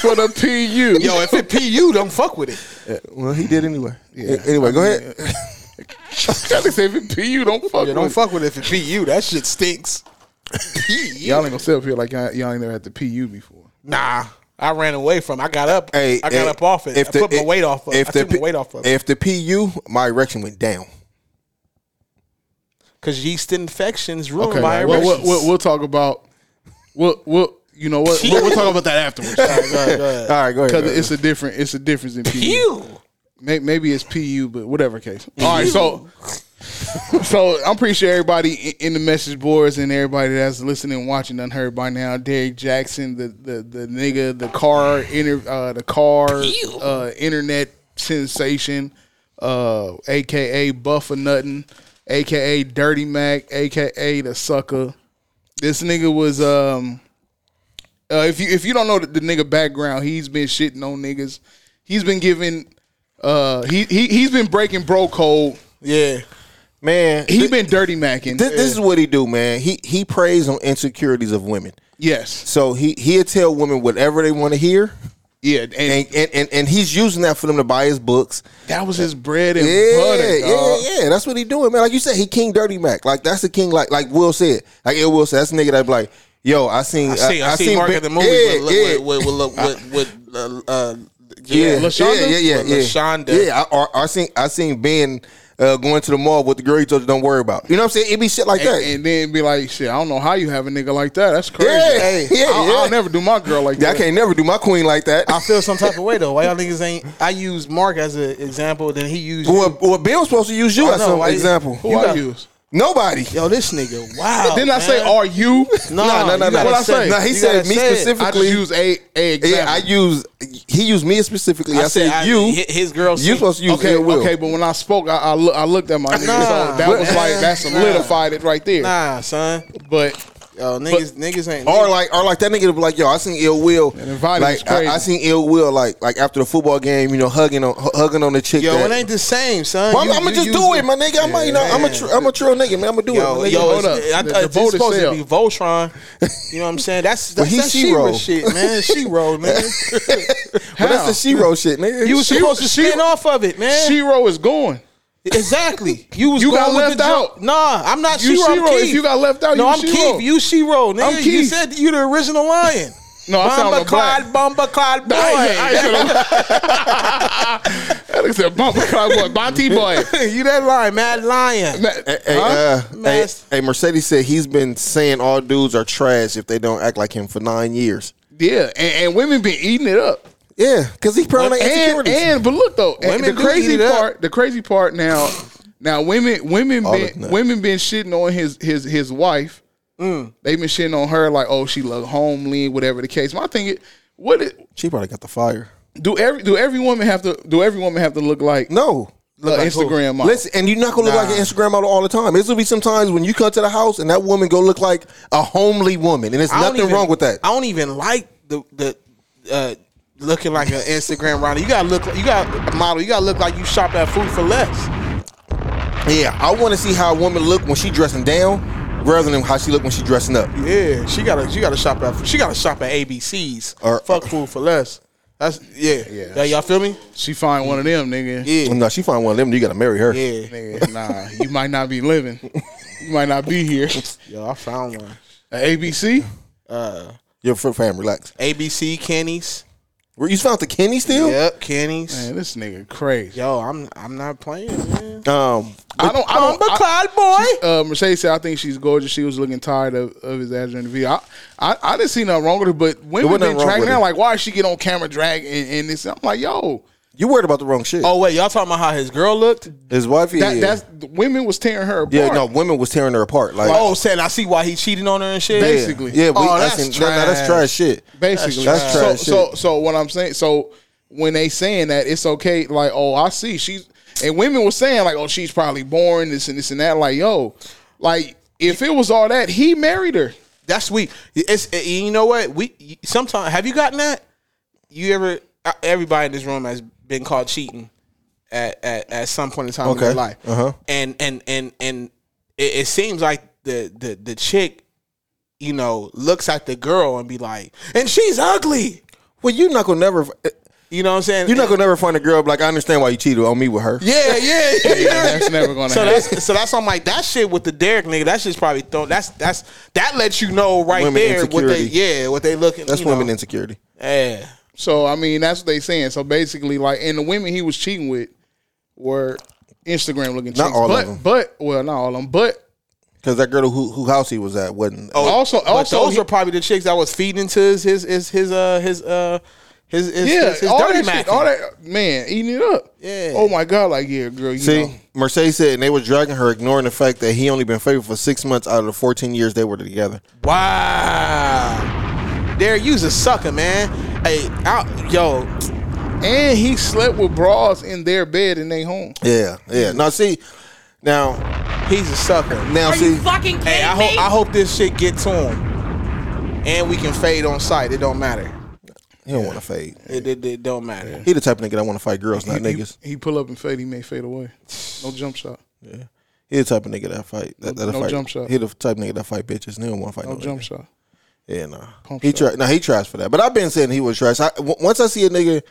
[SPEAKER 3] for the PU.
[SPEAKER 2] yo if it pu don't fuck with it
[SPEAKER 1] Well, he did anyway. Anyway, go ahead.
[SPEAKER 3] [laughs] That nigga said, if it PU don't fuck.
[SPEAKER 2] don't
[SPEAKER 3] with
[SPEAKER 2] fuck with it if it pu that shit [laughs] stinks
[SPEAKER 3] it. Y'all ain't gonna sit up here like y'all, y'all ain't never had the PU before.
[SPEAKER 2] nah I ran away from. I got up.
[SPEAKER 1] Hey,
[SPEAKER 2] I got
[SPEAKER 1] hey,
[SPEAKER 2] up off it. I put my weight off. Of, I took
[SPEAKER 1] P-
[SPEAKER 2] my weight off of.
[SPEAKER 1] If the PU, my erection went down.
[SPEAKER 2] Because yeast infections ruined
[SPEAKER 3] Okay,
[SPEAKER 2] by
[SPEAKER 3] we'll,
[SPEAKER 2] erections.
[SPEAKER 3] we'll, we'll, we'll talk about. We'll we'll you know what we'll, we'll talk about that afterwards
[SPEAKER 1] [laughs] All right, go ahead.
[SPEAKER 3] because it's a different it's a difference in PU.
[SPEAKER 2] Ew.
[SPEAKER 3] May- Maybe it's PU, but whatever case. All right, so [laughs] so I'm pretty sure everybody i- in the message boards and everybody that's listening, and watching, done heard by now. Derek Jackson, the the the nigga, the car inter, uh, the car uh, internet sensation, uh, aka Buff or Nothing, aka Dirty Mac, aka the sucker. This nigga was um. Uh, if you if you don't know the, the nigga background, he's been shitting on niggas. He's been giving uh he he he's been breaking bro code.
[SPEAKER 2] Yeah.
[SPEAKER 1] man.
[SPEAKER 3] He
[SPEAKER 1] thi-
[SPEAKER 3] been dirty macking.
[SPEAKER 1] thi- this is what he do, man. He he preys on insecurities of women.
[SPEAKER 3] yes.
[SPEAKER 1] So he he'll tell women whatever they want to hear,
[SPEAKER 3] Yeah, and,
[SPEAKER 1] and, and and and he's using that for them to buy his books.
[SPEAKER 3] that was his bread and
[SPEAKER 1] Yeah,
[SPEAKER 3] butter.
[SPEAKER 1] yeah,
[SPEAKER 3] dawg.
[SPEAKER 1] yeah. That's what he doing, man. Like you said, he King Dirty Mac. Like that's the king. Like like Will said. Like it Will said. That's the nigga that be like, yo, I seen,
[SPEAKER 2] I see. I, see Mark at the movies
[SPEAKER 1] Yeah,
[SPEAKER 2] with,
[SPEAKER 1] yeah,
[SPEAKER 2] with, [laughs] with, with, with, with uh, uh,
[SPEAKER 1] yeah, yeah, yeah,
[SPEAKER 2] yeah.
[SPEAKER 1] yeah,
[SPEAKER 2] With
[SPEAKER 1] yeah.
[SPEAKER 2] LaShonda.
[SPEAKER 1] Yeah, I, I, I seen I seen Ben uh, going to the mall with the girl he told you don't worry about. You know what I'm saying? It be shit like that.
[SPEAKER 3] And, and then be like, shit, I don't know how you have a nigga like that. That's crazy.
[SPEAKER 1] Yeah, Hey, yeah,
[SPEAKER 3] I'll,
[SPEAKER 1] yeah.
[SPEAKER 3] I'll never do my girl like
[SPEAKER 1] Yeah, I
[SPEAKER 3] that.
[SPEAKER 1] can't never do my queen like that.
[SPEAKER 2] I feel some type of way though. Why y'all niggas ain't? I use Mark as an example, then he used.
[SPEAKER 1] Well, well, Ben was supposed to use you
[SPEAKER 2] I
[SPEAKER 1] as
[SPEAKER 2] know,
[SPEAKER 1] an
[SPEAKER 2] why you-
[SPEAKER 1] example.
[SPEAKER 3] Who
[SPEAKER 2] You
[SPEAKER 3] I
[SPEAKER 2] got-
[SPEAKER 3] use?
[SPEAKER 1] Nobody.
[SPEAKER 2] Yo, this nigga, wow.
[SPEAKER 3] [laughs] Didn't I say
[SPEAKER 2] Oh, man.
[SPEAKER 3] are you?
[SPEAKER 2] No,
[SPEAKER 1] Nah, nah, nah,
[SPEAKER 2] you
[SPEAKER 1] nah.
[SPEAKER 2] gotta
[SPEAKER 1] What'd I
[SPEAKER 3] say?
[SPEAKER 2] it.
[SPEAKER 3] No,
[SPEAKER 1] he
[SPEAKER 2] You
[SPEAKER 1] said
[SPEAKER 2] gotta
[SPEAKER 1] me
[SPEAKER 2] say it.
[SPEAKER 1] specific-
[SPEAKER 3] I just
[SPEAKER 1] Typically-
[SPEAKER 3] use a a example.
[SPEAKER 1] Yeah, I use he used me specifically. I,
[SPEAKER 2] I
[SPEAKER 1] said,
[SPEAKER 2] said I-
[SPEAKER 1] you.
[SPEAKER 2] hi- his girl
[SPEAKER 1] You
[SPEAKER 2] said-
[SPEAKER 1] supposed to use
[SPEAKER 3] okay,
[SPEAKER 1] ill will.
[SPEAKER 3] okay, but when I spoke, I, I, look, I looked at my nigga. so that
[SPEAKER 2] but-
[SPEAKER 3] was like that solidified it right there.
[SPEAKER 2] Nah, son.
[SPEAKER 3] But
[SPEAKER 2] Yo, niggas, niggas ain't.
[SPEAKER 1] Or like, or like that nigga to be like, yo, I seen ill will.
[SPEAKER 3] And inviting is
[SPEAKER 1] Like, I,
[SPEAKER 3] crazy.
[SPEAKER 1] I seen ill will. Like, like after the football game, you know, hugging on, hu- hugging on the chick.
[SPEAKER 2] yo,
[SPEAKER 1] that,
[SPEAKER 2] it ain't the same, son.
[SPEAKER 1] Well,
[SPEAKER 2] You-
[SPEAKER 1] I'm,
[SPEAKER 2] you
[SPEAKER 1] gonna just
[SPEAKER 2] use
[SPEAKER 1] do
[SPEAKER 2] the-
[SPEAKER 1] it, my nigga. I might, you know, I'm a, tr- I'm a true nigga, man. I'm gonna do
[SPEAKER 2] Yo,
[SPEAKER 1] it. my nigga.
[SPEAKER 2] yo,
[SPEAKER 3] hold
[SPEAKER 2] it's,
[SPEAKER 3] up.
[SPEAKER 2] I,
[SPEAKER 3] The-
[SPEAKER 2] I,
[SPEAKER 3] the
[SPEAKER 2] it's
[SPEAKER 3] vote is
[SPEAKER 2] supposed
[SPEAKER 3] sell.
[SPEAKER 2] to be Voltron. You know what I'm saying? That's that's
[SPEAKER 1] he
[SPEAKER 2] that
[SPEAKER 1] she rolled.
[SPEAKER 2] Shiro shit,
[SPEAKER 3] [laughs]
[SPEAKER 2] man. Shiro, man.
[SPEAKER 1] [laughs] but that's the shiro shit, nigga.
[SPEAKER 2] you was
[SPEAKER 3] She-
[SPEAKER 2] supposed to
[SPEAKER 3] she-
[SPEAKER 2] spin off of it, man.
[SPEAKER 3] Shiro is going.
[SPEAKER 2] exactly. You was
[SPEAKER 3] You got
[SPEAKER 2] going with
[SPEAKER 3] left
[SPEAKER 2] the drum-
[SPEAKER 3] out.
[SPEAKER 2] Nah, I'm not
[SPEAKER 3] You
[SPEAKER 2] Shiro.
[SPEAKER 3] Shiro.
[SPEAKER 2] I'm
[SPEAKER 3] If
[SPEAKER 2] Keith.
[SPEAKER 3] you got left out,
[SPEAKER 2] no,
[SPEAKER 3] you
[SPEAKER 2] I'm
[SPEAKER 3] Shiro.
[SPEAKER 2] Keith. You Shiro, nigga.
[SPEAKER 3] I'm
[SPEAKER 2] You
[SPEAKER 3] Keith.
[SPEAKER 2] said you the original lion.
[SPEAKER 3] No, [laughs] I sound
[SPEAKER 2] Bumba
[SPEAKER 3] like black.
[SPEAKER 2] Clyde, Bumba Clyde, boy.
[SPEAKER 3] [laughs] That nigga said bumper clock boy, Bonte boy.
[SPEAKER 2] [laughs] you that lion, mad lion.
[SPEAKER 1] Hey, hey, uh, hey,
[SPEAKER 2] Mask.
[SPEAKER 1] hey, Mercedes said he's been saying all dudes are trash if they don't act like him for nine years.
[SPEAKER 3] Yeah, and, and women been eating it up.
[SPEAKER 1] Yeah, because he probably
[SPEAKER 3] And,
[SPEAKER 1] insecurities.
[SPEAKER 3] and but look though, and
[SPEAKER 2] Women
[SPEAKER 3] the
[SPEAKER 2] do
[SPEAKER 3] crazy
[SPEAKER 2] eat it up.
[SPEAKER 3] part, the crazy part now, now women women
[SPEAKER 1] All of
[SPEAKER 3] been
[SPEAKER 1] that.
[SPEAKER 3] women been shitting on his his his wife.
[SPEAKER 2] Mm.
[SPEAKER 3] They been shitting on her like, oh, she look homely, whatever the case. My thing is, what it,
[SPEAKER 1] she probably got the fire.
[SPEAKER 3] do every do every woman have to do every woman have to look like
[SPEAKER 1] No.
[SPEAKER 3] a Instagram model?
[SPEAKER 1] Listen, and you're not gonna look like an Instagram model all the time. There's gonna be some times when you come to the house and that woman go look like a homely woman, and there's
[SPEAKER 2] I don't
[SPEAKER 1] nothing
[SPEAKER 2] even-
[SPEAKER 1] wrong with that.
[SPEAKER 2] I don't even like the the uh, looking like an Instagram model. You gotta look. You got model. You gotta look like you shop at Food for Less.
[SPEAKER 1] Yeah, I want to see how a woman look when she dressing down, rather than how she look when she dressing up.
[SPEAKER 2] Yeah, she gotta. She gotta shop at. She gotta shop at ABC's.
[SPEAKER 1] Or-
[SPEAKER 2] Or fuck Food for Less. That's yeah. Yeah. y'all feel me?
[SPEAKER 3] she find one of them, nigga?
[SPEAKER 2] Yeah.
[SPEAKER 1] No, Oh, she find one of them. You gotta marry her.
[SPEAKER 2] Yeah.
[SPEAKER 3] Nigga, nah, you might not be living. You might not be here.
[SPEAKER 2] [laughs] Yo, I found one.
[SPEAKER 3] A ABC.
[SPEAKER 1] Your fr- fam, relax.
[SPEAKER 2] ABC Kenny's.
[SPEAKER 1] Were you found the Kenny still?
[SPEAKER 2] Yep, Kenny's.
[SPEAKER 3] Man, this nigga crazy.
[SPEAKER 2] Yo, I'm I'm not playing, man.
[SPEAKER 1] Um,
[SPEAKER 3] I don't. I
[SPEAKER 2] I'm
[SPEAKER 3] don't.
[SPEAKER 2] a
[SPEAKER 3] I,
[SPEAKER 2] Clyde boy.
[SPEAKER 3] uh, Mercedes said, "I think she's gorgeous. She was looking tired of, of his ass in the video. I, I, I didn't see nothing wrong with her, but women
[SPEAKER 1] wasn't nothing
[SPEAKER 3] been
[SPEAKER 1] wrong
[SPEAKER 3] dragging
[SPEAKER 1] with
[SPEAKER 3] her.
[SPEAKER 1] it.
[SPEAKER 3] Like, why is she get on camera drag and, and this? I'm like, yo,
[SPEAKER 1] you worried about the wrong shit.
[SPEAKER 2] Oh wait, y'all talking about how his girl looked?
[SPEAKER 1] his wife. Yeah,
[SPEAKER 3] that that's the women was tearing her apart.
[SPEAKER 1] yeah. No, women was tearing her apart. Like
[SPEAKER 2] Oh, saying I see why he cheated on her and shit.
[SPEAKER 1] yeah,
[SPEAKER 3] Basically.
[SPEAKER 1] yeah. we-
[SPEAKER 2] Oh,
[SPEAKER 1] that's,
[SPEAKER 2] that's
[SPEAKER 1] in- that- that's
[SPEAKER 2] trash.
[SPEAKER 1] trash shit.
[SPEAKER 3] basically.
[SPEAKER 1] That's
[SPEAKER 3] so,
[SPEAKER 1] trash
[SPEAKER 3] so,
[SPEAKER 1] shit.
[SPEAKER 3] so what I'm saying, so when they saying that it's okay, like, oh, I see she's, and women were saying like, oh, she's probably boring, this and this and that. Like, yo, like if it was all that, he married her.
[SPEAKER 2] That's weak. It's and you know what we sometimes have you gotten that? You ever? uh, Everybody in this room has been called cheating at at, at some point in time
[SPEAKER 1] Okay.
[SPEAKER 2] in their life.
[SPEAKER 1] Uh-huh.
[SPEAKER 2] And and and and it, it seems like the the the chick, you know, looks at the girl and be like, and she's ugly.
[SPEAKER 1] Well, you're not gonna never.
[SPEAKER 2] You know what I'm saying?
[SPEAKER 1] You're not gonna never find a girl. Like I understand why you cheated on me with her.
[SPEAKER 2] [laughs]
[SPEAKER 1] [laughs]
[SPEAKER 2] Yeah, yeah, yeah.
[SPEAKER 3] That's never [laughs] gonna
[SPEAKER 2] So
[SPEAKER 3] happen.
[SPEAKER 2] that's so that's I'm like that shit with the Derek nigga. That's just probably throw, that's that's that lets you know right
[SPEAKER 1] Women
[SPEAKER 2] there what they
[SPEAKER 1] insecurity.
[SPEAKER 2] yeah what they looking.
[SPEAKER 1] That's
[SPEAKER 2] you
[SPEAKER 1] women
[SPEAKER 2] know.
[SPEAKER 1] insecurity.
[SPEAKER 2] Yeah.
[SPEAKER 3] So I mean, that's what they saying. So basically, like, and the women he was cheating with were Instagram looking chicks.
[SPEAKER 1] Not all of
[SPEAKER 3] but,
[SPEAKER 1] them.
[SPEAKER 3] But well, not all of them. But
[SPEAKER 1] Because that girl who who house he was at wasn't.
[SPEAKER 2] But-
[SPEAKER 3] also,
[SPEAKER 2] but
[SPEAKER 3] also,
[SPEAKER 2] those
[SPEAKER 3] he-
[SPEAKER 2] are probably the chicks that was feeding into his his his his uh his uh his his,
[SPEAKER 3] yeah,
[SPEAKER 2] his, his
[SPEAKER 3] all
[SPEAKER 2] dirty
[SPEAKER 3] that
[SPEAKER 2] mac.
[SPEAKER 3] shit, all that man eating it up.
[SPEAKER 2] Yeah.
[SPEAKER 3] Oh my god, like yeah, girl, you
[SPEAKER 1] See,
[SPEAKER 3] know.
[SPEAKER 1] Mercedes said, and they were dragging her, ignoring the fact that he only been faithful for six months out of the 14 years they were together.
[SPEAKER 2] Wow, Derek, you's a sucker, man. Hey, I, yo,
[SPEAKER 3] And he slept with bras in their bed in their home.
[SPEAKER 1] Yeah, yeah. Now see, now,
[SPEAKER 2] he's a sucker.
[SPEAKER 1] now see,
[SPEAKER 7] fucking kidding
[SPEAKER 2] Hey, I hope I hope this shit get to him, and we can fade on sight. It don't matter.
[SPEAKER 1] he don't want to fade.
[SPEAKER 2] It, it, it don't matter.
[SPEAKER 1] He the type of nigga that want to fight girls, not
[SPEAKER 3] He- he-
[SPEAKER 1] niggas.
[SPEAKER 3] He, pull up and fade. He may fade away. No jump shot.
[SPEAKER 1] He the type of nigga that fight. That, that'll
[SPEAKER 3] no
[SPEAKER 1] fight.
[SPEAKER 3] jump shot.
[SPEAKER 1] He the type of nigga that fight bitches. And he don't want to fight no,
[SPEAKER 3] No jump
[SPEAKER 1] niggas.
[SPEAKER 3] shot.
[SPEAKER 1] Oh, Yeah, nah.
[SPEAKER 3] Pump
[SPEAKER 1] he
[SPEAKER 3] shot.
[SPEAKER 1] try. Nah, he tries for that. But I've been saying he was trash. I w once I see a nigga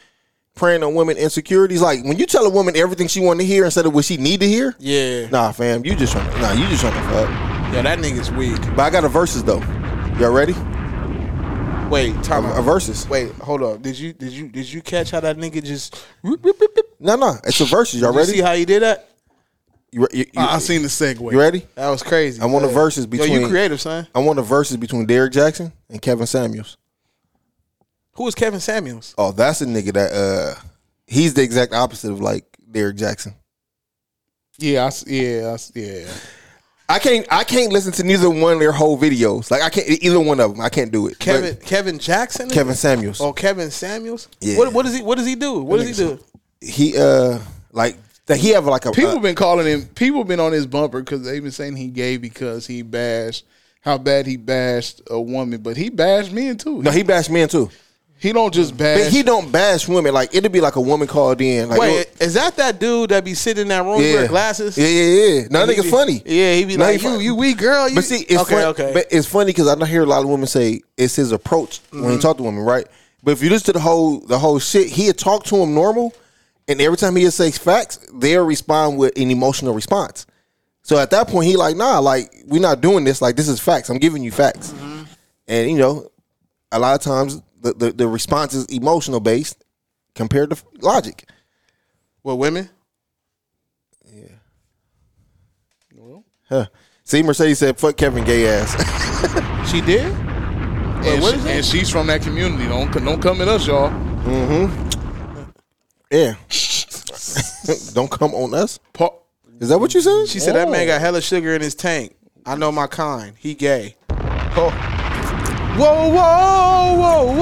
[SPEAKER 1] preying on women insecurities, like when you tell a woman everything she want to hear instead of what she need to hear.
[SPEAKER 2] Yeah.
[SPEAKER 1] Nah, fam, you just trying. To, nah, you just trying to fuck.
[SPEAKER 2] Yo, that nigga's weak.
[SPEAKER 1] But I got a verses though. Y'all ready?
[SPEAKER 2] Wait, time
[SPEAKER 1] A, a
[SPEAKER 2] out.
[SPEAKER 1] verses.
[SPEAKER 2] Wait, hold up. Did you did you did you catch how that nigga just?
[SPEAKER 1] No, no, it's a verses. Y'all
[SPEAKER 2] Did you
[SPEAKER 1] ready?
[SPEAKER 2] see how he did that?
[SPEAKER 1] you, re- you- you-
[SPEAKER 3] I, I seen the segue.
[SPEAKER 1] you ready?
[SPEAKER 2] That was crazy.
[SPEAKER 1] I want the
[SPEAKER 2] Yeah.
[SPEAKER 1] verses between.
[SPEAKER 2] Yo, you creative, son.
[SPEAKER 1] I want the verses between Derek Jackson and Kevin Samuels.
[SPEAKER 2] Who is Kevin Samuels?
[SPEAKER 1] Oh, that's a nigga that uh, he's the exact opposite of like Derek Jackson.
[SPEAKER 3] Yeah, I s yeah, I s yeah.
[SPEAKER 1] I can't. I can't listen to neither one of their whole videos. Like I can't e, either one of them. I can't do it.
[SPEAKER 2] Kevin
[SPEAKER 1] But
[SPEAKER 2] Kevin Jackson.
[SPEAKER 1] Kevin Samuels.
[SPEAKER 2] Oh, Kevin Samuels.
[SPEAKER 1] Yeah.
[SPEAKER 2] What what does he what does he do? What does he do?
[SPEAKER 1] He uh like that. He have like a
[SPEAKER 3] People
[SPEAKER 1] uh,
[SPEAKER 3] been calling him. People been on his bumper because they've been saying he gay because he bashed how bad he bashed a woman, but he bashed men too.
[SPEAKER 1] no. He bash men too,
[SPEAKER 3] he don't just bash.
[SPEAKER 1] but he don't bash women. Like it'd be like a woman called in. Like, "Oh,
[SPEAKER 2] Wait, is that that dude that be sitting in that room with glasses?
[SPEAKER 1] Yeah, yeah, yeah. No,
[SPEAKER 2] And he
[SPEAKER 1] nigga's
[SPEAKER 2] be-
[SPEAKER 1] funny.
[SPEAKER 2] Yeah, he be
[SPEAKER 1] No,
[SPEAKER 2] like,
[SPEAKER 1] fun-
[SPEAKER 2] "You- you weak girl, you-"
[SPEAKER 1] But see, it's
[SPEAKER 2] Okay,
[SPEAKER 1] fun-
[SPEAKER 2] okay.
[SPEAKER 1] But it's funny because I don't hear a lot of women say it's his approach when
[SPEAKER 2] Mm-hmm.
[SPEAKER 1] he talk to women, right? But if you listen to the whole the whole shit, he'd talk to him normal, and every time he says facts, they'll respond with an emotional response. So at that point, he like, nah, like we're not doing this. Like this is facts. I'm giving you facts,
[SPEAKER 2] Mm-hmm.
[SPEAKER 1] and you know, a lot of times the, the the response is emotional based compared to logic.
[SPEAKER 2] Well, women.
[SPEAKER 1] Huh. See, Mercedes said, "Fuck Kevin, gay ass." [laughs]
[SPEAKER 2] She did.
[SPEAKER 3] and,
[SPEAKER 2] what
[SPEAKER 3] she-
[SPEAKER 2] is that?
[SPEAKER 3] and she's from that community. Don't don't come at us, y'all.
[SPEAKER 1] yeah, don't come on us.
[SPEAKER 3] Pa-
[SPEAKER 1] Is that what you said?
[SPEAKER 2] She said that man got hella sugar in his tank. I know my kind. He gay. Oh. Whoa, whoa, whoa,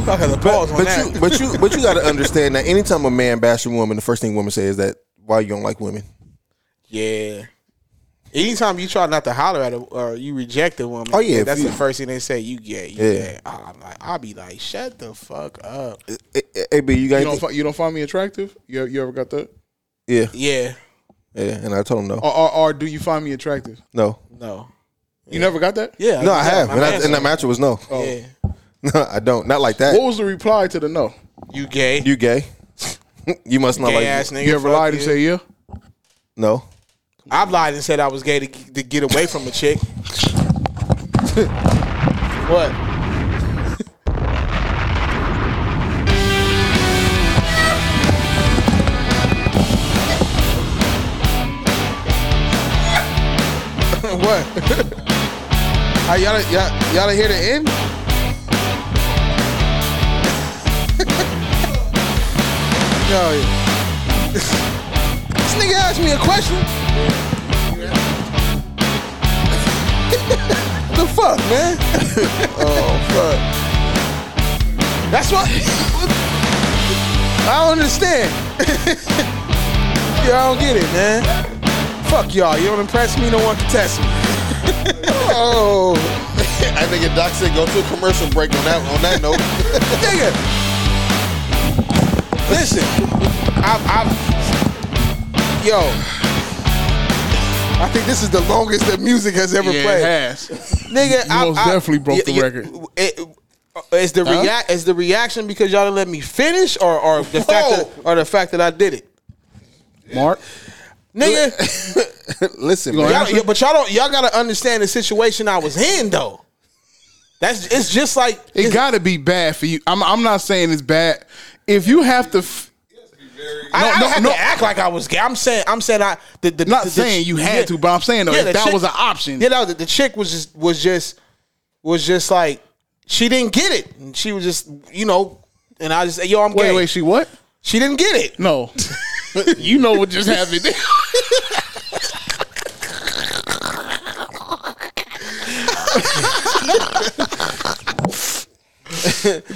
[SPEAKER 2] whoa! I had to pause on
[SPEAKER 1] But
[SPEAKER 2] that.
[SPEAKER 1] you, but you, but you got to understand that anytime a man bashes a woman, the first thing women say is that why you don't like women.
[SPEAKER 2] yeah. Anytime you try not to holler at a or you reject a woman,
[SPEAKER 1] Oh, yeah,
[SPEAKER 2] that's
[SPEAKER 1] if
[SPEAKER 2] the
[SPEAKER 1] you-
[SPEAKER 2] first thing they say. You gay, you
[SPEAKER 1] Yeah.
[SPEAKER 2] gay. I'm like, I'll be like, shut the fuck up.
[SPEAKER 1] Hey, hey, B, you got
[SPEAKER 3] you don't
[SPEAKER 1] anything?
[SPEAKER 3] fi- you don't find me attractive. You, you ever got that?
[SPEAKER 1] yeah,
[SPEAKER 2] Yeah,
[SPEAKER 1] yeah. And I told him no,
[SPEAKER 2] Oh.
[SPEAKER 3] Or, or, or do you find me attractive?
[SPEAKER 1] no,
[SPEAKER 2] no.
[SPEAKER 3] You never got that.
[SPEAKER 2] Yeah,
[SPEAKER 1] no. I have,
[SPEAKER 2] my Oh.
[SPEAKER 1] and, I,
[SPEAKER 2] man's
[SPEAKER 1] and that
[SPEAKER 2] like,
[SPEAKER 1] match was no.
[SPEAKER 2] yeah.
[SPEAKER 1] No, [laughs] I don't. Not like that.
[SPEAKER 3] What was the reply to the no?
[SPEAKER 2] You gay?
[SPEAKER 1] You gay? [laughs] you must not
[SPEAKER 2] gay
[SPEAKER 1] like
[SPEAKER 2] ass nigga.
[SPEAKER 3] You ever
[SPEAKER 2] fuck
[SPEAKER 3] lied and
[SPEAKER 2] you.
[SPEAKER 3] say yeah?
[SPEAKER 1] No.
[SPEAKER 2] I've lied and said I was gay to, to get away from a [laughs] chick. what? what?
[SPEAKER 3] Ah, y'all, y'all, y'all hear the end?
[SPEAKER 2] No. this nigga asked me a question. the fuck, man? oh fuck. That's what I don't understand. yeah, I don't get it, man. Fuck y'all. You don't impress me, no one can test me.
[SPEAKER 1] Oh, I think if Doc said go to a commercial break on that on that note.
[SPEAKER 2] Nigga. Listen. I've, I've yo. I think this is the longest that music has ever played.
[SPEAKER 3] has.
[SPEAKER 2] Nigga, I,
[SPEAKER 3] most
[SPEAKER 2] I-
[SPEAKER 3] definitely broke the record.
[SPEAKER 2] It, uh, is the react is the reaction because y'all didn't let me finish or or the fact that, or the fact that I did it. [laughs]
[SPEAKER 3] Mark,
[SPEAKER 2] Nigga,
[SPEAKER 1] Listen,
[SPEAKER 3] gonna
[SPEAKER 1] man.
[SPEAKER 2] y'all, but y'all don't y'all gotta understand the situation I was in though. That's it's just like
[SPEAKER 3] it
[SPEAKER 2] it's-
[SPEAKER 3] got to be bad for you. I'm, I'm not saying it's bad. If you have to, f-
[SPEAKER 2] I, I don't
[SPEAKER 3] No, no,
[SPEAKER 2] have
[SPEAKER 3] no.
[SPEAKER 2] to act like I was gay. I'm saying, I'm saying, I the, the,
[SPEAKER 3] not
[SPEAKER 2] the- the-
[SPEAKER 3] saying you had
[SPEAKER 2] yeah.
[SPEAKER 3] to, but I'm saying though,
[SPEAKER 2] Yeah,
[SPEAKER 3] if
[SPEAKER 2] the
[SPEAKER 3] that
[SPEAKER 2] chick-
[SPEAKER 3] was an option.
[SPEAKER 2] You know, the, the chick was just was just was just like she didn't get it. And she was just you know, and I just say, yo, I'm
[SPEAKER 3] wait,
[SPEAKER 2] gay.
[SPEAKER 3] wait, she what?
[SPEAKER 2] she didn't get it.
[SPEAKER 3] [laughs] No, you know what just [laughs] happened.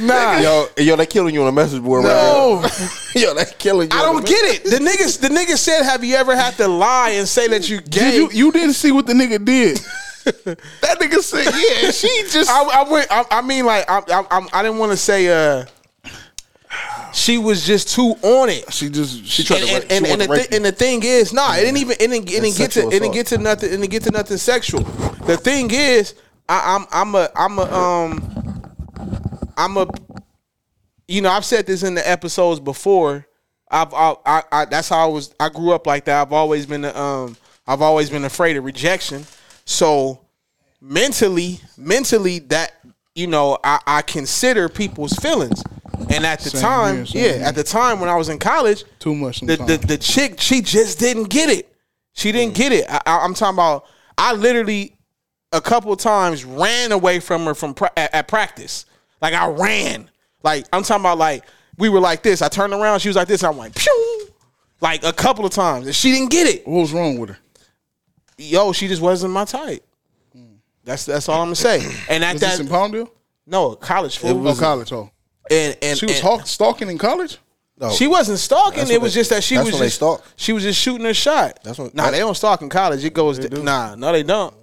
[SPEAKER 3] nah,
[SPEAKER 1] yo, yo, they killing you on a message board
[SPEAKER 3] No.
[SPEAKER 1] right now. [laughs] yo, they killing you.
[SPEAKER 2] I
[SPEAKER 1] on
[SPEAKER 2] don't
[SPEAKER 1] the-
[SPEAKER 2] get it. The niggas, the niggas said, have you ever had to lie and say that you gay?
[SPEAKER 3] Did you you didn't see what the nigga did. [laughs] that nigga said, "Yeah, she just."
[SPEAKER 2] I, I went. I, I mean, like, I, I, I'm- I didn't want to say. uh She was just too on it.
[SPEAKER 3] she just
[SPEAKER 1] She tried
[SPEAKER 2] and,
[SPEAKER 1] to.
[SPEAKER 2] and,
[SPEAKER 1] rape- she
[SPEAKER 2] and,
[SPEAKER 1] wanted
[SPEAKER 2] and, the
[SPEAKER 1] to rape
[SPEAKER 2] thi- and the thing is, nah, it didn't even it didn't, it didn't get to
[SPEAKER 1] sexual
[SPEAKER 2] it didn't get to nothing it didn't get to nothing sexual. The thing is, I, I'm I'm a I'm a um I'm a you know I've said this in the episodes before. I've I, I, I that's how I was I grew up like that. I've always been a, um I've always been afraid of rejection. So mentally, mentally that you know, I, I consider people's feelings. And at the
[SPEAKER 3] Same
[SPEAKER 2] time,
[SPEAKER 3] here, same
[SPEAKER 2] yeah,
[SPEAKER 3] here.
[SPEAKER 2] at the time when I was in college,
[SPEAKER 3] Too much
[SPEAKER 2] The, the
[SPEAKER 3] sometimes.
[SPEAKER 2] the chick, she just didn't get it. She didn't get it. I, I, I'm talking about. I literally a couple times ran away from her from pra- at, at practice. Like I ran. Like I'm talking about. Like we were like this. I turned around. She was like this. And I'm like, pew. Like a couple of times, and she didn't get it.
[SPEAKER 3] What was wrong with her?
[SPEAKER 2] yo, she just wasn't my type. That's that's all I'm gonna say. And at
[SPEAKER 3] Was
[SPEAKER 2] that
[SPEAKER 3] Mm. this in Palmdale?
[SPEAKER 2] no college fool.
[SPEAKER 3] Oh, college. Oh,
[SPEAKER 2] and and
[SPEAKER 3] she was
[SPEAKER 2] and-
[SPEAKER 3] hawk- stalking in college.
[SPEAKER 1] No,
[SPEAKER 2] She wasn't stalking.
[SPEAKER 1] Oh, That's
[SPEAKER 2] It
[SPEAKER 1] what
[SPEAKER 2] was
[SPEAKER 1] they-
[SPEAKER 2] just that she
[SPEAKER 1] that's
[SPEAKER 2] was
[SPEAKER 1] when they
[SPEAKER 2] just
[SPEAKER 1] stalk.
[SPEAKER 2] she was just shooting her shot.
[SPEAKER 1] That's what-
[SPEAKER 2] nah,
[SPEAKER 1] that's-
[SPEAKER 2] they don't stalk in college. It goes d- nah, no, they don't.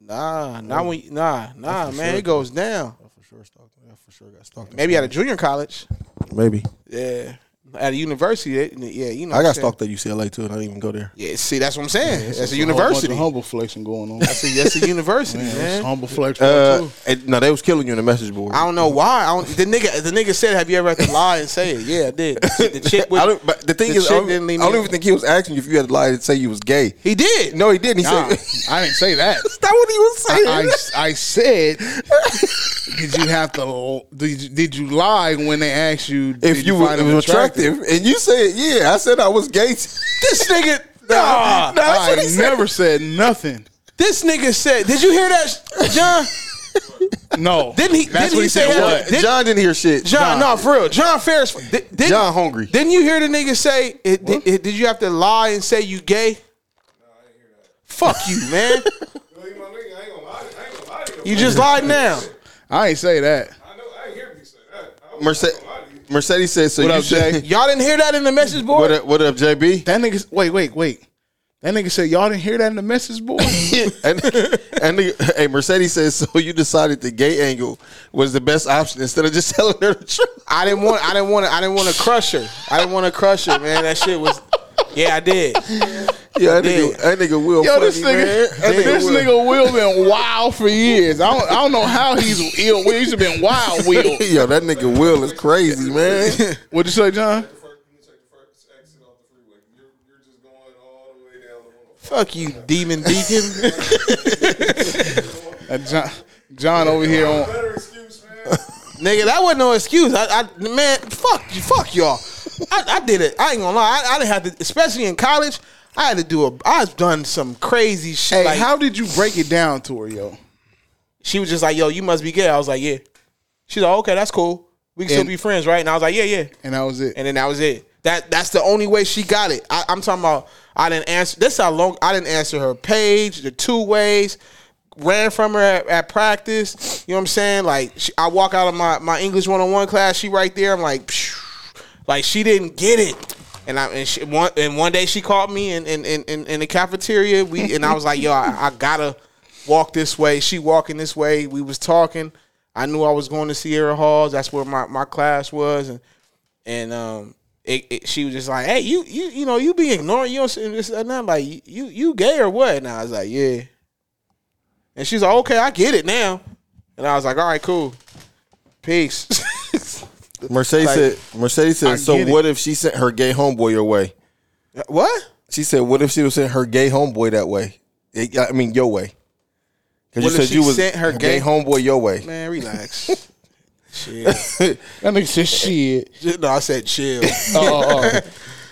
[SPEAKER 2] Nah, not when you- nah nah man, it goes down.
[SPEAKER 1] for sure stalked. I for sure got stalked.
[SPEAKER 2] Maybe at a junior college.
[SPEAKER 1] Maybe
[SPEAKER 2] Yeah, at a university. they- Yeah, you know.
[SPEAKER 1] I
[SPEAKER 2] what I'm
[SPEAKER 1] got
[SPEAKER 2] saying.
[SPEAKER 1] stalked at UCLA too, and I didn't even go there.
[SPEAKER 2] Yeah, see, that's what I'm saying. that's a
[SPEAKER 3] It's whole bunch of
[SPEAKER 2] university.
[SPEAKER 3] humble flexing going on.
[SPEAKER 2] That's a, that's a university,
[SPEAKER 3] Man,
[SPEAKER 2] man.
[SPEAKER 3] [laughs] it's humble flex.
[SPEAKER 1] Uh,
[SPEAKER 3] too.
[SPEAKER 1] and- no, they was killing you in the message board.
[SPEAKER 2] I don't know why. I don't, the nigga, the nigga said, "Have you ever had to lie and say it?" Yeah, I did.
[SPEAKER 1] [laughs]
[SPEAKER 2] The chick, with,
[SPEAKER 1] I don't, but the thing is, I
[SPEAKER 2] chick
[SPEAKER 1] don't,
[SPEAKER 2] didn't leave
[SPEAKER 1] I
[SPEAKER 2] me
[SPEAKER 1] don't even
[SPEAKER 2] alone.
[SPEAKER 1] think he was asking you if you had lied and say you was gay.
[SPEAKER 2] he did.
[SPEAKER 1] No, he
[SPEAKER 2] uh,
[SPEAKER 1] didn't. He [laughs]
[SPEAKER 3] Nah,
[SPEAKER 1] said,
[SPEAKER 3] I didn't say that.
[SPEAKER 1] "Is that what he was saying?"
[SPEAKER 3] I, I said, did you have to? Did you, did you lie when they asked you
[SPEAKER 1] if
[SPEAKER 3] did
[SPEAKER 1] you, were
[SPEAKER 3] find him
[SPEAKER 1] was attractive, and you said, "Yeah," I said I was [laughs] gay.
[SPEAKER 2] this nigga.
[SPEAKER 1] Nah, [laughs]
[SPEAKER 2] Nah,
[SPEAKER 1] nah. That's what
[SPEAKER 3] I
[SPEAKER 1] he said.
[SPEAKER 3] never said nothing.
[SPEAKER 2] This nigga said, "Did you hear that, John?"
[SPEAKER 3] No,
[SPEAKER 2] Didn't he-
[SPEAKER 3] That's
[SPEAKER 2] didn't
[SPEAKER 3] what
[SPEAKER 2] he
[SPEAKER 3] he said.
[SPEAKER 2] say
[SPEAKER 3] What?
[SPEAKER 2] that? Did-
[SPEAKER 1] John didn't hear shit.
[SPEAKER 2] John, no, for real. John Ferris. di- Didn't,
[SPEAKER 1] John hungry.
[SPEAKER 2] Didn't you hear the nigga say? It, did, it- did you have to lie and say you gay? Fuck you,
[SPEAKER 1] [laughs]
[SPEAKER 2] man. you just lied now.
[SPEAKER 3] I ain't say that.
[SPEAKER 1] Mercedes, Mercedes said, "So
[SPEAKER 3] What
[SPEAKER 1] you
[SPEAKER 3] up,
[SPEAKER 1] said, [laughs]
[SPEAKER 2] Y'all didn't hear that in the message board.
[SPEAKER 1] what up, what up,
[SPEAKER 2] [laughs]
[SPEAKER 1] JB?"
[SPEAKER 3] That nigga. Wait, wait, wait. That nigga said y'all didn't hear that in the message board.
[SPEAKER 1] and, and the, hey, Mercedes says, so you decided the gay angle was the best option instead of just [laughs] telling her the truth.
[SPEAKER 2] I didn't want. I didn't want. to. I didn't want to crush her. I didn't want to crush her, man. That shit was. Yeah,
[SPEAKER 1] [laughs]
[SPEAKER 2] I did.
[SPEAKER 1] Yeah, that
[SPEAKER 2] Yeah.
[SPEAKER 1] nigga, that nigga will
[SPEAKER 3] Yo,
[SPEAKER 1] funny,
[SPEAKER 3] this
[SPEAKER 1] man. [laughs]
[SPEAKER 3] nigga,
[SPEAKER 1] That
[SPEAKER 3] this
[SPEAKER 1] Will.
[SPEAKER 3] nigga Will been wild for years. I don't, I don't know how he's ill. Will he's been wild. Will.
[SPEAKER 1] [laughs] Yo, that nigga Will is crazy, man.
[SPEAKER 2] [laughs]
[SPEAKER 3] What'd you say, John?
[SPEAKER 2] Fuck you, demon deacon.
[SPEAKER 3] Uh, John, John over here on.
[SPEAKER 2] Nigga, that wasn't no excuse. I, I man, fuck you, fuck y'all. I, I did it. I ain't gonna lie. I, I didn't have to, especially in college. I had to do a. I've done some crazy shit.
[SPEAKER 3] Hey,
[SPEAKER 2] like,
[SPEAKER 3] how did you break it down to her, yo?
[SPEAKER 2] she was just like, "Yo, you must be gay." I was like, "Yeah." She's like, "Okay, that's cool. We can still
[SPEAKER 3] And-
[SPEAKER 2] be friends, right?" And I was like, "Yeah, yeah."
[SPEAKER 3] And that was it.
[SPEAKER 2] And then that was it. That that's the only way she got it. I, I'm talking about. I didn't answer. This how long I didn't answer her page. The two ways ran from her at, at practice. You know what I'm saying? Like she, I walk out of my my English 101 class. She right there. I'm like, phew. like she didn't get it. And I and she, one and one day she called me in in, in, in in the cafeteria. We and I was like, yo, I, I gotta walk this way. She walking this way. We was talking. I knew I was going to Sierra Halls. That's where my, my class was. And and um, it, it, she was just like, "Hey, you, you, you know, you be ignoring you know, and this and that. Like, you, you gay or what?" And I was like, "Yeah." And she's like, "Okay, I get it now." And I was like, "All right, cool, peace."
[SPEAKER 1] Mercedes
[SPEAKER 2] Like,
[SPEAKER 1] said, Mercedes said, so
[SPEAKER 3] get it.
[SPEAKER 1] what if she sent her gay homeboy your way?
[SPEAKER 2] what?
[SPEAKER 1] She said, what if she was sent her gay homeboy that way? It- I mean, your way. Because
[SPEAKER 2] What
[SPEAKER 1] you
[SPEAKER 2] if
[SPEAKER 1] said
[SPEAKER 2] she
[SPEAKER 1] you was
[SPEAKER 2] sent her
[SPEAKER 1] her gay
[SPEAKER 2] gay-
[SPEAKER 1] homeboy your way.
[SPEAKER 2] Man,
[SPEAKER 3] [laughs]
[SPEAKER 2] relax. chill.
[SPEAKER 3] That nigga said [laughs] shit.
[SPEAKER 2] No, I said chill. Oh,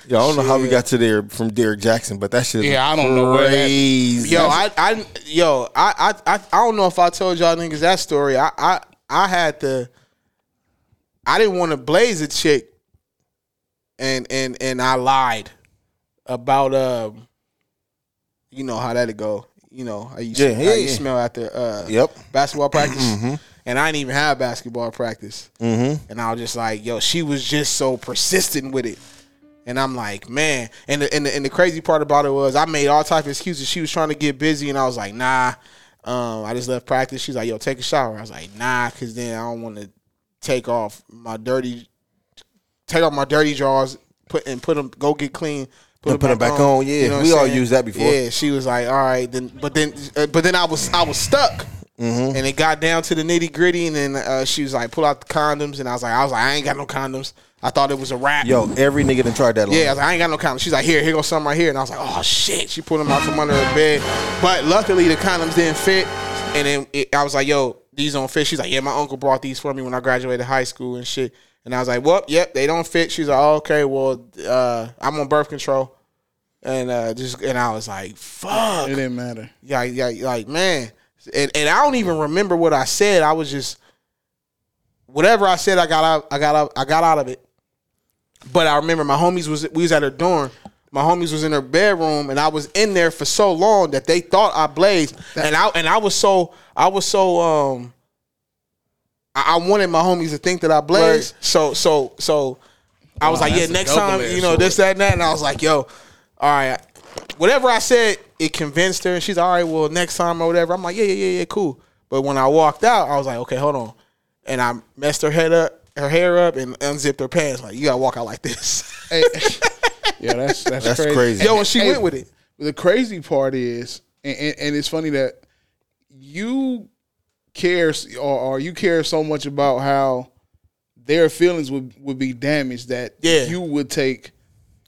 [SPEAKER 1] Yo, I don't know how we got to there from Derek Jackson, but that shit. is
[SPEAKER 3] Yeah, I don't know where that-
[SPEAKER 1] crazy.
[SPEAKER 2] Yo, I, I, yo, oh. I, I, I, I don't know if I told y'all niggas that story. I, I, I had to. I didn't want to blaze a chick, and and and I lied about um. You know how that'd go. You know how you,
[SPEAKER 1] Yeah,
[SPEAKER 2] how
[SPEAKER 1] yeah,
[SPEAKER 2] you
[SPEAKER 1] yeah.
[SPEAKER 2] smell after uh
[SPEAKER 1] Yep. [clears throat]
[SPEAKER 2] basketball practice,
[SPEAKER 1] Mm-hmm.
[SPEAKER 2] and I didn't even have basketball practice, mm-hmm. and I was just like, yo, she was just so persistent with it. And I'm like, man. And the, and the, and the crazy part about it was I made all type of excuses. She was trying to get busy, and I was like, nah. Um, I just left practice. She's like, yo, take a shower. I was like, nah, because then I don't want to take off my dirty, take off my dirty drawers, put and put them, go get clean.
[SPEAKER 1] And put 'em back on, yeah.
[SPEAKER 2] what
[SPEAKER 1] We
[SPEAKER 2] I'm
[SPEAKER 1] all used that before.
[SPEAKER 2] Yeah, she was like, all right, then, but then, uh, but then I was, I was stuck.
[SPEAKER 1] Mm-hmm.
[SPEAKER 2] And it got down to the nitty gritty, and then uh, she was like, "Pull out the condoms," and I was like, "I was like, I ain't got no condoms. I thought it was a wrap."
[SPEAKER 1] Yo, every nigga done tried that. line.
[SPEAKER 2] Yeah, I was like, I ain't got no condoms. She's like, here, here goes some right here. And I was like, oh shit. She pulled them out from under her bed. But luckily the condoms didn't fit. And then it, I was like, yo, these don't fit. She's like, yeah, my uncle brought these for me when I graduated high school and shit. And I was like, well, yep, they don't fit. She's like, oh, okay, well, uh, I'm on birth control. And uh, just and I was like, fuck
[SPEAKER 3] It didn't matter.
[SPEAKER 2] yeah, yeah, like man, and and I don't even remember what I said. I was just whatever I said. I got out. I got out. I got out of it. But I remember my homies was we was at her dorm. My homies was in their bedroom, and I was in there for so long that they thought I blazed, and I and I was so I was so um. I, I wanted my homies to think that I blazed, so so so. I was like, yeah,
[SPEAKER 3] that's a
[SPEAKER 2] next time,
[SPEAKER 3] double-edged
[SPEAKER 2] you know, this, that, and that. And I was like, yo, all right. Whatever I said, it convinced her. And she's all right, well, next time or whatever. I'm like, yeah, yeah, yeah, yeah, cool. But when I walked out, I was like, okay, hold on. And I messed her head up, her hair up, and unzipped her pants. Like, you gotta walk out like this. [laughs]
[SPEAKER 3] Hey, [laughs] yeah, that's that's,
[SPEAKER 1] That's
[SPEAKER 3] crazy.
[SPEAKER 1] crazy.
[SPEAKER 2] yo, and she
[SPEAKER 3] Hey.
[SPEAKER 2] went with it.
[SPEAKER 3] The crazy part is, and, and, and it's funny that you care s- or, or you care so much about how their feelings would, would be damaged that
[SPEAKER 2] Yeah.
[SPEAKER 3] you would take,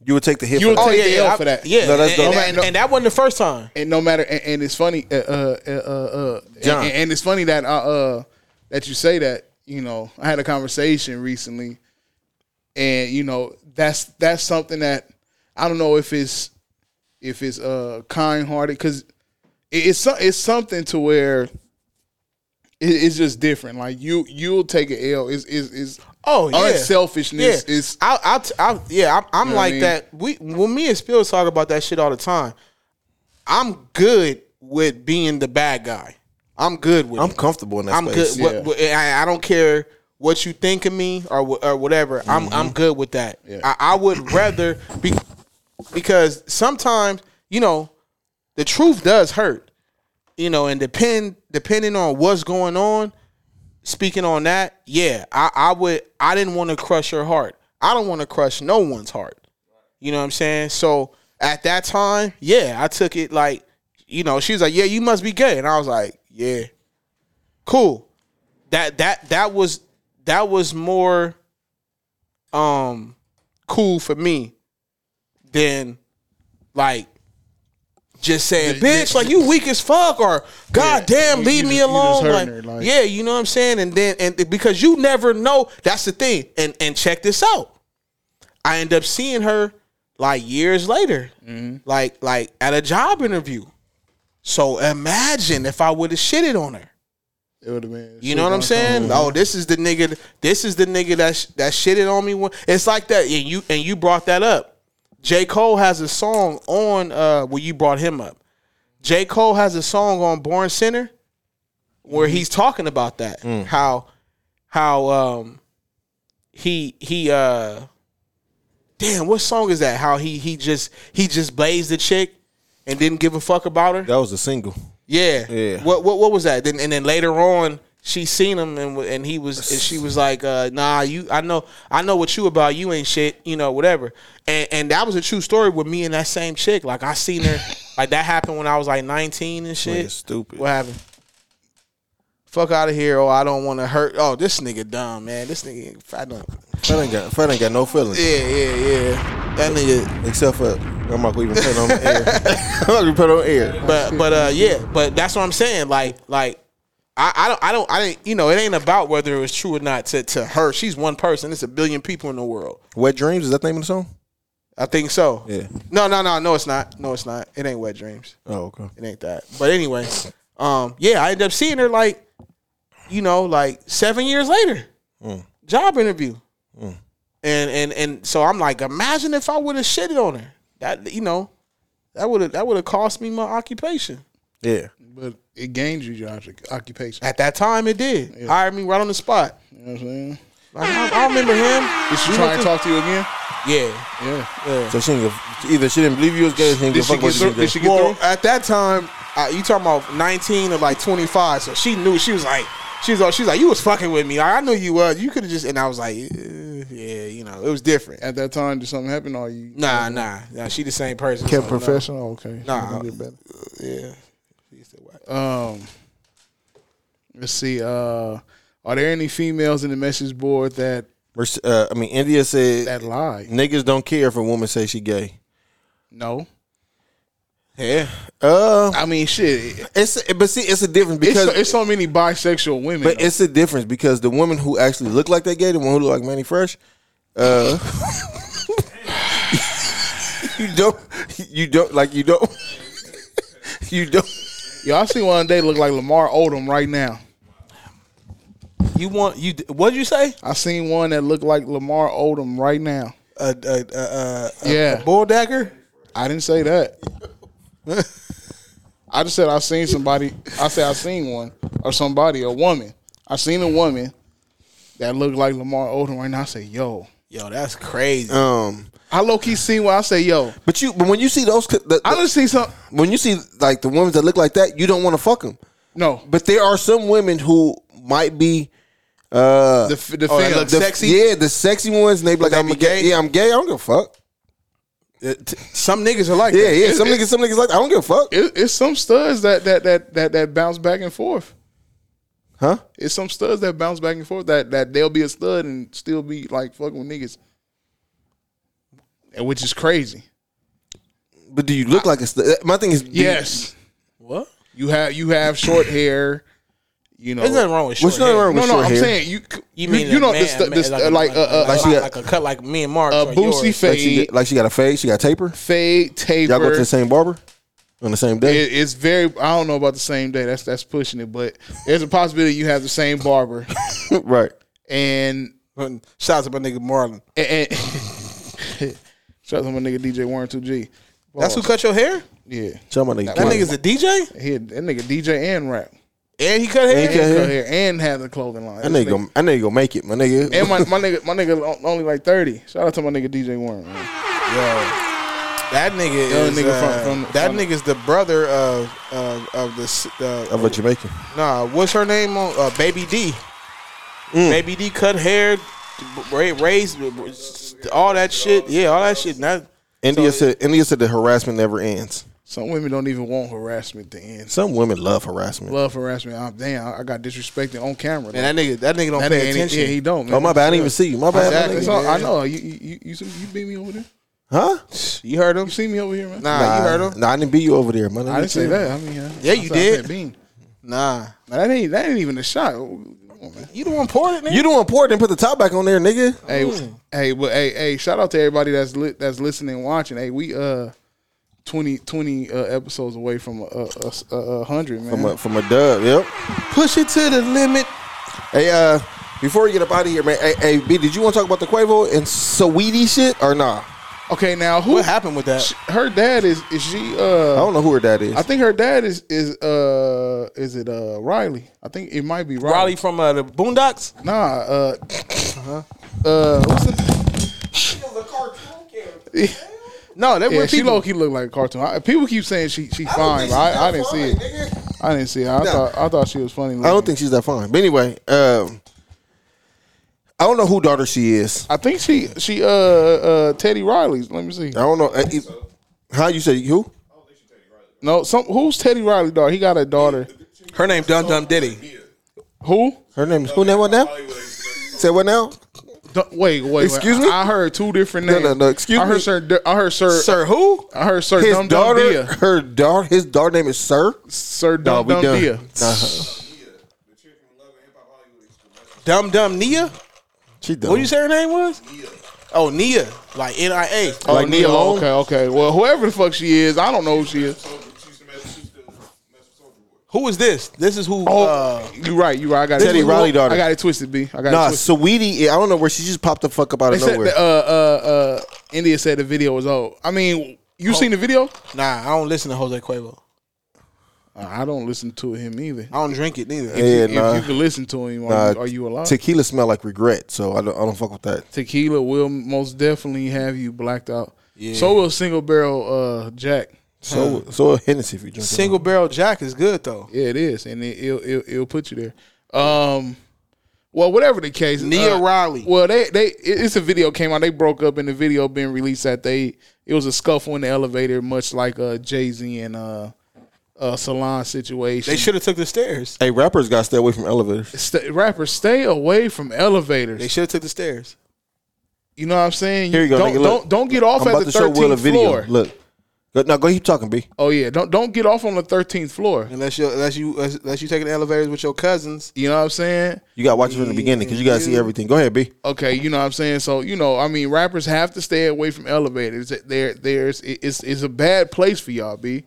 [SPEAKER 1] You would take the hit.
[SPEAKER 3] You
[SPEAKER 1] for
[SPEAKER 3] would
[SPEAKER 1] that.
[SPEAKER 2] Oh
[SPEAKER 3] Take
[SPEAKER 2] yeah,
[SPEAKER 3] the
[SPEAKER 2] yeah,
[SPEAKER 3] L
[SPEAKER 2] I-
[SPEAKER 3] for that.
[SPEAKER 2] yeah.
[SPEAKER 1] No, that's
[SPEAKER 2] and,
[SPEAKER 1] dope.
[SPEAKER 2] and- and that wasn't the first time.
[SPEAKER 3] and no matter, and, and it's funny, uh, uh, uh, uh, uh,
[SPEAKER 1] John.
[SPEAKER 3] And, and it's funny that uh, uh, that you say that. You know, I had a conversation recently, and you know, that's that's something that I don't know if it's if it's uh kind hearted because it's so- it's something to where it, it's just different. Like you you'll take an L. Is is is
[SPEAKER 2] Oh yeah,
[SPEAKER 3] unselfishness
[SPEAKER 2] Yeah.
[SPEAKER 3] is
[SPEAKER 2] I, I, t- I- yeah, I'm, I'm
[SPEAKER 3] know what I
[SPEAKER 2] like
[SPEAKER 3] mean?
[SPEAKER 2] that. We, well, me and Spill talk about that shit all the time. I'm good with being the bad guy. I'm good with.
[SPEAKER 1] I'm
[SPEAKER 2] it.
[SPEAKER 1] comfortable in that
[SPEAKER 2] I'm
[SPEAKER 1] space.
[SPEAKER 2] good. What, what- I, I don't care what you think of me or wh- or whatever. I'm
[SPEAKER 1] Mm-hmm.
[SPEAKER 2] I'm good with that. I,
[SPEAKER 1] [clears throat]
[SPEAKER 2] I would rather be because sometimes you know the truth does hurt. You know, and depend depending on what's going on. Speaking on that, yeah, I, I would. I didn't want to crush your heart. I don't want to crush no one's heart. You know what I'm saying? So at that time, yeah, I took it like, you know, she was like, "Yeah, you must be gay," and I was like, "Yeah, cool." That that that was that was more um cool for me than like just saying, "Bitch, like you weak as fuck," or "God damn,
[SPEAKER 3] you-
[SPEAKER 2] leave
[SPEAKER 3] you
[SPEAKER 2] me
[SPEAKER 3] just- you just
[SPEAKER 2] alone."
[SPEAKER 3] hurting
[SPEAKER 2] Like,
[SPEAKER 3] her, like-
[SPEAKER 2] yeah, you know what I'm saying, and then and because you never know, that's the thing. And and check this out. I end up seeing her like years later,
[SPEAKER 3] Mm-hmm.
[SPEAKER 2] like like at a job interview. So imagine if I would have shitted on her.
[SPEAKER 3] it would have been.
[SPEAKER 2] You know what I'm saying? Oh, this is the nigga. This is the nigga that sh- that shitted on me. When, it's like that, and you and you brought that up. J Cole has a song on uh where you brought him up. J Cole has a song on Born Center where he's talking about that how how um he he uh damn what song is that how he he just he just blazed the chick and didn't give a fuck about her
[SPEAKER 1] That was a single.
[SPEAKER 2] yeah.
[SPEAKER 1] Yeah.
[SPEAKER 2] What what what was that? Then and then later on she seen him and w- and he was and she was like, uh, "Nah, you I know I know what you about. You ain't shit, you know, whatever." And and that was a true story with me and that same chick. Like I seen [laughs] her like that happened when I was like 19 and shit.
[SPEAKER 1] Nigga stupid.
[SPEAKER 2] What happened? Fuck out of here. Oh, I don't want to hurt. Oh, this nigga dumb, man. This nigga I don't.
[SPEAKER 1] Fred ain't got Fred ain't got no feelings.
[SPEAKER 2] Yeah, yeah, yeah. That nigga
[SPEAKER 1] Except for I'm not gonna even put it on the air. I'm not gonna put it on air.
[SPEAKER 2] but but uh yeah, but that's what I'm saying. Like like I, I don't I don't I didn't you know it ain't about whether it was true or not to to her. She's one person. It's a billion people in the world.
[SPEAKER 1] Wet Dreams is that the name of the song?
[SPEAKER 2] I think so.
[SPEAKER 1] Yeah.
[SPEAKER 2] No no no no it's not. No it's not. It ain't wet dreams.
[SPEAKER 1] Oh okay.
[SPEAKER 2] It ain't that. But anyway, um yeah I ended up seeing her like you know like seven years later, job interview, and and and so I'm like imagine if I would have shitted on her that you know that would have that would have cost me my occupation.
[SPEAKER 1] Yeah.
[SPEAKER 3] But it gained you your occupation.
[SPEAKER 2] At that time, it did. Hired me right on the spot.
[SPEAKER 3] You know what I'm saying?
[SPEAKER 2] Like, I, I remember him.
[SPEAKER 3] Did she try and talk to you again?
[SPEAKER 2] Yeah.
[SPEAKER 3] Yeah.
[SPEAKER 1] So she didn't give, either she didn't believe you was gay. or She didn't
[SPEAKER 3] Did
[SPEAKER 1] give a
[SPEAKER 3] she
[SPEAKER 1] fuck
[SPEAKER 3] get
[SPEAKER 1] what you
[SPEAKER 3] through?
[SPEAKER 1] was gay.
[SPEAKER 3] Did she get
[SPEAKER 2] well,
[SPEAKER 3] through?
[SPEAKER 2] at that time, uh, you talking about 19 or like 25. So she knew. She was like, she was, she was like, you was fucking with me. I, I knew you was. You could have just, and I was like, eh, yeah, you know, it was different.
[SPEAKER 3] At that time, did something happen? Or you
[SPEAKER 2] Nah, nah, nah. She the same person.
[SPEAKER 3] kept
[SPEAKER 2] So, no.
[SPEAKER 3] professional? Okay.
[SPEAKER 2] Nah.
[SPEAKER 3] Get better.
[SPEAKER 2] Yeah.
[SPEAKER 3] Um, let's see. Uh, are there any females in the message board that
[SPEAKER 1] Merce- Uh, I mean, India said
[SPEAKER 3] that lie?
[SPEAKER 1] niggas don't care if a woman say she gay.
[SPEAKER 3] No.
[SPEAKER 2] Yeah.
[SPEAKER 1] Uh,
[SPEAKER 3] I mean, shit. it-
[SPEAKER 1] it's but see, it's a difference
[SPEAKER 3] It's
[SPEAKER 1] because
[SPEAKER 3] so, it's so many bisexual women.
[SPEAKER 1] But
[SPEAKER 3] though.
[SPEAKER 1] it's a difference because the women who actually look like that gay, the one who look like Manny Fresh, uh, [laughs] you don't, you don't like you don't, [laughs] you don't.
[SPEAKER 3] y'all see one day look like Lamar Odom right now.
[SPEAKER 2] You want, you, what'd you say?
[SPEAKER 3] I
[SPEAKER 1] uh,
[SPEAKER 3] seen one that looked like Lamar Odom right now.
[SPEAKER 2] A, a, a, a, a,
[SPEAKER 3] Yeah.
[SPEAKER 2] a bull dagger?
[SPEAKER 3] I didn't say that. I just said I seen somebody. I said I seen one or somebody, a woman. I seen a woman that looked like Lamar Odom right now. I say, yo.
[SPEAKER 2] Yo, that's crazy.
[SPEAKER 3] Uh,
[SPEAKER 1] Um,
[SPEAKER 3] I low key seen one. I say, yo.
[SPEAKER 1] but you, but when you see those, the, the-
[SPEAKER 3] I just seen some.
[SPEAKER 1] when you see like the women that look like that, you don't want to fuck them.
[SPEAKER 3] No,
[SPEAKER 1] But there are some women who might be uh
[SPEAKER 3] the f- the
[SPEAKER 2] Oh, that
[SPEAKER 3] film.
[SPEAKER 2] looks
[SPEAKER 1] the-
[SPEAKER 2] sexy?
[SPEAKER 1] Yeah, the sexy ones. And they be like,
[SPEAKER 2] They
[SPEAKER 1] I'm
[SPEAKER 2] be
[SPEAKER 1] a gay.
[SPEAKER 2] gay?
[SPEAKER 1] Yeah, I'm gay. I don't give a fuck.
[SPEAKER 2] Some niggas are like
[SPEAKER 1] Yeah,
[SPEAKER 2] that.
[SPEAKER 1] yeah. Some niggas, some niggas like, I don't give a fuck.
[SPEAKER 3] It, it's some studs that that that that that bounce back and forth.
[SPEAKER 1] Huh?
[SPEAKER 3] It's some studs that bounce back and forth that that they'll be a stud and still be like fucking with niggas, and which is crazy.
[SPEAKER 1] But do you look like a? St- uh, my thing is, do you-
[SPEAKER 3] Yes,
[SPEAKER 2] What?
[SPEAKER 3] you have you have short hair. You know,
[SPEAKER 2] There's nothing wrong with short
[SPEAKER 1] What's nothing
[SPEAKER 2] hair.
[SPEAKER 1] wrong with
[SPEAKER 3] no, no.
[SPEAKER 1] short
[SPEAKER 3] I'm
[SPEAKER 1] hair?
[SPEAKER 3] saying you
[SPEAKER 2] You
[SPEAKER 3] you,
[SPEAKER 2] mean
[SPEAKER 3] you,
[SPEAKER 2] a
[SPEAKER 3] know
[SPEAKER 2] man,
[SPEAKER 3] this
[SPEAKER 2] man,
[SPEAKER 3] this
[SPEAKER 2] like,
[SPEAKER 3] uh, like
[SPEAKER 2] a,
[SPEAKER 3] a, a,
[SPEAKER 1] like
[SPEAKER 2] like,
[SPEAKER 1] she got-
[SPEAKER 2] like a cut like me and Mark.
[SPEAKER 3] a
[SPEAKER 2] or
[SPEAKER 3] boosie
[SPEAKER 2] yours.
[SPEAKER 1] like she,
[SPEAKER 3] fade,
[SPEAKER 1] got- like she got a fade. She got taper.
[SPEAKER 3] fade taper.
[SPEAKER 1] Y'all go to the same barber on the same day.
[SPEAKER 3] It- it's very. I don't know about the same day. That's that's pushing it, but there's a possibility you have the same barber
[SPEAKER 1] right.
[SPEAKER 3] and
[SPEAKER 2] Shout out to my nigga Marlon.
[SPEAKER 3] and, and [laughs] shout out to my nigga DJ Warren Two G.
[SPEAKER 2] That's who cut your hair?
[SPEAKER 3] Yeah,
[SPEAKER 1] Tell my nigga.
[SPEAKER 2] That nigga's a DJ?
[SPEAKER 3] he had, that nigga DJ and rap,
[SPEAKER 2] And he cut
[SPEAKER 1] And
[SPEAKER 2] hair?
[SPEAKER 1] he cut-
[SPEAKER 3] and,
[SPEAKER 1] Yeah.
[SPEAKER 3] cut hair, and had the clothing line.
[SPEAKER 1] I
[SPEAKER 3] This
[SPEAKER 1] nigga, gonna- I nigga gonna make it, my nigga. [laughs]
[SPEAKER 3] and my, my nigga, my nigga on- only like thirty. Shout out to my nigga DJ Warren. man.
[SPEAKER 2] That nigga
[SPEAKER 3] Young
[SPEAKER 2] is
[SPEAKER 3] nigga
[SPEAKER 2] uh,
[SPEAKER 3] from- from-
[SPEAKER 2] that
[SPEAKER 3] from-
[SPEAKER 2] nigga's the brother of of, of the s- uh,
[SPEAKER 1] of a Jamaican.
[SPEAKER 2] nah. What's her name on uh, Baby D?
[SPEAKER 3] Mm.
[SPEAKER 2] Baby D cut hair, ra- raised all that shit. Yeah, all that shit. And That
[SPEAKER 1] India said, India said the harassment never ends.
[SPEAKER 3] Some women don't even want harassment to end.
[SPEAKER 1] Some women love harassment.
[SPEAKER 3] Love harassment. I'm, damn, I got disrespected on camera.
[SPEAKER 2] man, that nigga that nigga don't
[SPEAKER 3] That
[SPEAKER 2] pay
[SPEAKER 3] ain't-
[SPEAKER 2] attention.
[SPEAKER 3] Yeah, he don't. Man.
[SPEAKER 1] oh my bad, I didn't even see you. My bad. my
[SPEAKER 3] Exactly.
[SPEAKER 1] nigga.
[SPEAKER 3] So, I know you. You you, you, see- you beat me over there.
[SPEAKER 1] Huh?
[SPEAKER 2] you heard him?
[SPEAKER 3] You see me over here, man.
[SPEAKER 2] Nah, you heard him?
[SPEAKER 1] Nah, I didn't beat you over there, my nigga.
[SPEAKER 3] I didn't say that. I mean, I,
[SPEAKER 2] Yeah, you
[SPEAKER 3] I said- I said
[SPEAKER 2] did.
[SPEAKER 3] Bean.
[SPEAKER 2] Nah,
[SPEAKER 3] Now, that ain't that ain't even a shot. Come on, man.
[SPEAKER 2] you the one poured it, man.
[SPEAKER 1] You doing important? Put the top back on there, nigga.
[SPEAKER 3] Hey, hey, but hey, hey, shout out to everybody that's li- that's listening and watching. Hey, we uh 20, 20 uh, episodes away from a, a, a, a hundred, man.
[SPEAKER 1] From a, from a dub, yep.
[SPEAKER 2] push it to the limit.
[SPEAKER 1] Hey, uh, before we get up out of here, man. Hey, hey, B, did you want to talk about the Quavo and Saweetie shit or nah?
[SPEAKER 3] okay, now who
[SPEAKER 2] What happened with that?
[SPEAKER 3] sh- her dad is is she uh
[SPEAKER 1] I don't know who her dad is.
[SPEAKER 3] I think her dad is is uh is it uh Riley? I think it might be Riley.
[SPEAKER 2] Riley from uh, the Boondocks.
[SPEAKER 3] Nah, uh uh what's the
[SPEAKER 2] No, that
[SPEAKER 3] yeah,
[SPEAKER 2] were
[SPEAKER 3] she
[SPEAKER 2] people.
[SPEAKER 3] low key look like a cartoon. I, people keep saying she she fine, but I, I didn't see it. I didn't see it. I thought I thought she was funny.
[SPEAKER 1] I don't think she's that fine. But anyway, um, I don't know who daughter she is.
[SPEAKER 3] I think she she uh uh Teddy Riley's. Let me see.
[SPEAKER 1] I don't know. Uh, it- how you say who?
[SPEAKER 3] No, some who's Teddy Riley daughter? He got a daughter.
[SPEAKER 2] Her name Dum Dum Diddy.
[SPEAKER 3] Who?
[SPEAKER 1] Her name is who? Name what now? Say what now?
[SPEAKER 3] Du- wait, wait, wait.
[SPEAKER 1] Excuse me?
[SPEAKER 3] I heard two different
[SPEAKER 1] No,
[SPEAKER 3] names.
[SPEAKER 1] no, no, excuse
[SPEAKER 3] I heard
[SPEAKER 1] me.
[SPEAKER 3] Sir. Du- I heard Sir.
[SPEAKER 2] Sir, who?
[SPEAKER 3] I heard Sir
[SPEAKER 1] His
[SPEAKER 3] Dum Dum
[SPEAKER 1] daughter,
[SPEAKER 3] Dia.
[SPEAKER 1] her daughter, his daughter name is Sir. Oh,
[SPEAKER 3] Sir Dum
[SPEAKER 1] we
[SPEAKER 3] Dum
[SPEAKER 1] done.
[SPEAKER 3] Dia.
[SPEAKER 2] Dum Dum Nia.
[SPEAKER 1] She done.
[SPEAKER 2] What you say her name was? Oh, Nia, like N I A.
[SPEAKER 3] Oh,
[SPEAKER 1] Like Nia Long?
[SPEAKER 3] Okay, okay. Well, whoever the fuck she is, I don't know who she is.
[SPEAKER 2] Who is this? This is who.
[SPEAKER 3] Oh,
[SPEAKER 2] Uh,
[SPEAKER 3] you right, you right. I got
[SPEAKER 1] Teddy
[SPEAKER 3] it.
[SPEAKER 1] Riley daughter.
[SPEAKER 3] I got it twisted, B. I got
[SPEAKER 1] Nah,
[SPEAKER 3] it twisted.
[SPEAKER 1] Saweetie. I don't know where she just popped the fuck up out
[SPEAKER 3] They
[SPEAKER 1] of
[SPEAKER 3] said
[SPEAKER 1] nowhere.
[SPEAKER 3] that, uh, uh, uh, India said the video was old. I mean, you seen the video?
[SPEAKER 2] nah, I don't listen to Jose Cuervo.
[SPEAKER 3] I don't listen to him either.
[SPEAKER 2] I don't drink it neither.
[SPEAKER 1] Yeah,
[SPEAKER 3] If
[SPEAKER 1] nah.
[SPEAKER 3] you can listen to him, are,
[SPEAKER 1] Uh,
[SPEAKER 3] you, are you alive?
[SPEAKER 1] Tequila smell like regret, so I don't, I don't fuck with that.
[SPEAKER 3] Tequila will most definitely have you blacked out. So will single barrel uh, Jack.
[SPEAKER 1] So so Hennessy if you drink. it.
[SPEAKER 2] Single barrel Jack is good though.
[SPEAKER 3] Yeah, it is, and it, it'll, it'll it'll put you there. Um, well, whatever the case, uh,
[SPEAKER 2] Nia Riley.
[SPEAKER 3] Well, they they it- it's a video came out. They broke up, and the video been released that they it was a scuffle in the elevator, much like uh Jay Z and uh, uh Salon situation.
[SPEAKER 2] They should have took the stairs.
[SPEAKER 1] Hey, rappers got to stay away from elevators.
[SPEAKER 3] St- rappers stay away from elevators.
[SPEAKER 2] They should have took the stairs.
[SPEAKER 3] you know what I'm saying?
[SPEAKER 1] Here you go,
[SPEAKER 3] Don't
[SPEAKER 1] nigga, look.
[SPEAKER 3] don't, don't get off
[SPEAKER 1] I'm
[SPEAKER 3] at
[SPEAKER 1] about
[SPEAKER 3] the
[SPEAKER 1] to show Will a
[SPEAKER 3] 13th
[SPEAKER 1] video.
[SPEAKER 3] floor.
[SPEAKER 1] Look, Go- now go keep talking, B.
[SPEAKER 3] Oh yeah, don't don't get off on the 13th floor.
[SPEAKER 2] Unless you unless you unless you taking elevators with your cousins.
[SPEAKER 3] You know what I'm saying?
[SPEAKER 1] You got to watch it from the beginning because you got to see everything. Go ahead, B.
[SPEAKER 3] okay, you know what I'm saying. So you know, I mean, rappers have to stay away from elevators. There, there's it- it's it's a bad place for y'all, b.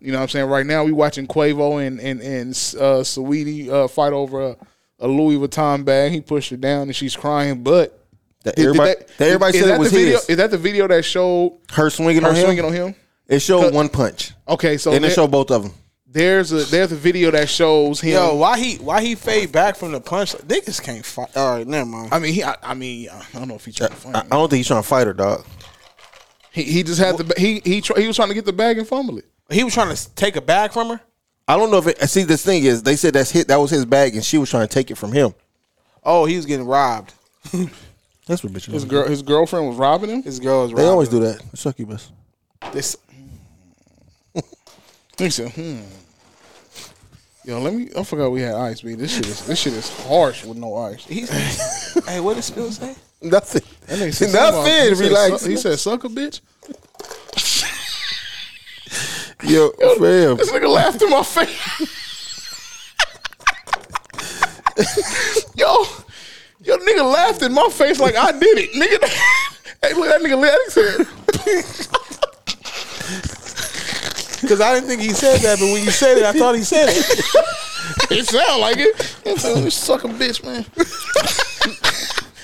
[SPEAKER 3] You know what I'm saying. Right now, we watching Quavo and and and uh, Saweetie uh, fight over a, a Louis Vuitton bag. He pushed her down and she's crying, but.
[SPEAKER 1] That
[SPEAKER 3] Did- did
[SPEAKER 1] everybody,
[SPEAKER 3] that-
[SPEAKER 1] that everybody
[SPEAKER 3] is
[SPEAKER 1] said
[SPEAKER 3] that
[SPEAKER 1] it was
[SPEAKER 3] the video,
[SPEAKER 1] his.
[SPEAKER 3] Is that the video that showed
[SPEAKER 1] her swinging
[SPEAKER 3] her
[SPEAKER 1] on him.
[SPEAKER 3] swinging on him?
[SPEAKER 1] It showed one punch.
[SPEAKER 3] Okay, so
[SPEAKER 1] and it
[SPEAKER 3] there-
[SPEAKER 1] showed both of them.
[SPEAKER 3] there's a there's a video that shows him.
[SPEAKER 2] Yo, why he why he fade back from the punch? Niggas can't fight. All right, never mind.
[SPEAKER 3] I mean, he, I, I mean, I don't know if he tried to
[SPEAKER 1] I, I
[SPEAKER 3] find.
[SPEAKER 1] don't think he's trying to fight her, dog.
[SPEAKER 3] He, he just had the he he tr- he was trying to get the bag and fumble it.
[SPEAKER 2] He was trying to take a bag from her.
[SPEAKER 1] I don't know if it, see. This thing is, they said that's hit. That was his bag, and she was trying to take it from him.
[SPEAKER 2] Oh, he was getting robbed.
[SPEAKER 1] That's what bitches.
[SPEAKER 3] His girl his girlfriend was robbing him.
[SPEAKER 2] His girl was robbed.
[SPEAKER 1] They always do that. Succubus.
[SPEAKER 2] This,
[SPEAKER 3] He said, hmm. Yo, let me. I forgot we had ice, B. This shit is this shit is harsh with no ice.
[SPEAKER 2] he's, hey, what did Spill say?
[SPEAKER 1] Nothing.
[SPEAKER 3] [laughs] That nigga said something about-
[SPEAKER 1] Nothing.
[SPEAKER 3] he said,
[SPEAKER 1] Relax.
[SPEAKER 3] "Suck- He
[SPEAKER 1] [laughs]
[SPEAKER 3] said, "Suck a bitch."
[SPEAKER 1] Yo, fam.
[SPEAKER 3] This nigga laughed in my face. [laughs] yo, yo, nigga laughed in my face like I did it, nigga. [laughs] hey, look, that nigga laughed. He said,
[SPEAKER 2] Because I didn't think he said that, but when you said it, I thought he said it.
[SPEAKER 1] [laughs]
[SPEAKER 3] "It sound like it." He said, "You suck a bitch, man."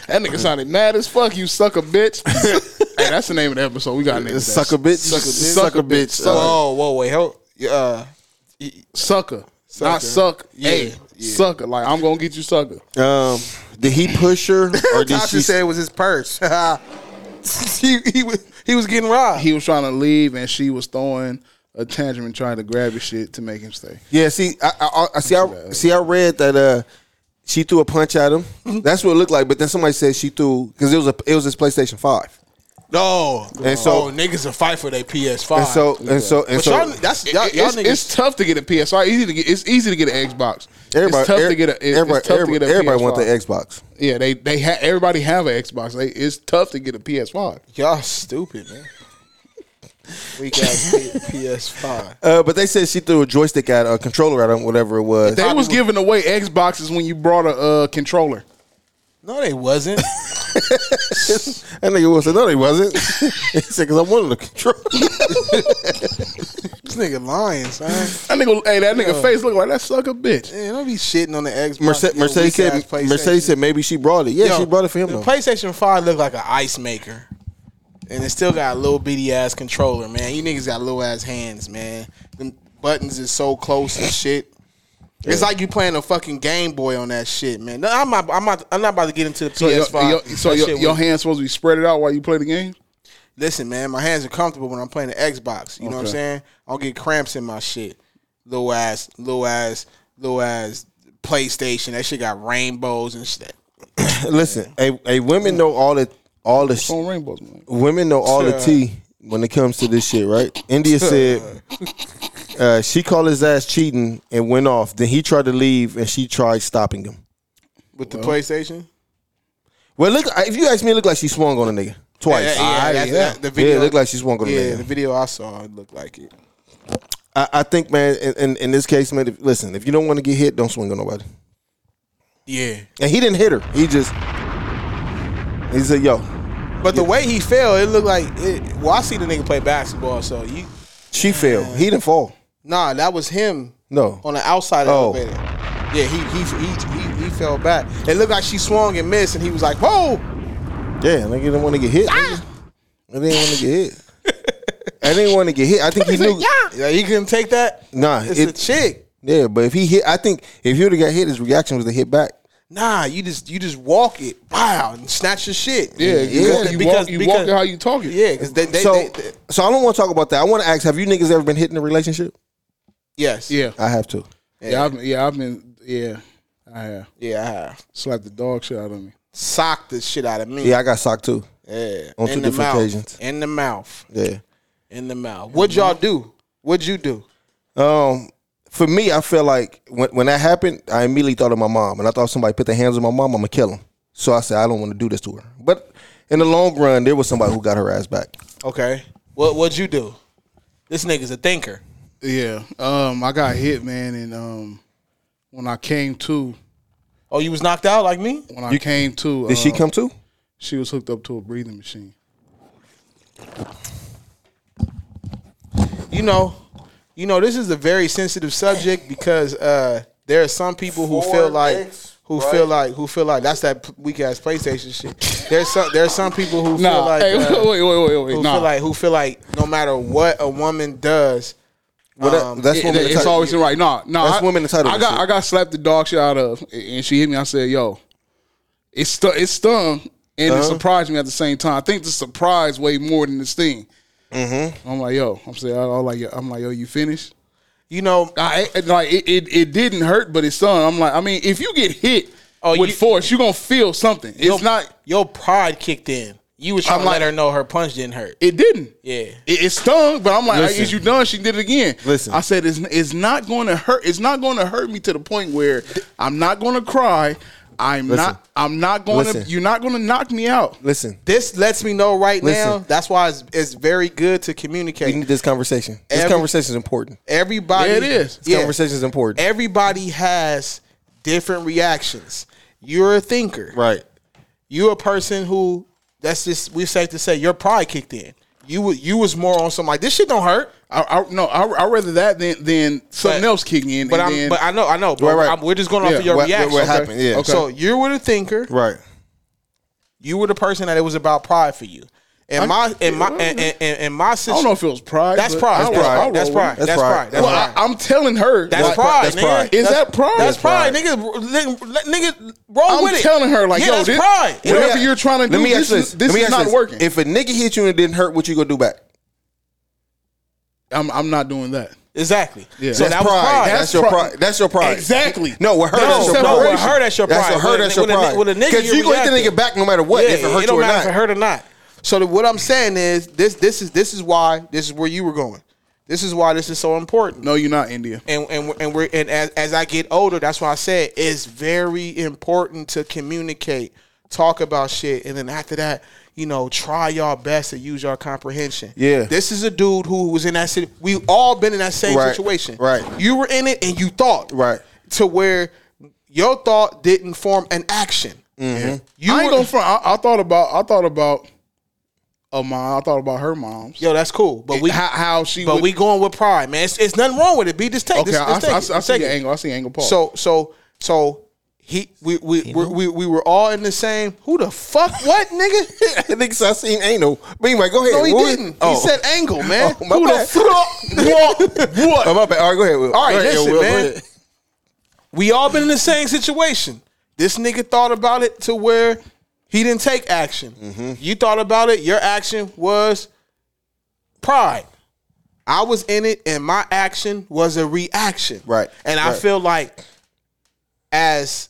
[SPEAKER 3] That nigga sounded mad as fuck. You suck a bitch. hey, that's the name of the episode. We got a name.
[SPEAKER 1] Suck a bitch. Suck a bitch. Suck-
[SPEAKER 2] Whoa, whoa, Oh, wait, hold. Uh,
[SPEAKER 3] sucker, not suck. Hey, sucker. Like I'm gonna get you, sucker.
[SPEAKER 1] Um, did he push her or did
[SPEAKER 2] Tasha
[SPEAKER 1] she?
[SPEAKER 2] said it was his purse. [laughs] he, he was he was getting robbed.
[SPEAKER 3] He was trying to leave, and she was throwing a tantrum and trying to grab his shit to make him stay.
[SPEAKER 1] Yeah, see, I, I, I- I see. I see. I read that uh, she threw a punch at him. That's what it looked like. But then somebody said she threw because it was a it was his PlayStation Five.
[SPEAKER 2] No,
[SPEAKER 1] And so-
[SPEAKER 2] oh, niggas will fight for their PS5.
[SPEAKER 1] And so and so and
[SPEAKER 2] but
[SPEAKER 1] so
[SPEAKER 2] y'all, that's y'all, y'all
[SPEAKER 3] it's,
[SPEAKER 2] niggas.
[SPEAKER 3] it's tough to get a PS5. Easy to get. It's easy to get an Xbox.
[SPEAKER 1] everybody
[SPEAKER 3] it's tough
[SPEAKER 1] every-
[SPEAKER 3] to get a. It,
[SPEAKER 1] everybody
[SPEAKER 3] it's tough
[SPEAKER 1] everybody,
[SPEAKER 3] to get a
[SPEAKER 1] everybody
[SPEAKER 3] PS5.
[SPEAKER 1] want the Xbox.
[SPEAKER 3] Yeah, they they ha- everybody have an Xbox. They, it's tough to get a PS5.
[SPEAKER 2] y'all stupid, man. Weak [laughs] ass PS5.
[SPEAKER 1] Uh, but they said she threw a joystick at a controller at him, whatever it was.
[SPEAKER 3] They was giving away Xboxes when you brought a uh, controller.
[SPEAKER 2] No, they wasn't. [laughs]
[SPEAKER 1] that nigga was no, he wasn't. [laughs] he said because I wanted a controller.
[SPEAKER 2] this nigga lying, son.
[SPEAKER 3] That nigga, hey, that nigga face look like that sucker bitch.
[SPEAKER 2] Man, don't be shitting on the Xbox.
[SPEAKER 1] Mercedes,
[SPEAKER 2] Yo,
[SPEAKER 1] Mercedes
[SPEAKER 2] weak-ass
[SPEAKER 1] said
[SPEAKER 2] PlayStation.
[SPEAKER 1] Mercedes said maybe she brought it. Yeah,
[SPEAKER 2] Yo,
[SPEAKER 1] she brought it for him
[SPEAKER 2] The
[SPEAKER 1] though.
[SPEAKER 2] PlayStation Five looked like an ice maker, and it still got a little bitty ass controller. Man, you niggas got little ass hands, man. The buttons is so close and shit. It's like you playing a fucking Game Boy on that shit, man. No, I'm not. I'm not. I'm not about to get into the
[SPEAKER 3] So, your,
[SPEAKER 2] PS Five.
[SPEAKER 3] your- so your, your hand's supposed to be spread it out while you play the game.
[SPEAKER 2] Listen, man, my hands are comfortable when I'm playing the Xbox. You know what I'm
[SPEAKER 3] Okay.
[SPEAKER 2] saying? I don't get cramps in my shit. Little ass, little ass, little ass PlayStation. That shit got rainbows and shit.
[SPEAKER 1] Listen, a, a women know all the all the sh-
[SPEAKER 3] On rainbows, man.
[SPEAKER 1] women know all the tea when it comes to this shit, right? India said uh, she called his ass cheating and went off. Then he tried to leave and she tried stopping him.
[SPEAKER 2] With the PlayStation?
[SPEAKER 1] Well, look, if you ask me, it looked like she swung on a nigga twice.
[SPEAKER 2] Yeah, yeah,
[SPEAKER 1] I,
[SPEAKER 2] that's- that- the
[SPEAKER 1] Ah, yeah, it
[SPEAKER 2] video-
[SPEAKER 1] looked like she swung on a
[SPEAKER 2] Yeah,
[SPEAKER 1] nigga.
[SPEAKER 2] the video I saw, it looked like it.
[SPEAKER 1] I, I think, man, in, in, in this case, man, if, listen, if you don't want to get hit, don't swing on nobody.
[SPEAKER 2] Yeah.
[SPEAKER 1] And he didn't hit her. He just, he said, yo,
[SPEAKER 2] But the way he fell, it looked like it. Well, I see the nigga play basketball, so you.
[SPEAKER 1] she fell. He didn't fall.
[SPEAKER 2] Nah, that was him
[SPEAKER 1] No.
[SPEAKER 2] on the outside
[SPEAKER 1] Oh.
[SPEAKER 2] elevator. Yeah, he he, he he he fell back. It looked like she swung and missed, and he was like, "Whoa!"
[SPEAKER 1] Yeah, nigga didn't want to get hit.
[SPEAKER 2] Ah.
[SPEAKER 1] nigga. I didn't want to get hit. I didn't want to get hit. I think he knew.
[SPEAKER 2] Yeah, he couldn't take that.
[SPEAKER 1] Nah,
[SPEAKER 2] it's
[SPEAKER 1] it-
[SPEAKER 2] a chick.
[SPEAKER 1] Yeah, but if he hit, I think if he would have got hit, his reaction was to hit back.
[SPEAKER 2] Nah, you just you just walk it. Wow, and snatch your shit.
[SPEAKER 3] Yeah, you walk- you walk- you walk
[SPEAKER 2] because-
[SPEAKER 3] it how you talk it.
[SPEAKER 2] Yeah, because they, they,
[SPEAKER 1] so,
[SPEAKER 2] they, they-
[SPEAKER 1] so I don't want to talk about that. I want to ask: Have you niggas ever been hit in a relationship?
[SPEAKER 2] yes,
[SPEAKER 3] Yeah,
[SPEAKER 1] I have to.
[SPEAKER 3] yeah, I've been, yeah, I've been, yeah, I have
[SPEAKER 2] yeah, I have.
[SPEAKER 3] slapped the dog shit out of me.
[SPEAKER 2] sock the shit out of me.
[SPEAKER 1] Yeah, I got socked too.
[SPEAKER 2] yeah.
[SPEAKER 1] on two
[SPEAKER 2] the
[SPEAKER 1] different
[SPEAKER 2] mouth.
[SPEAKER 1] occasions.
[SPEAKER 2] In the mouth.
[SPEAKER 1] Yeah.
[SPEAKER 2] in the mouth. What'd y'all do? What'd you do?
[SPEAKER 1] Um, for me, I feel like when when that happened, I immediately thought of my mom, and I thought if somebody put their hands on my mom, I'm gonna kill him. So I said, I don't want to do this to her. But in the long run, there was somebody who got her ass back.
[SPEAKER 2] Okay. What what'd you do? This nigga's a thinker.
[SPEAKER 3] Yeah, um, I got hit, man, and um, when I came to,
[SPEAKER 2] Oh, you was knocked out like me?
[SPEAKER 3] when I came to,
[SPEAKER 1] Did she
[SPEAKER 3] uh,
[SPEAKER 1] come too?
[SPEAKER 3] She was hooked up to a breathing machine.
[SPEAKER 2] You know, you know, this is a very sensitive subject because uh there are some people who feel like who who feel like who feel like that's that weak ass PlayStation shit. There's some there's some people who feel
[SPEAKER 3] Nah,
[SPEAKER 2] like
[SPEAKER 3] hey, [laughs]
[SPEAKER 2] uh,
[SPEAKER 3] wait, wait, wait, wait.
[SPEAKER 2] who
[SPEAKER 3] Nah,
[SPEAKER 2] feel like who feel like no matter what a woman does,
[SPEAKER 1] Well, that-
[SPEAKER 2] um,
[SPEAKER 1] that's
[SPEAKER 3] It-
[SPEAKER 1] women.
[SPEAKER 3] it- it's
[SPEAKER 1] entitled-
[SPEAKER 3] always right. Nah, nah.
[SPEAKER 1] That's
[SPEAKER 3] I,
[SPEAKER 1] women entitlement
[SPEAKER 3] I got
[SPEAKER 1] shit.
[SPEAKER 3] I got slapped the dog shit out of, and she hit me. I said, "Yo, it stu- it stung, and
[SPEAKER 1] Uh-huh.
[SPEAKER 3] it surprised me at the same time. I think the surprise way more than the sting. Mm-hmm. I'm like, yo, I'm saying, I'm like, yo, I'm like, yo, you finished?
[SPEAKER 2] you know,
[SPEAKER 3] I it- like it, it. It didn't hurt, but it stung. I'm like, I mean, if you get hit
[SPEAKER 2] Oh,
[SPEAKER 3] with
[SPEAKER 2] you-
[SPEAKER 3] force, you are gonna feel something.
[SPEAKER 2] your,
[SPEAKER 3] It's not.
[SPEAKER 2] your pride kicked in. You was trying
[SPEAKER 3] I'm
[SPEAKER 2] to
[SPEAKER 3] like-
[SPEAKER 2] let her know her punch didn't hurt.
[SPEAKER 3] It didn't.
[SPEAKER 2] Yeah.
[SPEAKER 3] It, it stung, but I'm like,
[SPEAKER 1] Listen.
[SPEAKER 3] is you done? She did it again.
[SPEAKER 1] Listen.
[SPEAKER 3] I said it's it's not going to hurt. It's not going to hurt me to the point where I'm not going to cry. I'm
[SPEAKER 1] Listen.
[SPEAKER 3] not. I'm not going to.
[SPEAKER 1] Listen.
[SPEAKER 3] You're not going to knock me out.
[SPEAKER 1] Listen,
[SPEAKER 2] this lets me know right
[SPEAKER 1] Listen.
[SPEAKER 2] now. That's why it's, it's very good to
[SPEAKER 1] we
[SPEAKER 2] communicate.
[SPEAKER 1] need this conversation. This
[SPEAKER 2] Every-
[SPEAKER 1] conversation is important.
[SPEAKER 2] Everybody,
[SPEAKER 3] Yeah, it is.
[SPEAKER 1] This conversation is important.
[SPEAKER 2] Everybody has different reactions. You're a thinker.
[SPEAKER 1] right.
[SPEAKER 2] You're a person who that's just we safe to say your pride kicked in. You wa- you was more on some like this shit don't hurt.
[SPEAKER 3] I, I no. I I rather that than than something
[SPEAKER 2] But-
[SPEAKER 3] else kicking in.
[SPEAKER 2] But
[SPEAKER 3] and
[SPEAKER 2] I'm
[SPEAKER 3] then-
[SPEAKER 2] but I know I know. But
[SPEAKER 1] Right, right.
[SPEAKER 2] I'm- we're just going off
[SPEAKER 3] Yeah,
[SPEAKER 2] of your
[SPEAKER 1] what- what-
[SPEAKER 2] reaction.
[SPEAKER 1] what happened, yeah.
[SPEAKER 2] Okay. So you were the thinker.
[SPEAKER 1] Right.
[SPEAKER 2] You were the person that it was about pride for you. And my and my and, and, and, and my
[SPEAKER 3] I
[SPEAKER 2] sister.
[SPEAKER 3] don't know if it was pride.
[SPEAKER 2] That's
[SPEAKER 3] but
[SPEAKER 2] pride.
[SPEAKER 3] I'll
[SPEAKER 2] That's
[SPEAKER 3] roll- I'll
[SPEAKER 2] pride.
[SPEAKER 3] roll
[SPEAKER 2] That's
[SPEAKER 3] with it.
[SPEAKER 2] pride. That's
[SPEAKER 1] That's
[SPEAKER 2] pride.
[SPEAKER 1] pride.
[SPEAKER 2] That's
[SPEAKER 3] well,
[SPEAKER 2] pride.
[SPEAKER 3] I, I'm telling her.
[SPEAKER 2] That's
[SPEAKER 3] like,
[SPEAKER 2] pride.
[SPEAKER 1] that's
[SPEAKER 2] nigga.
[SPEAKER 1] pride.
[SPEAKER 3] Is that pride?
[SPEAKER 2] That's
[SPEAKER 3] That's
[SPEAKER 2] pride,
[SPEAKER 1] pride.
[SPEAKER 2] nigga. Nigga, let- nigga, roll
[SPEAKER 3] I'm
[SPEAKER 2] with it.
[SPEAKER 3] telling her like,
[SPEAKER 2] yeah,
[SPEAKER 3] yo,
[SPEAKER 2] that's
[SPEAKER 3] this,
[SPEAKER 2] pride. Yeah.
[SPEAKER 3] whatever you're trying to do,
[SPEAKER 1] Let me
[SPEAKER 3] this,
[SPEAKER 1] ask
[SPEAKER 3] is,
[SPEAKER 1] this.
[SPEAKER 3] this
[SPEAKER 1] Let me
[SPEAKER 3] is
[SPEAKER 1] ask
[SPEAKER 3] not
[SPEAKER 1] this.
[SPEAKER 3] working.
[SPEAKER 1] If a nigga hit you and it didn't hurt, what you gonna do back?
[SPEAKER 3] I'm, I'm not doing that.
[SPEAKER 2] Exactly. Yeah.
[SPEAKER 1] that's pride. That's,
[SPEAKER 3] That's
[SPEAKER 1] your
[SPEAKER 3] pri-
[SPEAKER 1] pride. That's your pride.
[SPEAKER 3] Exactly.
[SPEAKER 1] No, with her,
[SPEAKER 2] No,
[SPEAKER 1] that's your
[SPEAKER 2] no,
[SPEAKER 1] pride.
[SPEAKER 2] with her, that's your pride.
[SPEAKER 1] That's with her, that's your
[SPEAKER 2] With a-
[SPEAKER 1] pride.
[SPEAKER 2] with a nigga,
[SPEAKER 1] because
[SPEAKER 2] you
[SPEAKER 1] you gonna hit the
[SPEAKER 2] reacting.
[SPEAKER 1] nigga back no matter what,
[SPEAKER 2] Yeah,
[SPEAKER 1] if it hurt
[SPEAKER 2] don't
[SPEAKER 1] you or
[SPEAKER 2] matter
[SPEAKER 1] not.
[SPEAKER 2] if it hurt or not. So the, what I'm
[SPEAKER 1] [laughs]
[SPEAKER 2] saying is this this is this is why this is where you were going. This is why this is so important.
[SPEAKER 3] No, you're not India.
[SPEAKER 2] And and we're- and we're and as, as I get older, that's why I said it's very important to communicate, talk about shit, and then after that, you know, try your best to use your comprehension.
[SPEAKER 1] Yeah.
[SPEAKER 2] This is a dude who was in that city. We all been in that same
[SPEAKER 1] Right,
[SPEAKER 2] situation.
[SPEAKER 1] right.
[SPEAKER 2] You were in it and you thought.
[SPEAKER 1] Right.
[SPEAKER 2] To where your thought didn't form an action. You
[SPEAKER 3] Mm-hmm. I ain't
[SPEAKER 2] were-
[SPEAKER 3] gonna front. I, I thought about. I thought about. a mom. I thought about her mom's.
[SPEAKER 2] Yo, that's cool, but we
[SPEAKER 3] how, how she.
[SPEAKER 2] but
[SPEAKER 3] would-
[SPEAKER 2] we going with pride, man. It's, it's nothing wrong with it. Be just take.
[SPEAKER 3] Okay,
[SPEAKER 2] just,
[SPEAKER 3] I,
[SPEAKER 2] just take
[SPEAKER 3] I,
[SPEAKER 2] it.
[SPEAKER 3] I, I
[SPEAKER 2] Just
[SPEAKER 3] see
[SPEAKER 2] take
[SPEAKER 3] the
[SPEAKER 2] it.
[SPEAKER 3] angle. I see the angle. Paul.
[SPEAKER 2] So so so he we we, we we we were all in the same. Who the fuck?
[SPEAKER 1] [laughs]
[SPEAKER 2] What nigga?
[SPEAKER 1] The nigga said, I seen anal. But anyway, go ahead.
[SPEAKER 2] no, he
[SPEAKER 1] What-
[SPEAKER 2] didn't.
[SPEAKER 1] Oh.
[SPEAKER 2] He said angle, man.
[SPEAKER 1] [laughs] Oh, my
[SPEAKER 2] Who
[SPEAKER 1] bad.
[SPEAKER 2] the
[SPEAKER 1] [laughs]
[SPEAKER 2] fuck? What? what?
[SPEAKER 1] Oh, my bad. All right, go ahead. Will.
[SPEAKER 2] All right,
[SPEAKER 1] Go ahead,
[SPEAKER 2] listen,
[SPEAKER 1] Will, go
[SPEAKER 2] man.
[SPEAKER 1] ahead.
[SPEAKER 2] we all been in the same situation. This nigga thought about it to where he didn't take action.
[SPEAKER 1] Mm-hmm.
[SPEAKER 2] You thought about it. Your action was pride. I was in it, and my action was a reaction.
[SPEAKER 1] Right,
[SPEAKER 2] And I
[SPEAKER 1] right.
[SPEAKER 2] feel like, as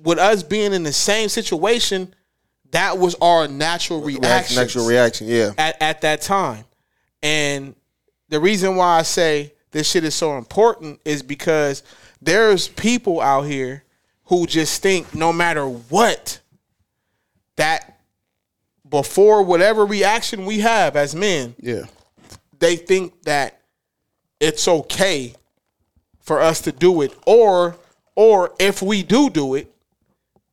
[SPEAKER 2] with us being in the same situation, that was our natural
[SPEAKER 1] Reaction,
[SPEAKER 2] reaction
[SPEAKER 1] Natural reaction, yeah.
[SPEAKER 2] at, at that time. And the reason why I say this shit is so important is because there's people out here who just think no matter what, that before whatever reaction we have as men,
[SPEAKER 3] yeah,
[SPEAKER 2] they think that it's okay for us to do it or or if we do do it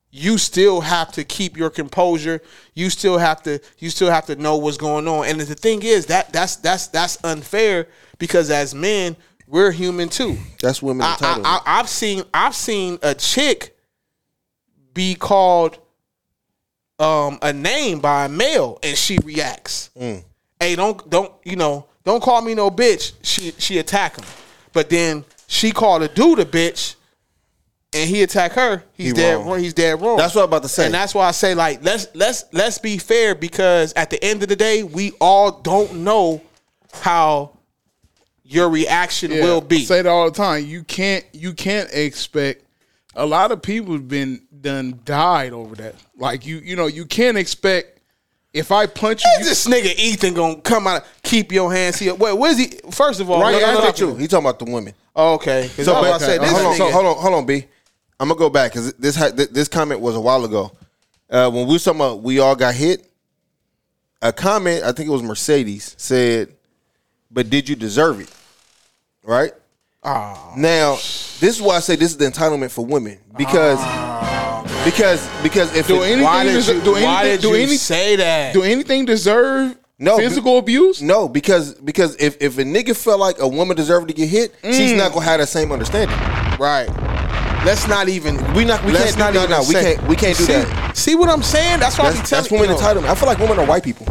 [SPEAKER 2] you still have to keep your composure you still have to you still have to know what's going on and the thing is that that's that's that's unfair because as men we're human too
[SPEAKER 1] That's women
[SPEAKER 2] I,
[SPEAKER 1] entitlement.
[SPEAKER 2] I, I, I've seen I've seen a chick be called um, a name by a male, and she reacts.
[SPEAKER 1] Mm.
[SPEAKER 2] Hey, don't don't you know? Don't call me no bitch. She she attack him, but then she called a dude a bitch, and he attack her. He's
[SPEAKER 1] He
[SPEAKER 2] dead
[SPEAKER 1] wrong.
[SPEAKER 2] wrong. He's dead wrong.
[SPEAKER 1] That's what I'm about to say.
[SPEAKER 2] And that's why I say like let's let's let's be fair because at the end of the day, we all don't know how your reaction
[SPEAKER 3] yeah.
[SPEAKER 2] will be.
[SPEAKER 3] I say that all the time. You can't. You can't expect. A lot of people have been done died over that. Like you, you know, you can't expect. If I punch you,
[SPEAKER 2] Is this nigga Ethan gonna come out? Keep your hands here. Wait, where's he? First of all,
[SPEAKER 1] Right,
[SPEAKER 2] no, no, no,
[SPEAKER 1] no,
[SPEAKER 2] no.
[SPEAKER 1] no, you. He talking about the women.
[SPEAKER 2] Oh, okay. 'Cause
[SPEAKER 1] So,
[SPEAKER 2] I was
[SPEAKER 1] but-
[SPEAKER 2] about to say,
[SPEAKER 1] okay,
[SPEAKER 2] this
[SPEAKER 1] hold on,
[SPEAKER 2] nigga-
[SPEAKER 1] so hold on, hold on, B. I'm gonna go back because this ha- th- this comment was a while ago. Uh, when we was talking about we all got hit, a comment I think it was Mercedes said, "But did you deserve it?" Right.
[SPEAKER 2] Ah.
[SPEAKER 1] now, this is why I say this is the entitlement for women because
[SPEAKER 2] Ah.
[SPEAKER 1] because because if
[SPEAKER 3] Do
[SPEAKER 1] it-
[SPEAKER 3] anything
[SPEAKER 2] Why did
[SPEAKER 3] deser-
[SPEAKER 2] you,
[SPEAKER 3] do
[SPEAKER 2] why
[SPEAKER 3] anything-
[SPEAKER 2] did
[SPEAKER 3] do
[SPEAKER 2] you
[SPEAKER 3] anything-
[SPEAKER 2] say that?
[SPEAKER 3] do anything deserve
[SPEAKER 1] No,
[SPEAKER 3] physical abuse?
[SPEAKER 1] No, because because if,
[SPEAKER 2] Mm.
[SPEAKER 1] if a nigga felt like a woman deserved to get hit, she's not gonna have that same understanding.
[SPEAKER 2] right. Let's not even.
[SPEAKER 1] We not- we
[SPEAKER 2] let's
[SPEAKER 1] can't do- no, no, we
[SPEAKER 2] say-
[SPEAKER 1] can't- we can't do
[SPEAKER 2] see,
[SPEAKER 1] that.
[SPEAKER 2] See what I'm saying? That's why I
[SPEAKER 1] That's,
[SPEAKER 2] be telling
[SPEAKER 1] that's women
[SPEAKER 2] you know.
[SPEAKER 1] entitlement. I feel like women are white people.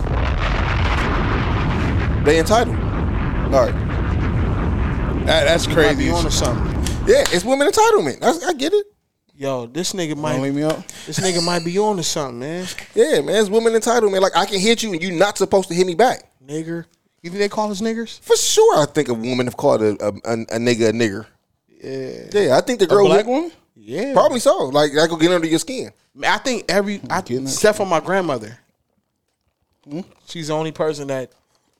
[SPEAKER 1] They entitled. All right.
[SPEAKER 3] That- that's
[SPEAKER 2] Might be
[SPEAKER 3] crazy.
[SPEAKER 2] on to something.
[SPEAKER 1] Yeah, it's women entitlement. That's, I get it.
[SPEAKER 2] Yo, this nigga
[SPEAKER 3] Don't
[SPEAKER 2] might.
[SPEAKER 3] leave me up.
[SPEAKER 2] This nigga might be on to something, man.
[SPEAKER 1] Yeah, man, it's women entitlement. Like I can hit you, and you're not supposed to hit me back.
[SPEAKER 2] Nigger. You think they call us niggers?
[SPEAKER 1] For sure, I think a woman have called a a, a, a nigga a nigger. Yeah, yeah, I think the girl
[SPEAKER 3] black
[SPEAKER 1] would-
[SPEAKER 3] woman?
[SPEAKER 2] Yeah.
[SPEAKER 1] probably so. Like that could get under your skin.
[SPEAKER 2] I think every I,
[SPEAKER 3] kidding?
[SPEAKER 2] except for my grandmother. She's the only person that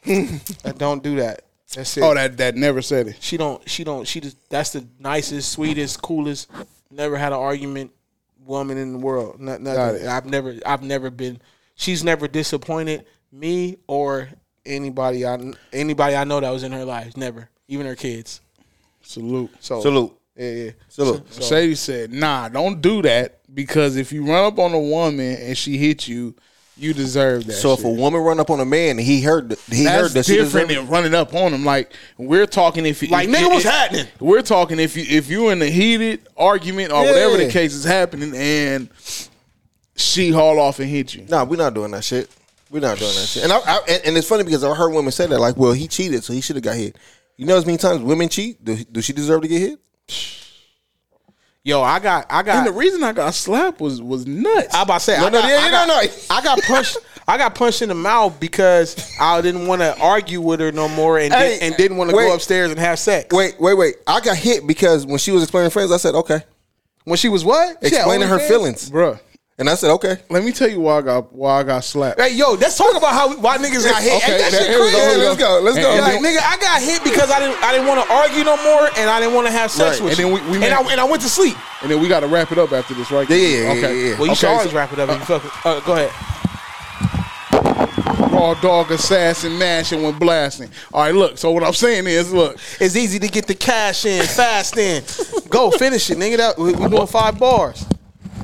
[SPEAKER 2] that don't do that. That's it.
[SPEAKER 3] Oh, that that never said it.
[SPEAKER 2] she don't she don't she just that's the nicest, sweetest, coolest, never had an argument woman in the world. Not,
[SPEAKER 3] Got
[SPEAKER 2] nothing.
[SPEAKER 3] it.
[SPEAKER 2] I've never I've never been she's never disappointed me or anybody I anybody I know that was in her life. Never. Even her kids.
[SPEAKER 3] Salute.
[SPEAKER 2] So
[SPEAKER 1] Salute.
[SPEAKER 2] Yeah, yeah.
[SPEAKER 1] Salute.
[SPEAKER 3] Sadie said, "Nah, don't do that because if you run up on a woman and she hit you, you deserve that."
[SPEAKER 1] So if
[SPEAKER 3] shit.
[SPEAKER 1] a woman run up on a man, and he heard th- he heard
[SPEAKER 3] that's
[SPEAKER 1] that she
[SPEAKER 3] different
[SPEAKER 1] deserved
[SPEAKER 3] than running up on him. Like we're talking if
[SPEAKER 2] Like,
[SPEAKER 3] if-
[SPEAKER 2] nigga,
[SPEAKER 3] if-
[SPEAKER 2] what's happening?
[SPEAKER 3] We're talking if you if you in a heated argument or whatever the
[SPEAKER 1] Yeah.
[SPEAKER 3] case is happening and she haul off and hit you.
[SPEAKER 1] Nah, we're not doing that shit. We're not doing that shit. And I, I and, and it's funny because I heard women say that, like, well, he cheated, so he should have got hit. You know as many times women cheat? Do, do she deserve to get hit?
[SPEAKER 2] Yo, I got I got
[SPEAKER 3] And the reason I got slapped was was nuts.
[SPEAKER 2] I about to say
[SPEAKER 1] No,
[SPEAKER 2] I
[SPEAKER 1] no,
[SPEAKER 2] got,
[SPEAKER 1] yeah,
[SPEAKER 2] I
[SPEAKER 1] yeah,
[SPEAKER 2] got,
[SPEAKER 1] no, no.
[SPEAKER 2] I got punched. I got punched in the mouth because I didn't want to argue with her no more, and
[SPEAKER 1] Hey,
[SPEAKER 2] did, and didn't want to
[SPEAKER 1] wait.
[SPEAKER 2] go upstairs and have sex.
[SPEAKER 1] Wait, wait, wait. I got hit because when she was explaining friends, I said, okay.
[SPEAKER 2] When she was what? She had
[SPEAKER 1] Explaining her
[SPEAKER 2] OnlyFans?
[SPEAKER 1] feelings.
[SPEAKER 3] Bruh,
[SPEAKER 1] And I said, okay.
[SPEAKER 3] let me tell you why I got why I got slapped.
[SPEAKER 2] Hey, yo, let's talk about how why niggas got hit.
[SPEAKER 3] Okay,
[SPEAKER 2] Ain't that
[SPEAKER 3] there
[SPEAKER 2] shit
[SPEAKER 3] we go,
[SPEAKER 2] crazy?
[SPEAKER 3] here we
[SPEAKER 1] let's go, let's go.
[SPEAKER 2] You're like, nigga, I got hit because I didn't I didn't want to argue no more, and I didn't want to have sex
[SPEAKER 1] Right,
[SPEAKER 2] with
[SPEAKER 3] and
[SPEAKER 2] you.
[SPEAKER 3] then we- we
[SPEAKER 2] and,
[SPEAKER 3] made-
[SPEAKER 2] I, and I went to sleep.
[SPEAKER 3] And then we got to wrap it up after this, right?
[SPEAKER 1] Yeah, yeah, yeah, yeah, yeah.
[SPEAKER 2] Well, you should
[SPEAKER 3] Okay,
[SPEAKER 2] always
[SPEAKER 3] so-
[SPEAKER 2] wrap it up. if you fucking, uh, go ahead.
[SPEAKER 3] raw dog assassin mashing when blasting. All right, look. So what I'm saying is, look,
[SPEAKER 2] It's easy to get the cash in fast. In go finish it, nigga. That we, we doing five bars.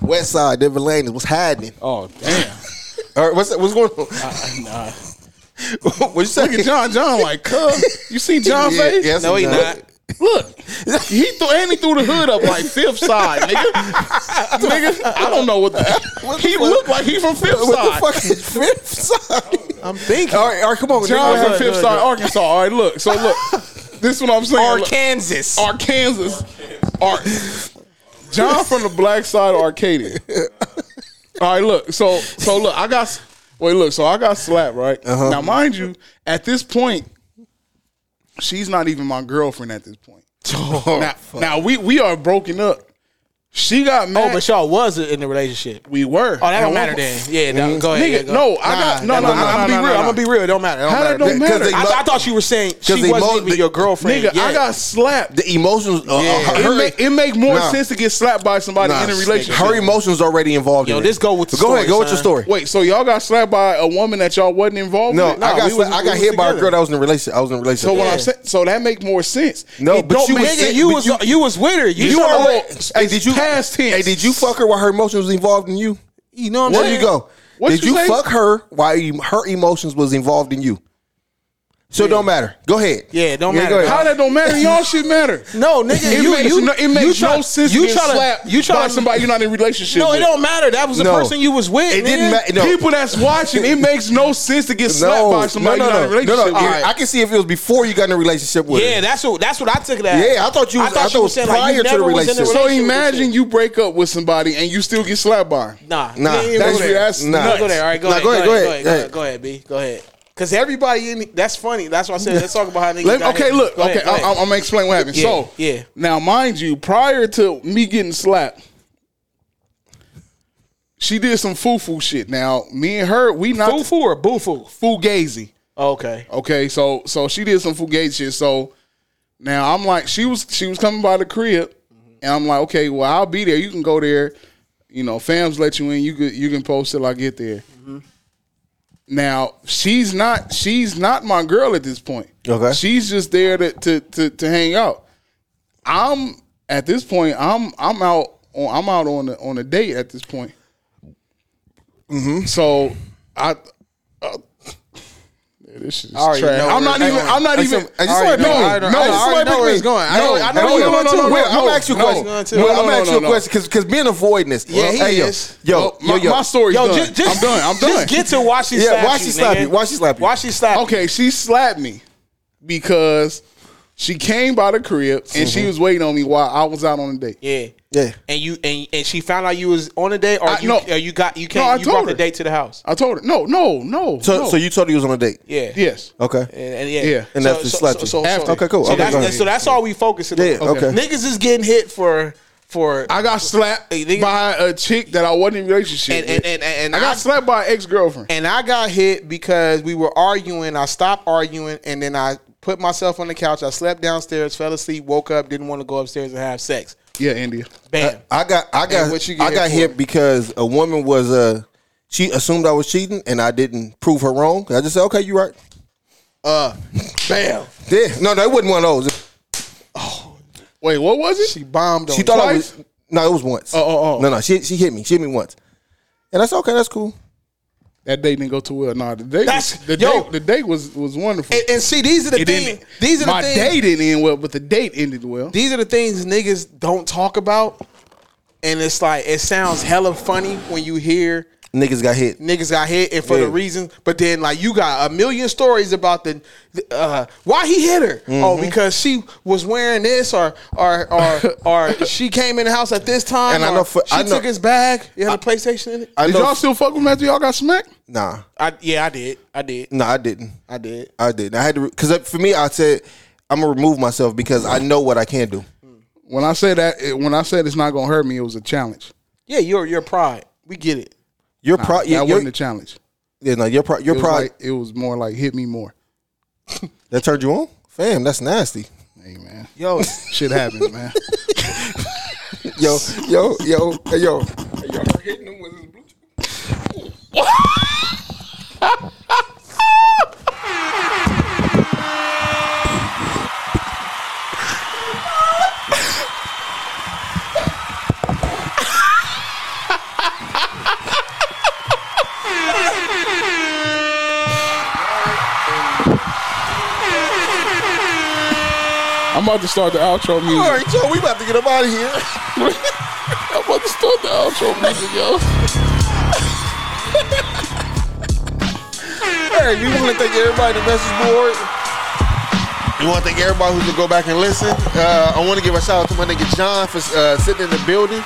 [SPEAKER 1] West side, Devin Lane, what's happening?
[SPEAKER 2] Oh damn.
[SPEAKER 1] All right, what's, what's going on? [laughs] what you say?
[SPEAKER 3] Uh, look at John. John like, cuz you see John
[SPEAKER 1] Yeah,
[SPEAKER 3] face?
[SPEAKER 1] yes,
[SPEAKER 2] No, he
[SPEAKER 1] no.
[SPEAKER 2] not.
[SPEAKER 3] Look, he threw and he threw the hood up like fifth side,
[SPEAKER 1] [laughs]
[SPEAKER 3] nigga. nigga, I don't know what the, he looked like. He from fifth
[SPEAKER 1] What the
[SPEAKER 3] side.
[SPEAKER 1] fuck is fifth side?
[SPEAKER 2] I'm thinking.
[SPEAKER 1] All right, all right, come on.
[SPEAKER 3] John
[SPEAKER 1] nigga.
[SPEAKER 3] from fifth side, Arkansas. All right, look. So look, this is what I'm saying. Oh, Look.
[SPEAKER 2] Arkansas.
[SPEAKER 3] Arkansas. Ar- John from the black side of Arcadia. All right, look. So so look, I got wait, look, so I got slapped, right? Now mind you, at this point, she's not even my girlfriend at this point. now, now we we are broken up. She got mad.
[SPEAKER 2] Oh, but y'all was in the relationship.
[SPEAKER 3] we were.
[SPEAKER 2] Oh, that
[SPEAKER 3] At
[SPEAKER 2] don't
[SPEAKER 3] one
[SPEAKER 2] matter
[SPEAKER 3] point-
[SPEAKER 2] then. Yeah, no, go ahead.
[SPEAKER 3] Mm-hmm. Nigga,
[SPEAKER 2] yeah, go.
[SPEAKER 3] no, I got-
[SPEAKER 2] that
[SPEAKER 3] no, no,
[SPEAKER 2] don't
[SPEAKER 3] no,
[SPEAKER 2] matter.
[SPEAKER 3] no,
[SPEAKER 2] I'm gonna
[SPEAKER 3] no,
[SPEAKER 2] be real.
[SPEAKER 3] no,
[SPEAKER 2] I'm gonna
[SPEAKER 3] no.
[SPEAKER 2] be real. It don't matter. It don't
[SPEAKER 3] How that
[SPEAKER 2] matter.
[SPEAKER 3] don't matter?
[SPEAKER 2] I, I thought you were saying she
[SPEAKER 1] 'Cause they
[SPEAKER 2] wasn't
[SPEAKER 1] mo-
[SPEAKER 2] even your girlfriend.
[SPEAKER 3] Nigga,
[SPEAKER 2] yeah.
[SPEAKER 3] I got slapped.
[SPEAKER 1] The emotions. Uh,
[SPEAKER 2] Yeah.
[SPEAKER 1] uh,
[SPEAKER 3] it,
[SPEAKER 1] her,
[SPEAKER 3] make, it make more
[SPEAKER 1] Nah.
[SPEAKER 3] sense to get slapped by somebody
[SPEAKER 1] nah,
[SPEAKER 3] in a relationship.
[SPEAKER 1] Her emotions already involved.
[SPEAKER 2] Yo,
[SPEAKER 1] in
[SPEAKER 2] this
[SPEAKER 1] it.
[SPEAKER 2] go with the
[SPEAKER 1] Go ahead.
[SPEAKER 2] story,
[SPEAKER 1] Go with your
[SPEAKER 2] son.
[SPEAKER 1] story.
[SPEAKER 3] Wait, so y'all got slapped by a woman that y'all wasn't involved
[SPEAKER 1] No,
[SPEAKER 3] with?
[SPEAKER 1] I got
[SPEAKER 2] we was-
[SPEAKER 1] I
[SPEAKER 2] we
[SPEAKER 1] got
[SPEAKER 2] was
[SPEAKER 1] hit by a
[SPEAKER 2] together.
[SPEAKER 1] girl that was in a relationship. I was in a relationship.
[SPEAKER 3] So what I'm saying, so that make more sense.
[SPEAKER 1] No,
[SPEAKER 3] It
[SPEAKER 1] but
[SPEAKER 3] don't
[SPEAKER 1] you
[SPEAKER 3] make-
[SPEAKER 1] was
[SPEAKER 2] nigga,
[SPEAKER 1] sick,
[SPEAKER 2] you
[SPEAKER 1] but
[SPEAKER 2] was
[SPEAKER 1] you-
[SPEAKER 2] you was with her. You,
[SPEAKER 1] You
[SPEAKER 2] were
[SPEAKER 1] already-
[SPEAKER 2] with-
[SPEAKER 1] Hey,
[SPEAKER 3] it's
[SPEAKER 1] did you
[SPEAKER 3] past tense.
[SPEAKER 1] Hey, did you fuck her while her emotions was involved in you?
[SPEAKER 2] You know what I'm
[SPEAKER 1] There
[SPEAKER 2] saying?
[SPEAKER 1] you go.
[SPEAKER 3] What
[SPEAKER 1] did
[SPEAKER 3] you
[SPEAKER 1] you,
[SPEAKER 3] say?
[SPEAKER 1] fuck her while you, her emotions was involved in you? So it don't matter. Go ahead.
[SPEAKER 2] Yeah, it don't matter.
[SPEAKER 1] go ahead.
[SPEAKER 3] How that
[SPEAKER 1] [laughs]
[SPEAKER 3] don't matter? Y'all shit matter.
[SPEAKER 2] No, nigga,
[SPEAKER 3] it
[SPEAKER 2] you-
[SPEAKER 3] makes,
[SPEAKER 2] you-
[SPEAKER 3] no,
[SPEAKER 2] you
[SPEAKER 3] it makes
[SPEAKER 2] try-
[SPEAKER 3] no sense.
[SPEAKER 2] you
[SPEAKER 3] You
[SPEAKER 2] try to-
[SPEAKER 3] slapped
[SPEAKER 2] you try
[SPEAKER 3] by
[SPEAKER 2] to-
[SPEAKER 3] somebody you're not in a relationship.
[SPEAKER 2] No, it
[SPEAKER 3] with.
[SPEAKER 2] don't matter. That was the
[SPEAKER 1] No.
[SPEAKER 2] person you was with.
[SPEAKER 1] It didn't
[SPEAKER 2] nigga.
[SPEAKER 1] matter. No.
[SPEAKER 3] People that's watching, it makes no sense to get slapped
[SPEAKER 1] No,
[SPEAKER 3] by
[SPEAKER 1] no,
[SPEAKER 3] somebody
[SPEAKER 1] no,
[SPEAKER 3] you're not
[SPEAKER 1] no,
[SPEAKER 3] in a
[SPEAKER 1] no, no.
[SPEAKER 3] relationship. with.
[SPEAKER 1] I can see if it was before you got in a relationship with
[SPEAKER 2] Yeah,
[SPEAKER 1] her.
[SPEAKER 2] that's what that's what I took it as.
[SPEAKER 1] Yeah, I thought you was- I
[SPEAKER 2] she
[SPEAKER 1] thought it was
[SPEAKER 2] saying,
[SPEAKER 1] prior
[SPEAKER 2] you
[SPEAKER 1] to the
[SPEAKER 2] never was in a
[SPEAKER 1] relationship.
[SPEAKER 3] so
[SPEAKER 2] with
[SPEAKER 3] imagine
[SPEAKER 2] her.
[SPEAKER 3] you break up with somebody and you still get slapped by. her.
[SPEAKER 2] Nah,
[SPEAKER 1] Nah,
[SPEAKER 2] we ain't
[SPEAKER 1] that's-
[SPEAKER 2] go there.
[SPEAKER 3] that's
[SPEAKER 2] Nah,
[SPEAKER 3] nuts.
[SPEAKER 2] Go there. All right, go,
[SPEAKER 1] Nah,
[SPEAKER 2] ahead,
[SPEAKER 1] go ahead,
[SPEAKER 2] Go
[SPEAKER 1] go
[SPEAKER 2] ahead.
[SPEAKER 1] ahead,
[SPEAKER 2] Go ahead.
[SPEAKER 1] hey.
[SPEAKER 2] Go ahead. B. Go ahead. Because everybody in that's funny. That's why I said let's talk about how niggas.
[SPEAKER 3] Let,
[SPEAKER 2] got
[SPEAKER 3] okay,
[SPEAKER 2] hit.
[SPEAKER 3] look.
[SPEAKER 2] Go ahead,
[SPEAKER 3] okay,
[SPEAKER 2] go
[SPEAKER 3] I,
[SPEAKER 2] ahead.
[SPEAKER 3] I'm gonna explain what happened.
[SPEAKER 2] Yeah,
[SPEAKER 3] so,
[SPEAKER 2] yeah.
[SPEAKER 3] Now, mind you, prior to me getting slapped, she did some foo foo shit. Now, me and her, we not
[SPEAKER 2] Fufu or Bufu?
[SPEAKER 3] fugazi.
[SPEAKER 2] Okay.
[SPEAKER 3] Okay, so so she did some fugazi shit. So now I'm like, she was she was coming by the crib, and I'm like, okay, well I'll be there. You can go there. You know, fams let you in. You could you can post till I get there. Now she's not she's not my girl at this point.
[SPEAKER 1] Okay.
[SPEAKER 3] she's just there to to to, to hang out. I'm at this point. I'm I'm out on I'm out on a, on a date at this point.
[SPEAKER 2] Mm-hmm.
[SPEAKER 3] So I. Uh, This is
[SPEAKER 2] I already
[SPEAKER 3] trash.
[SPEAKER 2] know where
[SPEAKER 3] I'm not
[SPEAKER 2] it's
[SPEAKER 3] even.
[SPEAKER 2] going.
[SPEAKER 3] I'm not
[SPEAKER 2] I
[SPEAKER 3] even.
[SPEAKER 2] said- I just
[SPEAKER 3] no,
[SPEAKER 2] already know.
[SPEAKER 3] no,
[SPEAKER 2] I don't-
[SPEAKER 3] no,
[SPEAKER 2] I already
[SPEAKER 3] somebody
[SPEAKER 2] know where it's
[SPEAKER 3] pick-
[SPEAKER 2] going. I
[SPEAKER 3] no,
[SPEAKER 2] already- I know
[SPEAKER 3] no,
[SPEAKER 2] where
[SPEAKER 3] no,
[SPEAKER 2] you're
[SPEAKER 3] no,
[SPEAKER 2] going
[SPEAKER 3] no,
[SPEAKER 2] to.
[SPEAKER 3] no,
[SPEAKER 1] Will, I'm
[SPEAKER 3] no,
[SPEAKER 1] gonna ask you a
[SPEAKER 3] no.
[SPEAKER 1] question.
[SPEAKER 2] Going to.
[SPEAKER 1] Will,
[SPEAKER 2] No,
[SPEAKER 1] I'm
[SPEAKER 3] no,
[SPEAKER 1] gonna ask
[SPEAKER 3] no,
[SPEAKER 1] you a
[SPEAKER 3] no.
[SPEAKER 1] question because because being avoiding this.
[SPEAKER 2] Yeah, he
[SPEAKER 1] hey,
[SPEAKER 2] is.
[SPEAKER 1] Yo,
[SPEAKER 3] Well,
[SPEAKER 1] yo,
[SPEAKER 3] Oh, my,
[SPEAKER 1] yo.
[SPEAKER 3] my story's
[SPEAKER 2] Yo,
[SPEAKER 3] done.
[SPEAKER 2] just, just
[SPEAKER 3] I'm done. I'm
[SPEAKER 2] [laughs]
[SPEAKER 3] done.
[SPEAKER 2] Just get to why she
[SPEAKER 1] Yeah,
[SPEAKER 2] slap
[SPEAKER 1] why
[SPEAKER 2] you,
[SPEAKER 1] she slap
[SPEAKER 2] nigga.
[SPEAKER 1] you? Why she slap you?
[SPEAKER 2] Why she slap you?
[SPEAKER 3] Okay, she slapped me because she came by the crib and she was waiting on me while I was out on a date.
[SPEAKER 2] Mm-hmm. Yeah.
[SPEAKER 1] Yeah.
[SPEAKER 2] And you and, and she found out you was on a date, or
[SPEAKER 3] I-
[SPEAKER 2] you
[SPEAKER 3] no.
[SPEAKER 2] or you got you
[SPEAKER 3] No, I
[SPEAKER 2] can't you
[SPEAKER 3] told
[SPEAKER 2] brought
[SPEAKER 3] her.
[SPEAKER 2] the date to the house.
[SPEAKER 3] I told her, no, no, no.
[SPEAKER 1] So
[SPEAKER 3] no.
[SPEAKER 1] so you told her you was on a date.
[SPEAKER 2] Yeah.
[SPEAKER 3] yes,
[SPEAKER 1] Okay.
[SPEAKER 2] And, and yeah.
[SPEAKER 3] Yeah.
[SPEAKER 1] And
[SPEAKER 2] so,
[SPEAKER 1] after
[SPEAKER 2] so,
[SPEAKER 1] slapped
[SPEAKER 2] so,
[SPEAKER 1] you.
[SPEAKER 2] so,
[SPEAKER 3] After.
[SPEAKER 2] so-
[SPEAKER 1] Okay, cool.
[SPEAKER 2] So,
[SPEAKER 1] Okay, go
[SPEAKER 2] that's,
[SPEAKER 1] ahead.
[SPEAKER 2] so that's all we focusing
[SPEAKER 1] Yeah,
[SPEAKER 2] on.
[SPEAKER 1] okay.
[SPEAKER 2] Niggas is getting hit for for
[SPEAKER 3] I got slapped
[SPEAKER 2] Hey, nigga.
[SPEAKER 3] by a chick that I wasn't in a relationship.
[SPEAKER 2] And-
[SPEAKER 3] with.
[SPEAKER 2] and- and- and
[SPEAKER 3] I got
[SPEAKER 2] I-
[SPEAKER 3] slapped by an ex girlfriend.
[SPEAKER 2] and I got hit because we were arguing. I stopped arguing, and then I put myself on the couch. I slept downstairs, fell asleep, woke up, didn't want to go upstairs and have sex.
[SPEAKER 3] Yeah, India.
[SPEAKER 2] Bam.
[SPEAKER 1] I got I got
[SPEAKER 2] what you get
[SPEAKER 1] I got
[SPEAKER 2] hit for?
[SPEAKER 1] hit because a woman was uh she assumed I was cheating and I didn't prove her wrong. I just said, okay, you right.
[SPEAKER 2] Bam.
[SPEAKER 1] Yeah. No, no, it wasn't one of those.
[SPEAKER 3] Wait, what was it?
[SPEAKER 2] She bombed on
[SPEAKER 1] She
[SPEAKER 2] you.
[SPEAKER 1] thought I
[SPEAKER 3] Twice?
[SPEAKER 1] was No, it was once.
[SPEAKER 3] Oh, oh, oh.
[SPEAKER 1] No, no, she she hit me. She hit me once. And that's okay, that's cool.
[SPEAKER 3] that date didn't go too well. Nah, the date,
[SPEAKER 2] That's-
[SPEAKER 3] was, the,
[SPEAKER 2] yo.
[SPEAKER 3] date the date was was wonderful.
[SPEAKER 2] And, and see, these are the
[SPEAKER 3] It
[SPEAKER 2] things.
[SPEAKER 3] ended-
[SPEAKER 2] These are
[SPEAKER 3] my
[SPEAKER 2] the things.
[SPEAKER 3] day didn't end well, but the date ended well.
[SPEAKER 2] These are the things niggas don't talk about, and it's like it sounds hella funny when you hear
[SPEAKER 1] Niggas got hit.
[SPEAKER 2] niggas got hit and for
[SPEAKER 1] Yeah.
[SPEAKER 2] the reason, but then like you got a million stories about the uh, why he hit her. Oh, because she was wearing this, or or or [laughs] or she came in the house at this time,
[SPEAKER 1] And I
[SPEAKER 2] or
[SPEAKER 1] know for-
[SPEAKER 2] she
[SPEAKER 1] I know-
[SPEAKER 2] took his bag. You had a PlayStation in it. I,
[SPEAKER 1] I
[SPEAKER 3] Did
[SPEAKER 1] know
[SPEAKER 3] y'all still fuck with him after y'all got smacked?
[SPEAKER 1] Nah.
[SPEAKER 2] yeah, I did, I did,
[SPEAKER 1] No, I didn't.
[SPEAKER 2] I did.
[SPEAKER 1] I didn't. I had to because for me I said I'm gonna remove myself because I know what I can do.
[SPEAKER 3] When I said that, it- when I said it's not gonna hurt me, it was a challenge.
[SPEAKER 2] Yeah, you're you're pride. We get it.
[SPEAKER 1] Your pro
[SPEAKER 3] that
[SPEAKER 1] your,
[SPEAKER 3] wasn't
[SPEAKER 1] your,
[SPEAKER 3] a challenge.
[SPEAKER 1] yeah, no, your pro your
[SPEAKER 3] It was,
[SPEAKER 1] pro
[SPEAKER 3] like, it was more like hit me more.
[SPEAKER 1] that turned you on? Fam, that's nasty.
[SPEAKER 3] Hey man,
[SPEAKER 2] Yo,
[SPEAKER 3] shit happens,
[SPEAKER 2] [laughs]
[SPEAKER 3] man.
[SPEAKER 1] Yo, yo, yo, hey, yo.
[SPEAKER 3] I'm about to start the outro music.
[SPEAKER 1] All right, yo, we about to get up out of here.
[SPEAKER 3] I'm about to start the outro music, yo.
[SPEAKER 1] Hey, we want to thank everybody the message board. We want to thank everybody who's gonna go back and listen. Uh, I want to give a shout out to my nigga John for uh, sitting in the building.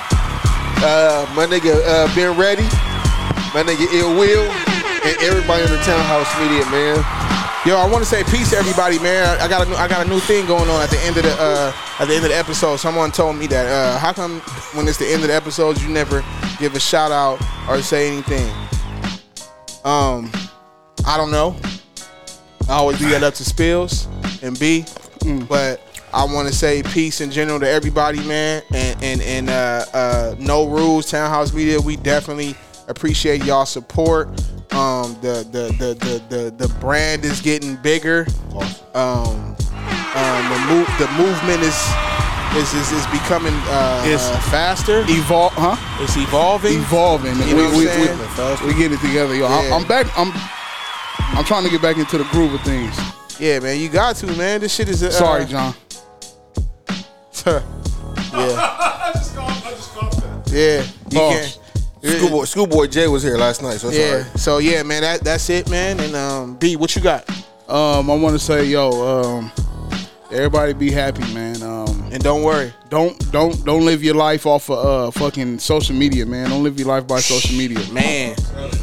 [SPEAKER 1] Uh, my nigga uh, Ben Ready, my nigga Ill Will, and everybody in the Townhouse Media, man.
[SPEAKER 2] Yo, I want to say peace to everybody, man. I got a new, I got a new thing going on at the end of the uh, at the end of the episode. Someone told me that uh, how come when it's the end of the episodes you never give a shout out or say anything? Um, I don't know. I always leave that up to Spills and B, but I want to say peace in general to everybody, man, and and and uh, uh, no rules, Townhouse Media. We definitely appreciate y'all support. Um, the the the the the, the brand is getting bigger. Um, um, the move the movement is is is, is becoming uh, e-,
[SPEAKER 3] It's-
[SPEAKER 2] faster.
[SPEAKER 3] Evolve, huh?
[SPEAKER 2] It's evolving.
[SPEAKER 3] Evolving.
[SPEAKER 2] You know
[SPEAKER 3] we,
[SPEAKER 2] what I'm
[SPEAKER 3] we,
[SPEAKER 2] saying?
[SPEAKER 3] we, we get it together, yo. I'm-
[SPEAKER 2] Yeah.
[SPEAKER 3] I'm back. I'm I'm trying to get back into the groove of things.
[SPEAKER 2] Yeah, man, you got to, man. This shit is. Uh,
[SPEAKER 3] Sorry, John.
[SPEAKER 2] yeah. [laughs] Yeah. You
[SPEAKER 3] Pause.
[SPEAKER 2] can't-
[SPEAKER 1] Schoolboy, Schoolboy Jay was here last night, so it's
[SPEAKER 2] Yeah.
[SPEAKER 1] alright.
[SPEAKER 2] So yeah, man, that that's it, man. And um, B, what you got?
[SPEAKER 3] Um, I want to say, yo, um, everybody be happy, man. Um,
[SPEAKER 2] And don't worry.
[SPEAKER 3] don't don't don't live your life off of uh fucking social media, man. Don't live your life by social media.
[SPEAKER 2] Man,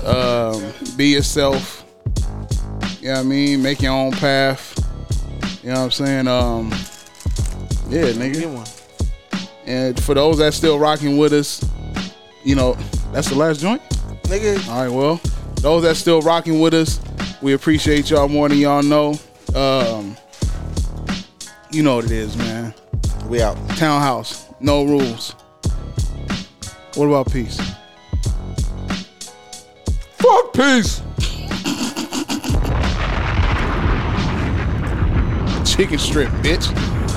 [SPEAKER 3] Um, be yourself. You know what I mean? Make your own path. You know what I'm saying? Um, yeah,
[SPEAKER 2] get
[SPEAKER 3] nigga.
[SPEAKER 2] one.
[SPEAKER 3] And for those that still rocking with us, you know, that's the last joint.
[SPEAKER 2] Nigga,
[SPEAKER 3] All right, well, those that still rocking with us, we appreciate y'all more than y'all know. Um, you know what it is, man.
[SPEAKER 1] We out.
[SPEAKER 3] Townhouse, no rules. What about peace?
[SPEAKER 2] fuck peace.
[SPEAKER 3] Chicken strip, bitch.
[SPEAKER 7] Thank